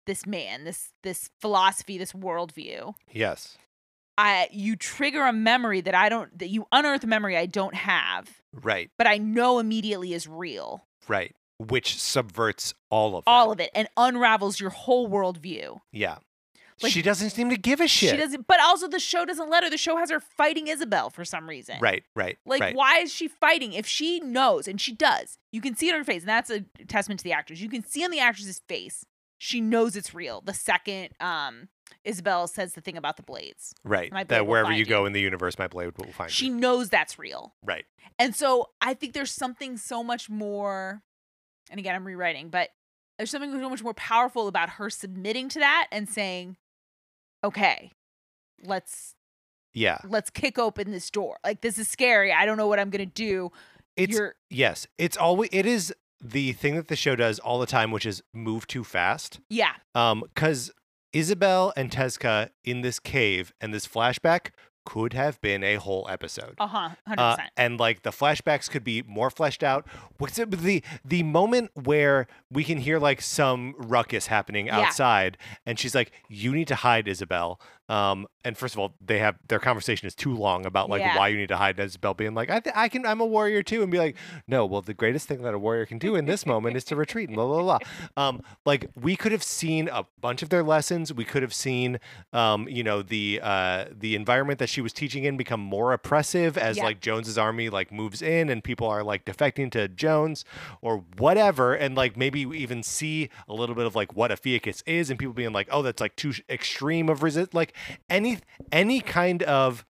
Speaker 1: this man this this philosophy this worldview.
Speaker 2: yes
Speaker 1: I you trigger a memory that I don't that you unearth a memory I don't have,
Speaker 2: right
Speaker 1: but I know immediately is real.
Speaker 2: right which subverts all of
Speaker 1: All of it and unravels your whole worldview.
Speaker 2: yeah
Speaker 1: Like-
Speaker 2: she doesn't seem to give a shit
Speaker 1: She doesn't but also the show doesn't let her. The show has her fighting Isabel for some reason.
Speaker 2: right right
Speaker 1: Like,
Speaker 2: right.
Speaker 1: why is she fighting? If she knows, and she does, you can see it on her face, and that's a testament to the actress. You can see on the actress's face, she knows it's real. The second um, Isabel says the thing about the blades,
Speaker 2: right
Speaker 1: my blade
Speaker 2: that
Speaker 1: will
Speaker 2: wherever
Speaker 1: find
Speaker 2: you
Speaker 1: you.
Speaker 2: go in the universe my blade will find
Speaker 1: she
Speaker 2: you
Speaker 1: knows that's real.
Speaker 2: right
Speaker 1: And so I think there's something so much more, and again, I'm rewriting, but there's something so much more powerful about her submitting to that and saying, okay, let's
Speaker 2: yeah
Speaker 1: let's kick open this door. Like this is scary. I don't know what I'm gonna do.
Speaker 2: it's
Speaker 1: You're
Speaker 2: Yes, it's always it is the thing that the show does all the time, which is move too fast.
Speaker 1: yeah,
Speaker 2: Um, because Isabel and Tezca in this cave and this flashback could have been a whole episode.
Speaker 1: uh huh, hundred
Speaker 2: Uh,
Speaker 1: percent.
Speaker 2: and like the flashbacks could be more fleshed out. What's it, the the moment where we can hear like some ruckus happening
Speaker 1: Yeah.
Speaker 2: outside, and she's like, "You need to hide, Isabel." Um, and first of all, they have their conversation is too long about like
Speaker 1: Yeah.
Speaker 2: why you need to hide. And Isabel being like, "I th- I can I'm a warrior too," and be like, "No, well the greatest thing that a warrior can do in this moment is to retreat." And blah blah blah. Um, like we could have seen a bunch of their lessons. We could have seen um, you know, the uh, the environment that she was teaching in become more oppressive as
Speaker 1: Yeah.
Speaker 2: like Jones's army like moves in and people are like defecting to Jones or whatever, and like maybe we even see a little bit of like what a Fiacus is and people being like, oh, that's like too sh- extreme of resist, like any any kind of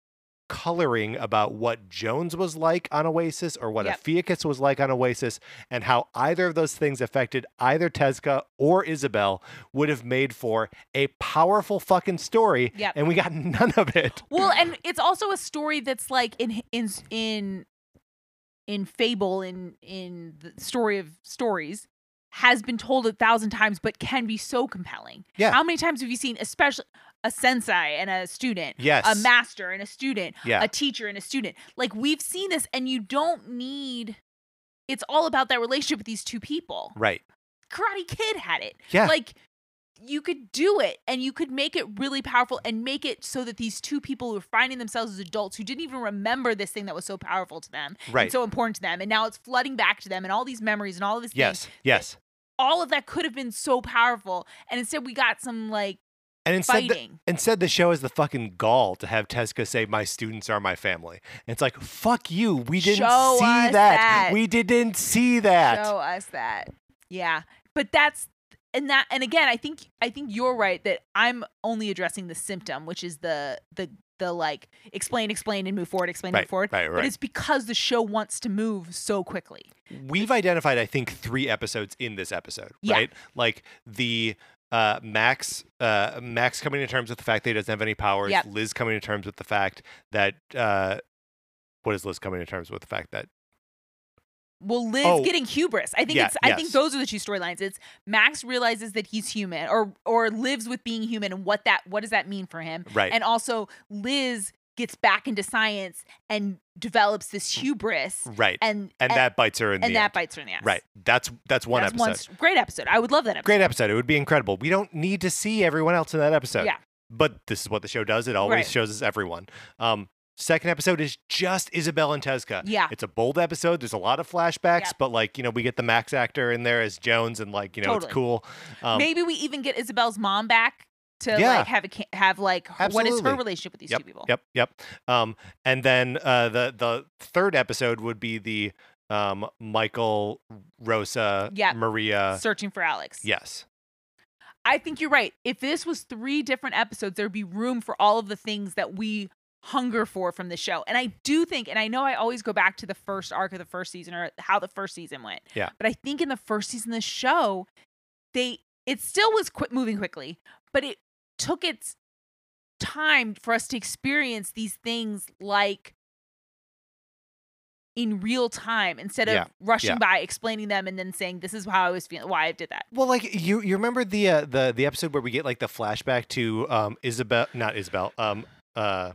Speaker 2: coloring about what Jones was like on Oasis or what
Speaker 1: Yep.
Speaker 2: a Fiacus was like on Oasis and how either of those things affected either Tezca or Isabel would have made for a powerful fucking story.
Speaker 1: Yep.
Speaker 2: And we got [LAUGHS] none of it.
Speaker 1: Well, and it's also a story that's like in in in in fable in in the story of stories has been told a thousand times, but can be so compelling.
Speaker 2: Yeah.
Speaker 1: How many times have you seen, especially a sensei and a student,
Speaker 2: Yes.
Speaker 1: a master and a student,
Speaker 2: yeah.
Speaker 1: a teacher and a student? Like we've seen this, and you don't need. it's all about that relationship with these two people.
Speaker 2: Right.
Speaker 1: Karate Kid had it.
Speaker 2: Yeah.
Speaker 1: Like you could do it and you could make it really powerful and make it so that these two people who are finding themselves as adults who didn't even remember this thing that was so powerful to them
Speaker 2: right.
Speaker 1: and so important to them and now it's flooding back to them and all these memories and all of this
Speaker 2: yes. Yes.
Speaker 1: all of that could have been so powerful and instead we got some like
Speaker 2: And instead, the,
Speaker 1: fighting
Speaker 2: instead, the show has the fucking gall to have Tesca say, "My students are my family." And it's like, "Fuck you! We didn't
Speaker 1: Show
Speaker 2: see
Speaker 1: us
Speaker 2: that.
Speaker 1: that.
Speaker 2: We didn't see that."
Speaker 1: show us that yeah but that's and that and again i think i think you're right that i'm only addressing the symptom which is the the the like explain explain and move forward explain and
Speaker 2: Right.
Speaker 1: move forward
Speaker 2: Right.
Speaker 1: but
Speaker 2: Right.
Speaker 1: it's because the show wants to move so quickly
Speaker 2: We've identified, I think, three episodes in this episode,
Speaker 1: Yeah.
Speaker 2: right? Like the uh, Max, uh, Max coming to terms with the fact that he doesn't have any powers.
Speaker 1: Yep.
Speaker 2: Liz coming to terms with the fact that uh, what is Liz coming to terms with the fact that
Speaker 1: Well, Liz
Speaker 2: Oh.
Speaker 1: getting hubris. I think
Speaker 2: Yeah,
Speaker 1: it's. I think
Speaker 2: yes.
Speaker 1: those are the two storylines. It's Max realizes that he's human, or or lives with being human, and what that what does that mean for him?
Speaker 2: right,
Speaker 1: And also, Liz gets back into science and develops this hubris,
Speaker 2: right, Mm. and,
Speaker 1: and
Speaker 2: that bites her in
Speaker 1: and
Speaker 2: the
Speaker 1: that
Speaker 2: end.
Speaker 1: bites her in the ass.
Speaker 2: right. That's that's one
Speaker 1: That's
Speaker 2: episode.
Speaker 1: s- great episode. I would love that episode.
Speaker 2: Great episode. It would be incredible. We don't need to see everyone else in that episode.
Speaker 1: Yeah.
Speaker 2: But this is what the show does. It always
Speaker 1: Right.
Speaker 2: shows us everyone. Um, second episode is just Isabel and Tezca.
Speaker 1: Yeah. [LAUGHS]
Speaker 2: It's a bold episode. There's a lot of flashbacks,
Speaker 1: Yep.
Speaker 2: but like, you know, we get the Max actor in there as Jones and like, you know,
Speaker 1: Totally.
Speaker 2: it's cool. Um,
Speaker 1: Maybe we even get Isabel's mom back to
Speaker 2: Yeah.
Speaker 1: like have a ca- have like her- what is her
Speaker 2: Absolutely.
Speaker 1: relationship with these two people?
Speaker 2: Yep, yep. Um, and then uh, the the third episode would be the um, Michael, Rosa,
Speaker 1: Yep.
Speaker 2: Maria.
Speaker 1: Searching for Alex.
Speaker 2: Yes.
Speaker 1: I think you're right. If this was three different episodes, there'd be room for all of the things that we hunger for from the show. And I do think, and I know I always go back to the first arc of the first season or how the first season went.
Speaker 2: Yeah.
Speaker 1: But I think in the first season of the show, they it still was quick moving quickly, but it took its time for us to experience these things like in real time instead of
Speaker 2: Yeah.
Speaker 1: rushing
Speaker 2: Yeah.
Speaker 1: by explaining them and then saying this is how I was feeling why I did that.
Speaker 2: Well, like you, you remember the uh, the the episode where we get like the flashback to um Isabel, not Isabel, um uh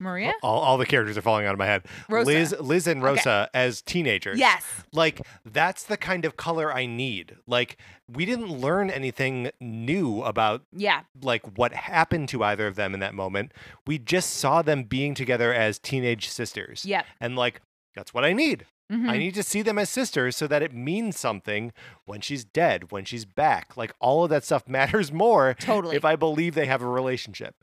Speaker 1: Maria?
Speaker 2: all, all the characters are falling out of my head.
Speaker 1: Rosa.
Speaker 2: Liz, Liz, and
Speaker 1: Okay.
Speaker 2: Rosa as teenagers.
Speaker 1: Yes.
Speaker 2: like that's the kind of color I need. Like we didn't learn anything new about
Speaker 1: Yeah.
Speaker 2: like what happened to either of them in that moment. We just saw them being together as teenage sisters,
Speaker 1: Yep.
Speaker 2: and like that's what I need.
Speaker 1: Mhm.
Speaker 2: I need [LAUGHS] to see them as sisters so that it means something when she's dead, when she's back. Like all of that stuff [LAUGHS] matters more
Speaker 1: totally.
Speaker 2: if I believe they have a relationship.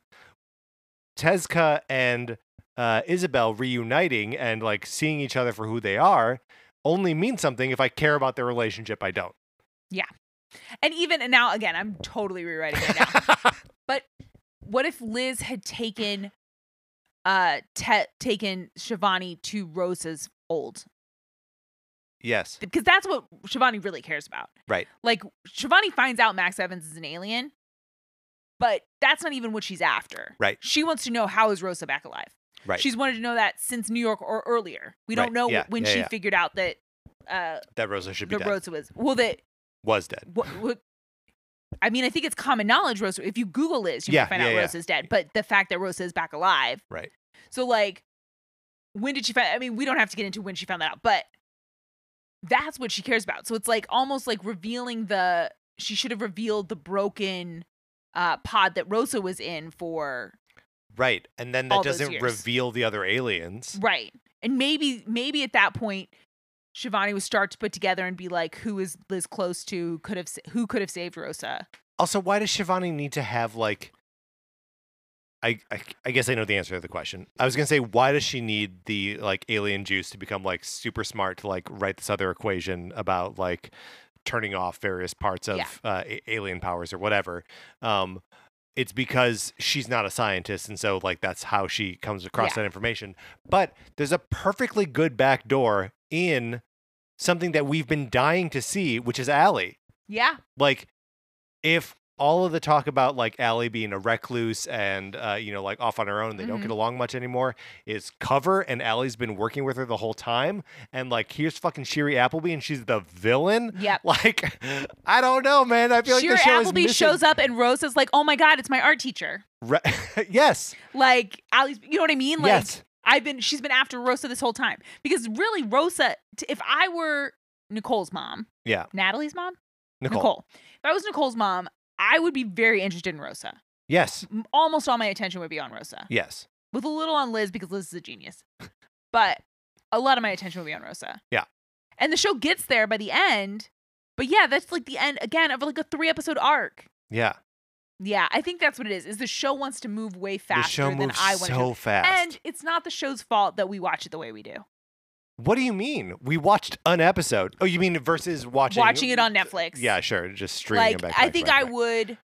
Speaker 2: Tezca and uh, Isabel reuniting and like seeing each other for who they are only means something if I care about their relationship. I don't.
Speaker 1: and even and now again, I'm totally rewriting it
Speaker 2: [LAUGHS]
Speaker 1: now. what if Liz had taken uh te- taken Shivani to Rosa's old?
Speaker 2: yes.
Speaker 1: Because that's what Shivani really cares about.
Speaker 2: Right.
Speaker 1: Like Shivani finds out Max Evans is an alien, but that's not even what she's after.
Speaker 2: Right.
Speaker 1: She wants to know how is Rosa back alive.
Speaker 2: Right.
Speaker 1: She's wanted to know that since New York or earlier. We don't
Speaker 2: Right.
Speaker 1: know
Speaker 2: Yeah.
Speaker 1: when
Speaker 2: Yeah,
Speaker 1: she
Speaker 2: yeah.
Speaker 1: figured out that uh
Speaker 2: that Rosa should be
Speaker 1: the
Speaker 2: dead.
Speaker 1: Rosa was well that
Speaker 2: Was [LAUGHS] dead.
Speaker 1: what, what I mean, I think it's common knowledge Rosa. If you Google Liz, you
Speaker 2: Yeah,
Speaker 1: might find
Speaker 2: yeah,
Speaker 1: out
Speaker 2: yeah.
Speaker 1: Rosa's dead. But the fact that Rosa is back alive,
Speaker 2: Right.
Speaker 1: So like, when did she find? I mean, we don't have to get into when she found that out, but that's what she cares about. So it's like almost like revealing the she should have revealed the broken uh, pod that Rosa was in for
Speaker 2: Right. And then
Speaker 1: All
Speaker 2: that
Speaker 1: those
Speaker 2: doesn't
Speaker 1: years.
Speaker 2: reveal the other aliens.
Speaker 1: right, and maybe maybe at that point. Shivani would start to put together and be like, "Who is Liz close to? Could have sa- who could have saved Rosa?"
Speaker 2: Also, why does Shivani need to have like? I, I, I guess I know the answer to the question. I was gonna say, why does she need the like alien juice to become like super smart to like write this other equation about like turning off various parts of
Speaker 1: Yeah.
Speaker 2: uh, a- alien powers or whatever? Um, it's because she's not a scientist, and so like that's how she comes across
Speaker 1: Yeah.
Speaker 2: that information. But there's a perfectly good back door in something that we've been dying to see, which is Allie
Speaker 1: Yeah,
Speaker 2: like if all of the talk about like Allie being a recluse and uh, you know like off on her own, they don't
Speaker 1: Mm-hmm.
Speaker 2: get along much anymore. Is cover and Allie's been working with her the whole time, and like here's fucking Shiri Appleby and she's the villain. [LAUGHS]
Speaker 1: yep.
Speaker 2: Like I don't know, man. I feel
Speaker 1: Sheer
Speaker 2: like the show
Speaker 1: Appleby
Speaker 2: is missing.
Speaker 1: shows up and Rosa's like, "Oh my god, it's my art teacher."
Speaker 2: Re- [LAUGHS] yes,
Speaker 1: Like Ali's, you know what I mean? Like
Speaker 2: yes,
Speaker 1: I've been she's been after Rosa this whole time because really Rosa t- if I were Nicole's mom,
Speaker 2: Yeah.
Speaker 1: Natalie's mom,
Speaker 2: Nicole.
Speaker 1: If I was Nicole's mom, I would be very interested in Rosa.
Speaker 2: Yes.
Speaker 1: M- Almost all my attention would be on Rosa,
Speaker 2: Yes.
Speaker 1: with a little on Liz because Liz is a
Speaker 2: [LAUGHS]
Speaker 1: genius. But a lot of my attention would be on Rosa.
Speaker 2: Yeah.
Speaker 1: And the show gets there by the end. But yeah, that's like the end again of like a three episode arc.
Speaker 2: Yeah.
Speaker 1: Yeah, I think that's what it is. Is the show wants to move way faster
Speaker 2: the show
Speaker 1: than
Speaker 2: moves
Speaker 1: I want
Speaker 2: so
Speaker 1: to.
Speaker 2: fast.
Speaker 1: And it's not the show's fault that we watch it the way we do.
Speaker 2: what do you mean? We watched an episode. Oh, you mean versus watching
Speaker 1: Watching it on Netflix.
Speaker 2: Yeah, sure. Just streaming
Speaker 1: like
Speaker 2: it back.
Speaker 1: I
Speaker 2: back,
Speaker 1: think
Speaker 2: back,
Speaker 1: I
Speaker 2: back.
Speaker 1: would.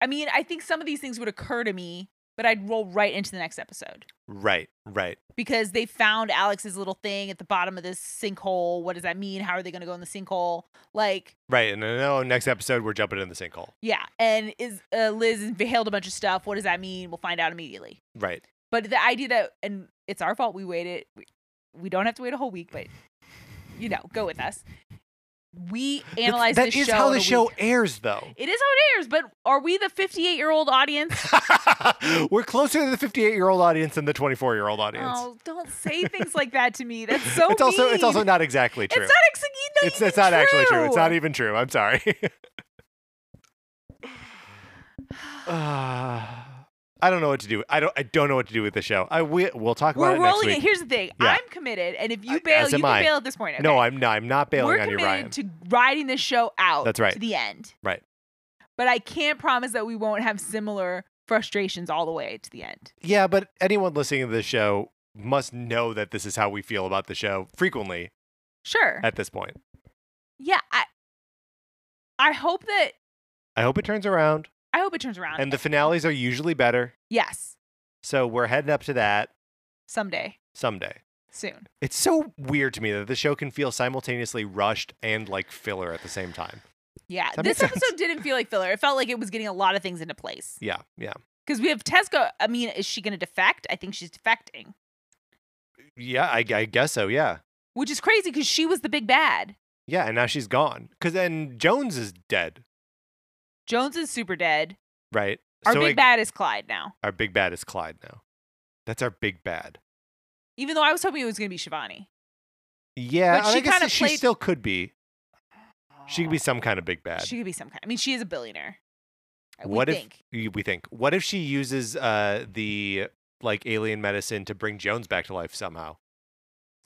Speaker 1: I mean, I think some of these things would occur to me, but I'd roll right into the next episode
Speaker 2: Right. Right.
Speaker 1: because they found Alex's little thing at the bottom of this sinkhole. What does that mean? How are they going to go in the sinkhole? Like,
Speaker 2: Right. And then oh, next episode we're jumping in the sinkhole.
Speaker 1: yeah, and is uh, Liz inhaled a bunch of stuff? What does that mean? We'll find out immediately.
Speaker 2: Right.
Speaker 1: But the idea that, and it's our fault we waited, we, we don't have to wait a whole week, but you know, go with us. We analyze
Speaker 2: That's,
Speaker 1: this
Speaker 2: that
Speaker 1: show
Speaker 2: is how
Speaker 1: in
Speaker 2: the
Speaker 1: a
Speaker 2: show
Speaker 1: week.
Speaker 2: airs, though.
Speaker 1: It is how it airs, but are we the 58 year old audience?
Speaker 2: [LAUGHS] we're closer to the 58 year old audience than the 24 year old [LAUGHS] audience.
Speaker 1: Oh, don't say things like that to me. That's so
Speaker 2: it's also it's also
Speaker 1: mean.
Speaker 2: not exactly true.
Speaker 1: It's not, ex- not
Speaker 2: it's,
Speaker 1: even
Speaker 2: it's not actually true. It's not even true. I'm [SIGHS] sorry. [LAUGHS] Ah, I don't know what to do. I don't. I don't know what to do with the show. I we, we'll talk
Speaker 1: We're
Speaker 2: about it next
Speaker 1: rolling
Speaker 2: week.
Speaker 1: it. Here's the thing.
Speaker 2: Yeah.
Speaker 1: I'm committed, and if you
Speaker 2: I-
Speaker 1: bail,
Speaker 2: as
Speaker 1: you
Speaker 2: am
Speaker 1: can
Speaker 2: I.
Speaker 1: bail at this point. Okay?
Speaker 2: No, I'm not. I'm not bailing
Speaker 1: We're
Speaker 2: on you,
Speaker 1: committed
Speaker 2: Ryan.
Speaker 1: to riding this show out.
Speaker 2: That's right.
Speaker 1: To the end.
Speaker 2: Right.
Speaker 1: But I can't promise that we won't have similar frustrations all the way to the end.
Speaker 2: yeah, but anyone listening to the show must know that this is how we feel about the show frequently
Speaker 1: Sure.
Speaker 2: at this point.
Speaker 1: yeah. I. I hope that.
Speaker 2: I hope it turns around,
Speaker 1: I hope it turns around.
Speaker 2: and the finales are usually better.
Speaker 1: yes,
Speaker 2: So we're heading up to that
Speaker 1: someday,
Speaker 2: someday.
Speaker 1: soon.
Speaker 2: It's so weird to me that the show can feel simultaneously rushed and like filler at the same time.
Speaker 1: Yeah.
Speaker 2: That makes
Speaker 1: This
Speaker 2: sense.
Speaker 1: episode didn't feel like filler. It felt like it was getting a lot of things into place.
Speaker 2: Yeah, yeah,
Speaker 1: Because we have Tesco. I mean, is she going to defect? I think she's defecting,
Speaker 2: yeah. I, I guess so. Yeah,
Speaker 1: which is crazy because she was the big bad.
Speaker 2: yeah. And now she's gone because then Jones is dead,
Speaker 1: Jones is super dead.
Speaker 2: right?
Speaker 1: Our
Speaker 2: so
Speaker 1: big
Speaker 2: it-
Speaker 1: bad is Clyde now.
Speaker 2: our big bad is Clyde now. That's our big bad.
Speaker 1: Even though I was hoping it was going to be Shivani.
Speaker 2: Yeah,
Speaker 1: But
Speaker 2: I
Speaker 1: she
Speaker 2: guess
Speaker 1: kinda
Speaker 2: she
Speaker 1: played-
Speaker 2: still could be. She could be some kind of big bad.
Speaker 1: She could be some kind. I mean, she is a billionaire. I would
Speaker 2: what if
Speaker 1: think.
Speaker 2: y- we think? What if she uses uh the like alien medicine to bring Jones back to life somehow?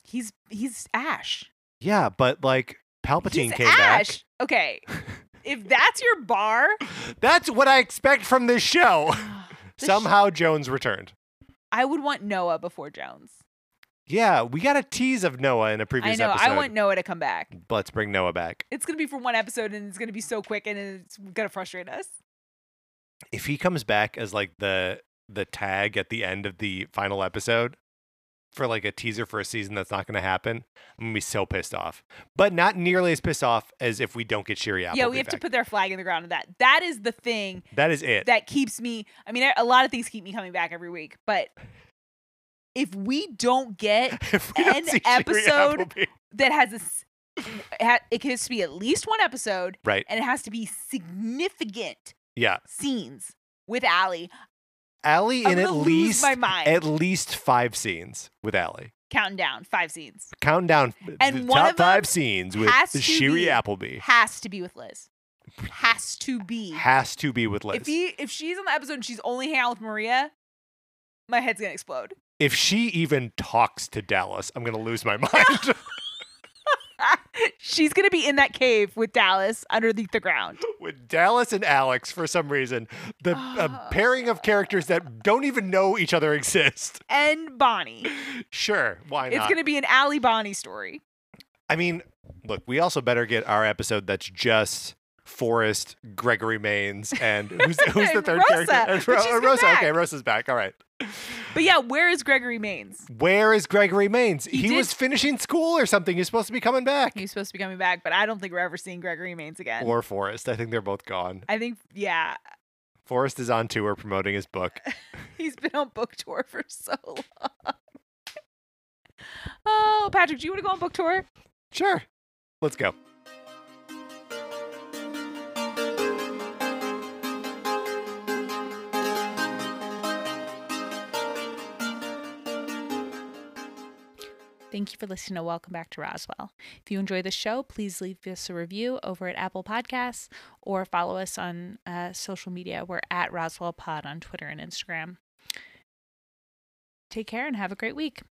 Speaker 1: he's he's Ash?
Speaker 2: Yeah, but like Palpatine
Speaker 1: he's
Speaker 2: came
Speaker 1: Ash. Okay, if that's your
Speaker 2: [LAUGHS]
Speaker 1: bar,
Speaker 2: back. [LAUGHS] That's what I expect from this show.
Speaker 1: The sh-
Speaker 2: [LAUGHS] Somehow Jones returned.
Speaker 1: I would want Noah before Jones.
Speaker 2: Yeah, we got a tease of Noah in a
Speaker 1: I
Speaker 2: previous
Speaker 1: know.
Speaker 2: episode.
Speaker 1: I want Noah to come back.
Speaker 2: Let's bring Noah back.
Speaker 1: It's going to be for one episode, and it's going to be so quick, and it's going to frustrate us.
Speaker 2: If he comes back as like the the tag at the end of the final episode for like a teaser for a season that's not going to happen, I'm going to be so pissed off. But not nearly as pissed off as if we don't get Shiri Appleby
Speaker 1: yeah, we have to
Speaker 2: back.
Speaker 1: put their flag in the ground of that. That is the thing
Speaker 2: that is it. [LAUGHS]
Speaker 1: that keeps me. I mean, a lot of things keep me coming back every week, but if we don't get
Speaker 2: If we don't
Speaker 1: an
Speaker 2: see Shiri
Speaker 1: episode-
Speaker 2: Appleby-
Speaker 1: that has a, s- it ha- it has to be at least one episode,
Speaker 2: Right.
Speaker 1: And it has to be significant
Speaker 2: Yeah.
Speaker 1: scenes with Allie.
Speaker 2: Allie
Speaker 1: I'm
Speaker 2: in at
Speaker 1: gonna lose
Speaker 2: least
Speaker 1: my mind.
Speaker 2: at least 5 scenes with Allie.
Speaker 1: Counting down five scenes
Speaker 2: Counting down
Speaker 1: And
Speaker 2: the
Speaker 1: one
Speaker 2: top
Speaker 1: of them
Speaker 2: 5 scenes with
Speaker 1: has to
Speaker 2: Shiri
Speaker 1: be-
Speaker 2: Appleby.
Speaker 1: has to be with Liz. Has to be.
Speaker 2: has to be with Liz.
Speaker 1: If he if she's on the episode and she's only hanging out with Maria, my head's gonna explode. [LAUGHS]
Speaker 2: if she even talks to Dallas, I'm gonna lose my
Speaker 1: [LAUGHS]
Speaker 2: [LAUGHS] mind.
Speaker 1: she's gonna be in that cave with Dallas underneath the ground.
Speaker 2: With Dallas and Alex, for some reason, the
Speaker 1: [SIGHS]
Speaker 2: uh, pairing of characters that don't even know each other exist. [LAUGHS]
Speaker 1: and Bonnie.
Speaker 2: Sure, why
Speaker 1: It's
Speaker 2: not?
Speaker 1: going to be an Allie Bonnie story.
Speaker 2: I mean, look, we also better get our episode that's just Forrest, Gregory Maines, and who's, who's
Speaker 1: [LAUGHS]
Speaker 2: the
Speaker 1: And
Speaker 2: third
Speaker 1: Rosa,
Speaker 2: character? And
Speaker 1: but
Speaker 2: Ro-
Speaker 1: she's been
Speaker 2: Rosa. Okay,
Speaker 1: back.
Speaker 2: Rosa's back. All right.
Speaker 1: But yeah, where is Gregory Maines?
Speaker 2: Where is Gregory Maines? He,
Speaker 1: He did-
Speaker 2: was finishing school or something. He's supposed to be coming back.
Speaker 1: He's supposed to be coming back, but I don't think we're ever seeing Gregory Maines again.
Speaker 2: Or Forrest. I think they're both gone.
Speaker 1: I think, yeah, [LAUGHS]
Speaker 2: Forrest is on tour promoting his book.
Speaker 1: he's been on book tour for [LAUGHS] so long. Oh, Patrick, do you want to go on book tour?
Speaker 2: Sure. Let's go.
Speaker 1: Thank you for listening to Welcome Back to Roswell. If you enjoy the show, please leave us a review over at Apple Podcasts or follow us on uh, social media. We're at Roswell Pod on Twitter and Instagram. Take care and have a great week.